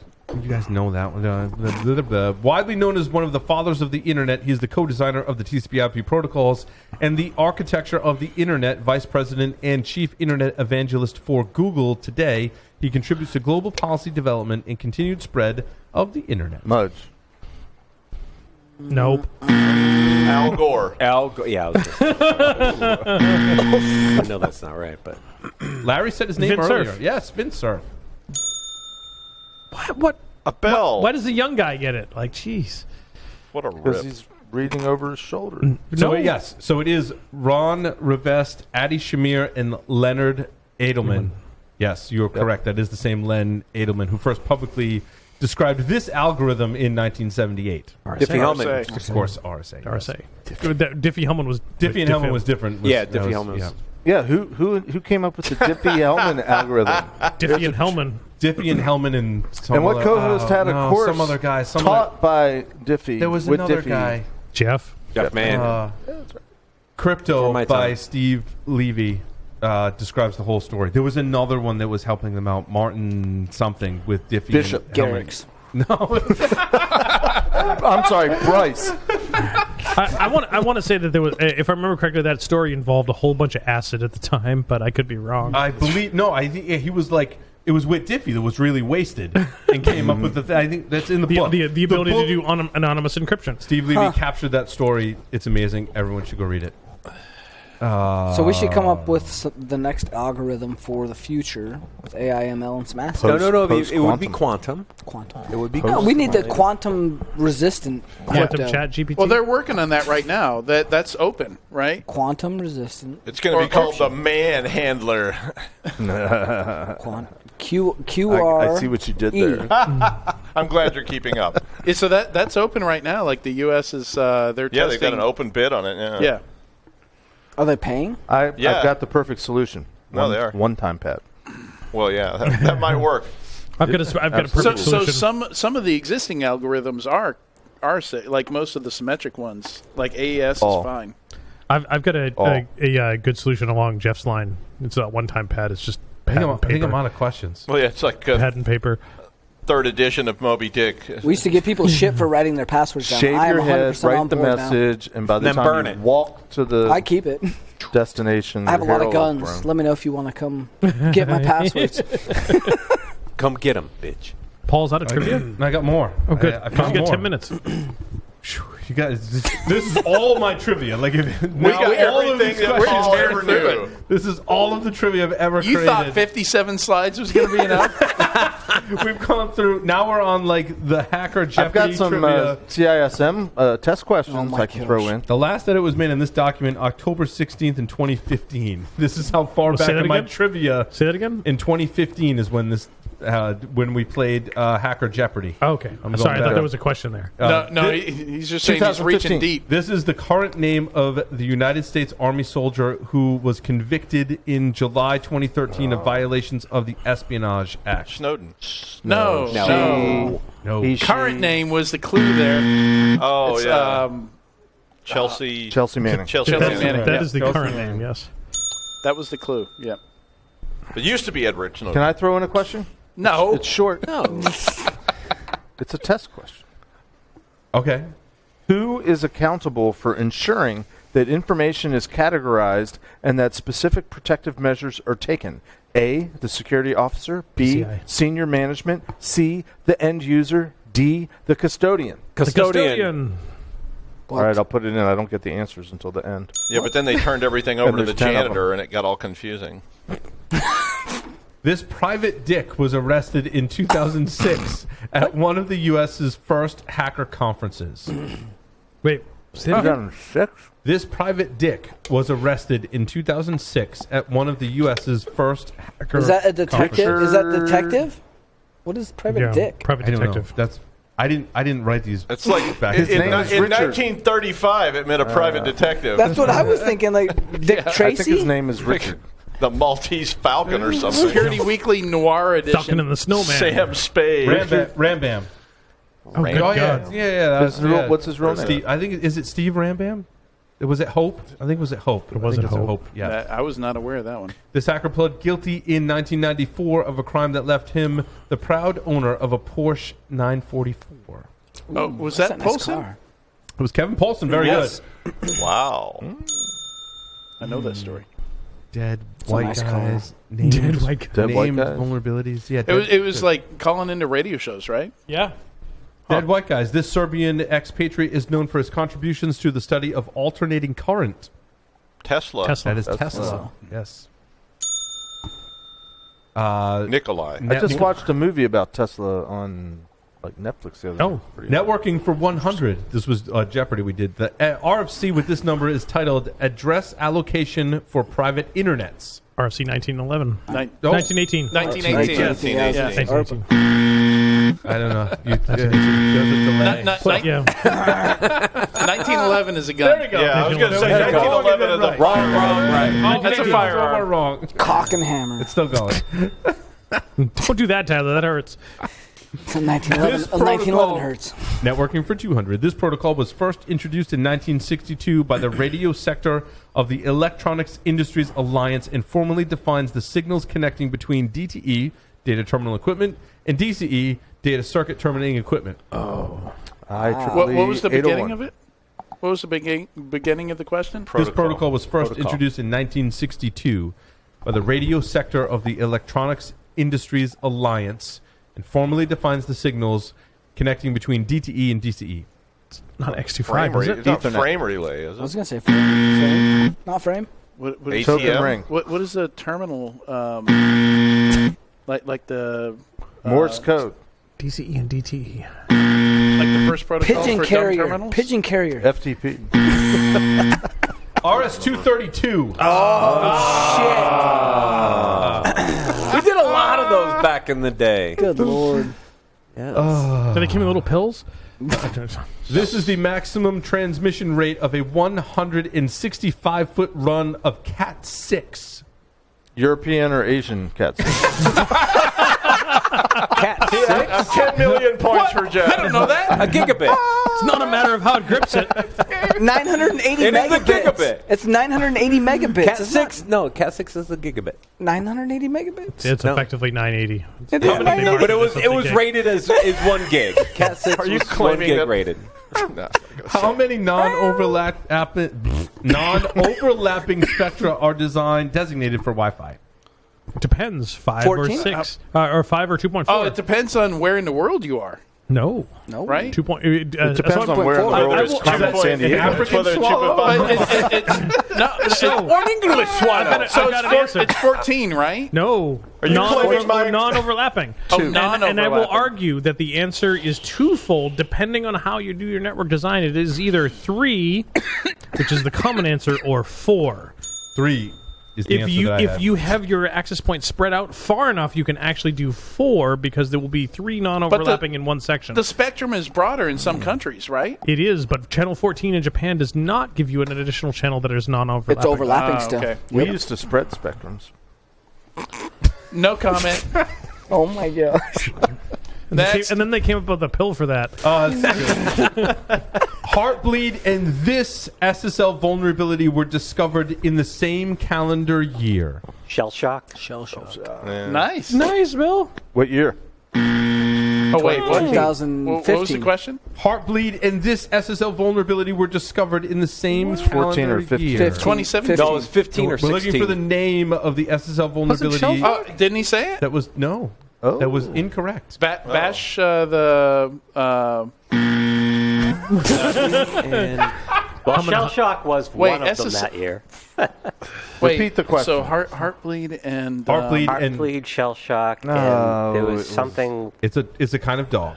S1: you guys know that one. Uh, blah, blah, blah, blah. Widely known as one of the fathers of the internet, he is the co-designer of the TCP/IP protocols and the architecture of the internet, vice president and chief internet evangelist for Google. Today, he contributes to global policy development and continued spread of the internet.
S2: Mudge.
S6: Nope.
S7: Al Gore.
S5: Al, Go- yeah. I, was just- I know that's not right, but
S1: Larry said his name
S6: Vint
S1: earlier.
S6: Cerf.
S1: Yes, Vince Cerf.
S6: What? What?
S7: A bell.
S6: Why
S7: What,
S6: does the young guy get it? Like, jeez.
S7: a
S2: Because
S7: rip.
S2: he's reading over his shoulder.
S1: So
S6: No.
S1: yes, so it is Ron Revest, Adi Shamir, and Leonard Edelman. Yes, you are correct. That is the same Len Edelman who first publicly described this algorithm in 1978.
S5: Diffie Hellman.
S4: Say.
S1: Of course, RSA. yes.
S6: RSA. That- Diffie Hellman was.
S1: Diffie and Hellman was different.
S5: Yeah,
S1: that
S5: Diffie
S1: was-
S5: Hellman was-
S2: Yeah, who who who came up with the
S1: [LAUGHS]
S2: Diffie Hellman algorithm?
S6: Diffie and Hellman.
S1: Diffie and Hellman and some
S2: and what
S1: other-
S2: co-host
S1: oh,
S2: had a
S1: no,
S2: course
S1: Some other guy. Some
S2: taught
S1: other-
S2: by Diffie?
S1: there was
S2: with
S1: another
S2: Diffie.
S1: guy.
S6: Jeff.
S5: Jeff Man.
S1: Uh,
S5: Before
S1: Crypto
S5: my
S1: by
S5: time.
S1: Steve Levy uh, describes the whole story. There was another one that was helping them out, Martin something with Diffie. and
S2: Bishop.
S1: Hellman.
S3: Garrix.
S1: No,
S2: I'm sorry, Bryce.
S6: I, I want. I want to say that there was. eh, If I remember correctly, that story involved a whole bunch of acid at the time, but I could be wrong.
S1: I believe no. I think yeah, he was like it was Whit Diffie that was really wasted and came up with the. Th- I think that's in the,
S6: the,
S1: book.
S6: the, the ability
S1: book-
S6: to do on, anonymous encryption.
S1: Steve Levy captured that story. It's amazing. Everyone should go read it.
S3: So we should come up
S6: Uh,
S3: with s the next algorithm for the future with AI, ML, and some acid.
S5: no, no, no. It, it would be
S2: Post-quantum.
S5: quantum.
S3: Quantum.
S5: It would be.
S3: No, we need the quantum resistant
S6: Quantum
S3: crypto.
S6: chat GPT.
S4: Well, they're working on that right now. That That's open, right?
S3: Quantum resistant.
S7: It's going to
S4: Or-
S7: be called the Manhandler. [LAUGHS]
S3: Quant- Q
S2: I,
S3: QR.
S2: I see what you did
S3: E.
S2: there.
S7: I'm glad you're keeping up.
S4: Yeah, so that that's open right now. Like the U.S. is uh, they're
S7: Yeah,
S4: testing.
S7: they've got an open bid on it. Yeah.
S4: Yeah,
S3: [LAUGHS] Are they paying?
S2: I,
S7: Yeah.
S2: I've got the perfect solution.
S7: No,
S2: One-
S7: they are.
S2: one-time pad.
S7: Well, yeah, that, that might work.
S6: I've got a, s- I've got a
S4: so
S6: perfect
S4: so
S6: solution.
S4: some some of the existing algorithms are are sa- like most of the symmetric ones. Like AES
S2: Oh.
S4: is fine.
S6: I've, I've got a,
S2: Oh.
S6: a, a, uh good solution along Jeff's line. It's not one time pad. It's just
S1: I
S6: pad
S1: think, I'm,
S6: and
S1: I think I'm
S6: paper.
S1: out of questions.
S7: Well, yeah, it's like a
S6: Pad and paper.
S7: third edition of Moby Dick.
S3: We used to give people shit for writing their passwords down.
S2: Shave
S3: I am
S2: your
S3: 100%
S2: head,
S3: on
S2: write the
S3: board
S2: message, Mm-hmm. and by the
S5: Then
S2: time
S5: burn
S2: you
S5: it.
S2: walk to the
S3: Now. I keep it.
S2: destination,
S3: I have a
S2: your
S3: lot of
S2: hair will
S3: guns.
S2: burn.
S3: Let me know if you want to come get
S2: [LAUGHS]
S3: my passwords.
S5: Come get him, bitch.
S6: Paul's out of trivia.
S1: And I got more.
S6: Oh, good.
S1: I, I
S6: You
S1: found
S6: got
S1: more.
S6: 10 minutes.
S1: You guys, this, this is all my trivia. Like if,
S7: we
S1: now
S7: got
S1: all of
S7: everything
S1: these
S7: that
S1: questions-
S7: Paul ever knew.
S1: This is all of the trivia I've ever
S4: You
S1: created.
S4: thought fifty-seven slides was going to be enough?
S1: We've gone through. Now we're on like the hacker Jeopardy
S2: I've got some
S1: trivia.
S2: uh, CISM uh, test questions
S3: Oh my
S2: I can throw
S3: gosh.
S2: in.
S1: the last edit was made in this document October 16th in 2015. This is how far
S6: Well, say
S1: back
S6: that
S1: in my
S6: again?
S1: trivia.
S6: Say that again.
S1: In 2015 is when this uh, when we played uh, Hacker Jeopardy.
S6: Oh, okay.
S1: I'm going
S6: sorry, I
S1: back.
S6: thought there was a question there.
S1: Uh,
S4: no, no,
S1: thi-
S4: he, he's just saying he's reaching
S2: 2015.
S4: deep.
S1: This is the current name of the United States Army soldier who was convicted in July 2013 of violations of the Espionage Act.
S7: Snowden.
S4: No, no.
S5: No.
S1: No,
S2: He-
S4: Current name was the clue there.
S7: Oh
S4: It's,
S7: yeah,
S4: um,
S7: Chelsea.
S2: uh, Chelsea Manning.
S7: Chelsea.
S6: That
S4: Chelsea
S6: is-
S4: Manning.
S6: that
S4: Yeah.
S6: is the
S1: Chelsea
S6: current
S1: Manning.
S6: name, yes.
S4: that was the clue. Yeah.
S7: It used to be Edward Snowden.
S2: Can I throw in a question?
S4: No.
S2: It's short.
S5: No.
S2: [LAUGHS] It's a test question.
S1: Okay.
S2: Who is accountable for ensuring that information is categorized and that specific protective measures are taken? A. The security officer. B.
S6: CIA.
S2: Senior management. C. The end user. D. The custodian.
S6: The
S5: Custodian.
S6: custodian.
S2: All right, I'll put it in. I don't get the answers until the end.
S7: yeah, but then they turned everything over to
S2: there's
S7: the
S2: 10 of them.
S7: janitor, and it got all confusing.
S1: This private dick was arrested in
S6: [LAUGHS]
S1: 2006 at one of the U.S.'s first hacker conferences.
S6: [CLEARS THROAT] Wait. Say that again.
S2: 2006?
S1: This private dick was arrested in 2006 at one of the U.S.'s first hacker.
S3: Is that a detective? Is that detective? What is private
S6: Yeah,
S3: dick?
S6: Private
S1: I don't know.
S6: detective.
S1: That's I didn't I didn't write these.
S7: It's like
S1: Back
S7: in,
S1: in the
S7: in,
S1: day.
S7: in
S2: Richard.
S7: 1935, it meant a private detective,
S3: That's what I was
S2: [LAUGHS]
S3: thinking. Like Dick
S2: I think
S3: Tracy.
S2: his name is Richard.
S7: the Maltese Falcon or something.
S4: Security Weekly Noir
S6: Falcon
S4: edition.
S6: and the Snowman.
S7: Sam Spade.
S1: Rambam. Rambam.
S6: Oh, good
S1: Oh yeah, yeah,
S6: God.
S1: yeah. that was-
S2: His real-
S1: yeah.
S2: what's his real
S1: Steve,
S2: name?
S1: I think is it Steve Rambam? It was it Hope. I think it was it Hope. I think It
S6: was at
S1: at
S6: Hope.
S1: Yeah.
S4: That- Uh, I was not aware of that one.
S1: This hacker pled guilty in 1994 of a crime that left him the proud owner of a Porsche 944.
S4: oh, was
S3: That's
S4: that
S3: a nice
S4: Polson?
S3: car.
S1: It was Kevin Paulson. Very
S4: Yes.
S1: good.
S7: Wow.
S4: I know that story.
S1: Dead
S3: a
S1: white
S3: nice car.
S1: guys. Names,
S6: Dead white guy.
S2: Dead white
S1: names,
S2: guys.
S1: vulnerabilities. Yeah.
S4: It was,
S1: dead-
S4: it was like calling into radio shows, right?
S6: Yeah.
S1: Dead white guys. This Serbian expatriate is known for his contributions to the study of alternating current.
S7: Tesla.
S6: Tesla.
S1: That is Tesla. Yes. Uh,
S7: Nikolai.
S2: I just watched a movie about Tesla on like Netflix the other
S6: Oh.
S2: night. Pretty
S1: Networking for 100. This was uh, Jeopardy we did. The uh, RFC with this number is titled Address Allocation for Private Internets.
S6: RFC 1911.
S4: Nin-
S1: Oh,
S6: 1918.
S4: 1918. Yeah.
S3: 1918.
S4: Yeah.
S3: Yeah.
S6: 1918.
S1: I don't know. You, [LAUGHS] yeah,
S4: Not- not- nin-
S6: But, yeah.
S4: [LAUGHS] 1911 is a gun. There you
S7: Yeah, I was going to say
S6: There you go.
S7: 1911 is the wrong, wrong, right.
S4: That's a
S1: We're
S4: firearm.
S1: wrong.
S3: Cock and hammer.
S1: It's still going.
S6: Don't do that, Tyler. That hurts.
S3: It's a 1911.
S1: This
S3: A 1911
S1: protocol-
S3: hertz.
S1: Networking for 200. This protocol was first introduced in 1962 by the radio sector of the Electronics Industries Alliance and formally defines the signals connecting between DTE, data terminal equipment, and DCE, data circuit terminating equipment.
S2: IEEE
S4: What, what was the
S2: 801.
S4: beginning of it? What was the begin- beginning of the question?
S1: This protocol was first introduced in 1962 by the radio sector of the Electronics Industries Alliance and formally defines the signals connecting between DTE and E. DCE.
S6: Not
S7: Frame,
S6: X25,
S7: re-
S6: is
S7: it's
S6: it?
S7: not
S2: Ethernet.
S7: frame relay, is
S3: I was
S7: it?
S3: gonna say frame. frame. Not frame.
S2: Oh,
S4: What, what, is,
S7: ATM?
S2: Token ring.
S4: what, what is a terminal? Um, like like the uh,
S2: Morse code.
S6: DCE E and DTE.
S4: like the first protocol
S3: Pigeon
S4: for dumb
S3: carrier.
S4: terminals.
S3: Pigeon carrier.
S2: FTP.
S1: RS 232.
S5: We did a lot of those back in the day.
S3: Good lord.
S5: Yes.
S6: Did they give me little pills?
S1: This is the maximum transmission rate of a 165 foot run of Cat 6.
S2: European or Asian cats.
S5: Cat six?
S7: 10 million points for Jeff.
S5: I don't know that. A
S4: [LAUGHS]
S5: gigabit.
S6: It's not a matter of how it grips it.
S3: 980
S5: It is
S3: megabits.
S5: a gigabit.
S3: It's 980 megabits.
S5: Cat
S3: It's
S5: six? No, cat six is a gigabit.
S3: not 980 megabits.
S6: It's
S5: No.
S6: effectively 980.
S3: It is
S6: many
S5: But it
S6: markets
S5: was
S6: up
S5: it
S6: to
S5: was
S6: gig?
S5: rated as is one gig. [LAUGHS] Cat six
S7: Are you
S5: was one
S7: claiming
S5: gig
S7: that-
S5: rated.
S7: No.
S1: How many non-overlap app- [LAUGHS] non-overlapping spectra are designed designated for Wi-Fi?
S6: Depends. Five or
S3: 14?
S6: six. Uh, or five or 2.4.
S4: Oh, it depends on where in the world you are.
S6: No.
S3: No.
S4: right?
S6: Two point. uh, It
S2: depends on where in the
S1: I-
S2: road
S1: I
S2: is
S1: will-
S2: Carmen
S1: is that
S2: San
S1: an
S2: Diego.
S1: African
S7: Whether it's
S1: swallow?
S7: Chippewa-
S4: But it, it, it's [LAUGHS] no, so,
S6: Or
S4: an English swallow. So [LAUGHS]
S6: I've
S4: it's,
S6: got an
S4: four-
S6: answer.
S4: it's 14, right?
S6: No. Are
S7: you
S6: non,
S7: claiming my-
S6: non-overlapping.
S4: Oh,
S6: And- and, I will
S4: non-overlapping.
S6: argue that the answer is twofold depending on how you do your network design. It is either three, [COUGHS] which is the common answer, or four.
S1: Three is the
S6: if
S1: answer
S6: you
S1: that I
S6: if
S1: had.
S6: you have your access points spread out far enough, you can actually do four because there will be three non-overlapping in one section.
S4: The spectrum is broader in some countries, right?
S6: it is, but channel 14 in Japan does not give you an additional channel that is non-overlapping.
S3: It's overlapping
S4: Ah,
S3: still.
S4: okay.
S2: We used to spread spectrums.
S4: No [LAUGHS] comment.
S3: Oh my gosh.
S6: And, they came-
S4: That's-
S6: and then they came up with a pill for that.
S1: Uh, s- Heartbleed and this SSL vulnerability were discovered in the same calendar year.
S8: Shell shock.
S3: Shell shock.
S4: nice.
S6: nice, Bill.
S2: What year?
S4: Oh, wait. What, what, what was the
S3: 2015.
S4: question?
S1: Heartbleed and this SSL vulnerability were discovered in the same
S2: 14 or
S1: calendar
S2: 15.
S1: year.
S3: 15.
S4: 2017.
S5: No, it was 15 or
S1: We're
S5: 16.
S1: looking for the name of the SSL vulnerability.
S4: Oh, didn't he say it?
S1: That was no.
S2: Oh.
S1: That was incorrect.
S4: Ba- bash uh, the. Uh,
S5: And
S8: Shell shock was
S4: Wait,
S8: one of them
S4: SS
S8: that year.
S4: wait,
S2: Repeat the question.
S4: So heart, heartbleed and uh,
S1: Heartbleed and
S8: Heartbleed, shell shock,
S2: No,
S8: and there
S2: it
S8: was,
S2: was-
S8: something.
S1: it's a it's a kind of dog.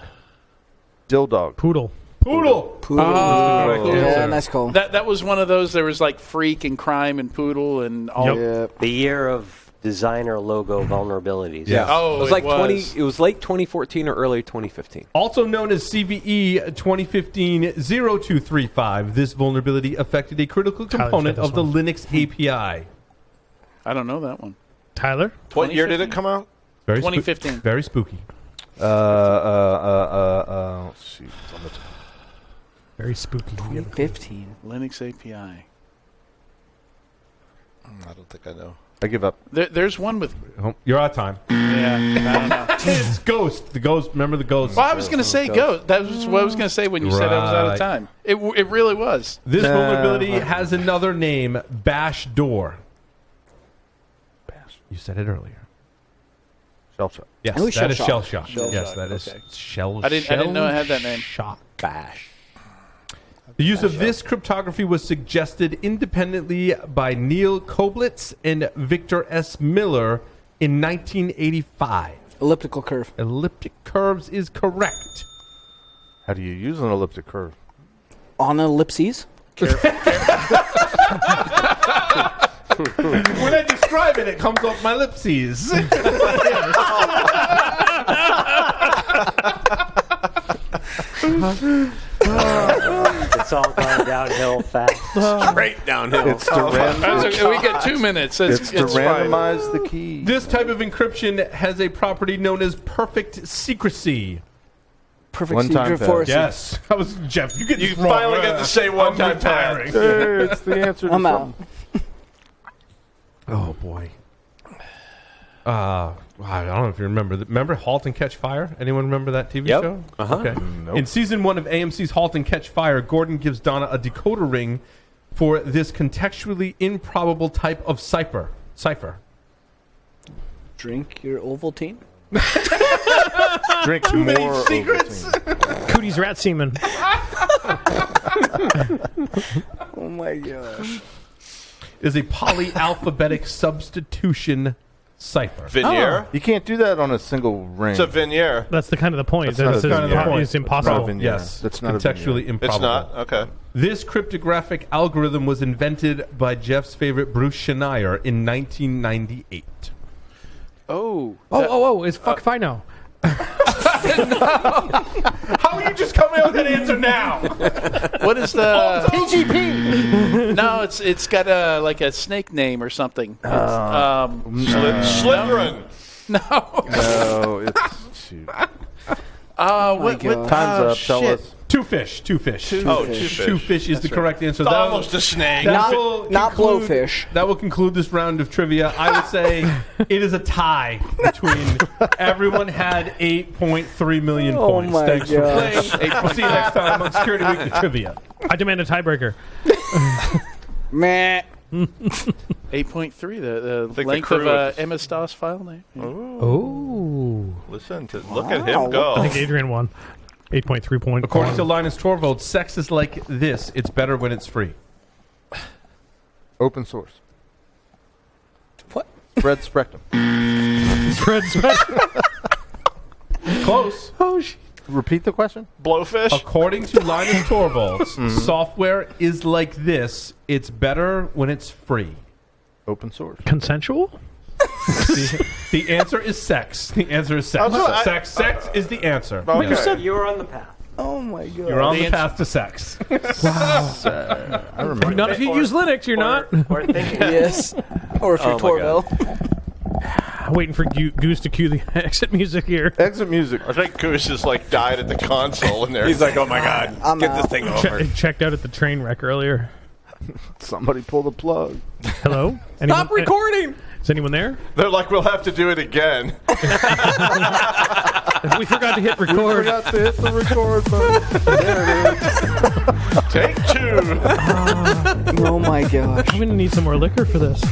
S2: Dill dog. Uh,
S6: Poodle.
S1: Poodle.
S4: Oh,
S2: Poodle.
S3: Yeah, nice call.
S4: That that was one of those. There was like freak and crime and poodle and all.
S6: Yep.
S3: yeah.
S8: The year of designer logo vulnerabilities.
S1: Yeah.
S4: Oh,
S5: it was like 20. It was late 2014 or early 2015.
S1: Also known as E CVE 2015-0235, this vulnerability affected a critical
S6: Tyler's got
S1: component
S6: this
S1: of the
S6: one.
S1: Linux API.
S4: I don't know that one.
S6: Tyler.
S7: What year did it come out?
S1: Very
S4: 2015.
S1: very spooky.
S2: Uh, uh, uh, uh, uh, let's see.
S6: Very spooky.
S3: 2015.
S4: Linux API.
S7: I don't think I know.
S2: I give up.
S4: There, there's one with.
S1: Oh, You're out of time.
S4: Yeah, I don't know.
S1: [LAUGHS] it's Ghost. The Ghost. Remember the Ghost.
S4: Well, I was going to say ghost. That was what I was going to say when you said I was out of
S1: Right.
S4: time. It w- it really was.
S1: This
S2: Nah.
S1: vulnerability has another name, Bash Door. Bash. You said it earlier.
S2: Shell shock.
S1: Yes,
S3: I know it's
S1: that is
S3: shell
S1: shell
S3: shock.
S1: shock. yes, that is shell.
S4: I didn't- I didn't know it had that
S1: shell
S4: name.
S1: Shock.
S5: Bash.
S1: The use of this cryptography was suggested independently by Neil Koblitz and Victor S. Miller in 1985.
S3: Elliptical curve.
S1: Elliptic curves is correct.
S2: How do you use an elliptic curve?
S3: On ellipses.
S1: when I describe it, it comes off my [LAUGHS] ellipses.
S8: It's all gone downhill fast.
S5: Straight
S1: Oh.
S5: downhill.
S2: It's to, ran-
S4: That's okay. We got two minutes. It's,
S2: Oh it's to
S4: it's fine.
S2: randomize the key.
S1: This type of encryption has a property known as perfect secrecy.
S3: Perfect
S2: One time
S3: secret
S2: pass.
S3: for
S1: [LAUGHS]
S3: us.
S1: Yes, I was Jeff. You get
S7: You
S1: this wrong.
S7: finally got to say one
S1: I'm
S7: time pass.
S1: retiring.
S2: Hey, it's the answer to
S3: I'm out.
S2: something.
S1: Oh boy. Uh, I don't know if you remember. th- Remember *Halt and Catch Fire*? Anyone remember that TV
S5: Yep.
S1: show?
S5: Uh-huh.
S1: Okay.
S2: Nope.
S1: In season one of AMC's *Halt and Catch Fire*, Gordon gives Donna a decoder ring for this contextually improbable type of cipher. Cipher.
S3: Drink your Ovaltine.
S2: Drink more Ovaltine.
S6: Cooties rat semen.
S3: Oh my gosh.
S1: Is a polyalphabetic [LAUGHS] substitution cipher.
S7: Vignere.
S2: You can't do that on a single ring.
S7: It's a Vignere.
S6: That's the kind of the point.
S2: not
S6: That's
S2: a
S6: kind of the
S2: vignette.
S6: point.
S1: That's
S6: It's
S1: not a
S6: impossible.
S2: vignette.
S1: Yes,
S2: That's not a
S1: contextually improbable.
S7: Oh, It's not okay.
S1: This cryptographic algorithm was invented by Jeff's favorite Bruce Schneier in 1998.
S5: Oh.
S6: Oh, oh, oh! It's fuck if I know.
S1: How are you just coming up with that answer now?
S4: What is the
S3: PGP.
S4: No, it's it's got a like a snake name or something. It's, um,
S7: Sli- Slytherin.
S2: no, it's shoot.
S4: uh, what, what,
S3: God.
S2: time's
S4: oh,
S2: up. Tell
S4: shit.
S2: us.
S1: Two fish. Two fish. Two,
S7: Oh, two fish.
S1: is the correct answer.
S7: It's
S1: That-
S7: almost a snake.
S1: that
S3: Not-
S1: will
S3: not
S1: conclude-
S3: blowfish.
S1: That will conclude this round of trivia. I would
S7: [LAUGHS]
S1: say it is a tie between everyone had 8.3 million
S3: Oh
S1: points.
S3: my
S1: Thanks
S3: gosh.
S1: for playing. We'll see you next time on Security Weekly Trivia.
S6: Uh, I demand a tiebreaker.
S3: Meh.
S4: Eight point three, the,
S7: the
S4: the length
S7: crew
S4: of uh,
S7: is-
S4: MS DOS file name.
S6: Oh,
S7: Listen to look at
S3: Wow.
S7: him go.
S6: Adrian won. 8.3 point.
S1: According to Linus Torvalds, sex is like this. It's better when it's free.
S2: Open source.
S3: What?
S2: Spread spectrum.
S1: Close.
S2: Repeat the question.
S7: Blowfish.
S1: According to Linus Torvalds, software is like this. It's better when it's free.
S2: Open source.
S6: consensual?
S1: The, the answer is sex. The answer is sex.
S7: I'm sorry, I-
S1: sex. sex is the answer.
S7: Okay.
S1: Yes.
S8: You were on the path.
S3: Oh my god.
S1: You're on
S4: The
S1: the,
S4: answer-
S1: path to sex.
S2: I remember.
S6: Not if you
S8: Or-
S6: use Linux, you're not.
S8: Or, or thinking.
S3: Yes. Or if you're
S5: my God.
S3: Torvald. [LAUGHS]
S6: I'm waiting for Goo- Goose to cue the [LAUGHS] exit music here.
S2: Exit music.
S7: I think Goose just like died at the console in there.
S5: He's like, oh my god,
S3: I'm
S5: get this
S3: out.
S5: thing
S6: Che-
S5: over.
S6: it checked out at the train wreck earlier.
S2: Somebody pull the plug.
S6: Hello? Anyone-
S3: Stop recording.
S6: Is anyone there?
S7: They're like, we'll have to do it again.
S6: We forgot to hit record.
S2: Forgot to hit the record button.
S7: Take two.
S3: Oh my gosh. Oh
S6: I'm going to need some more liquor for this.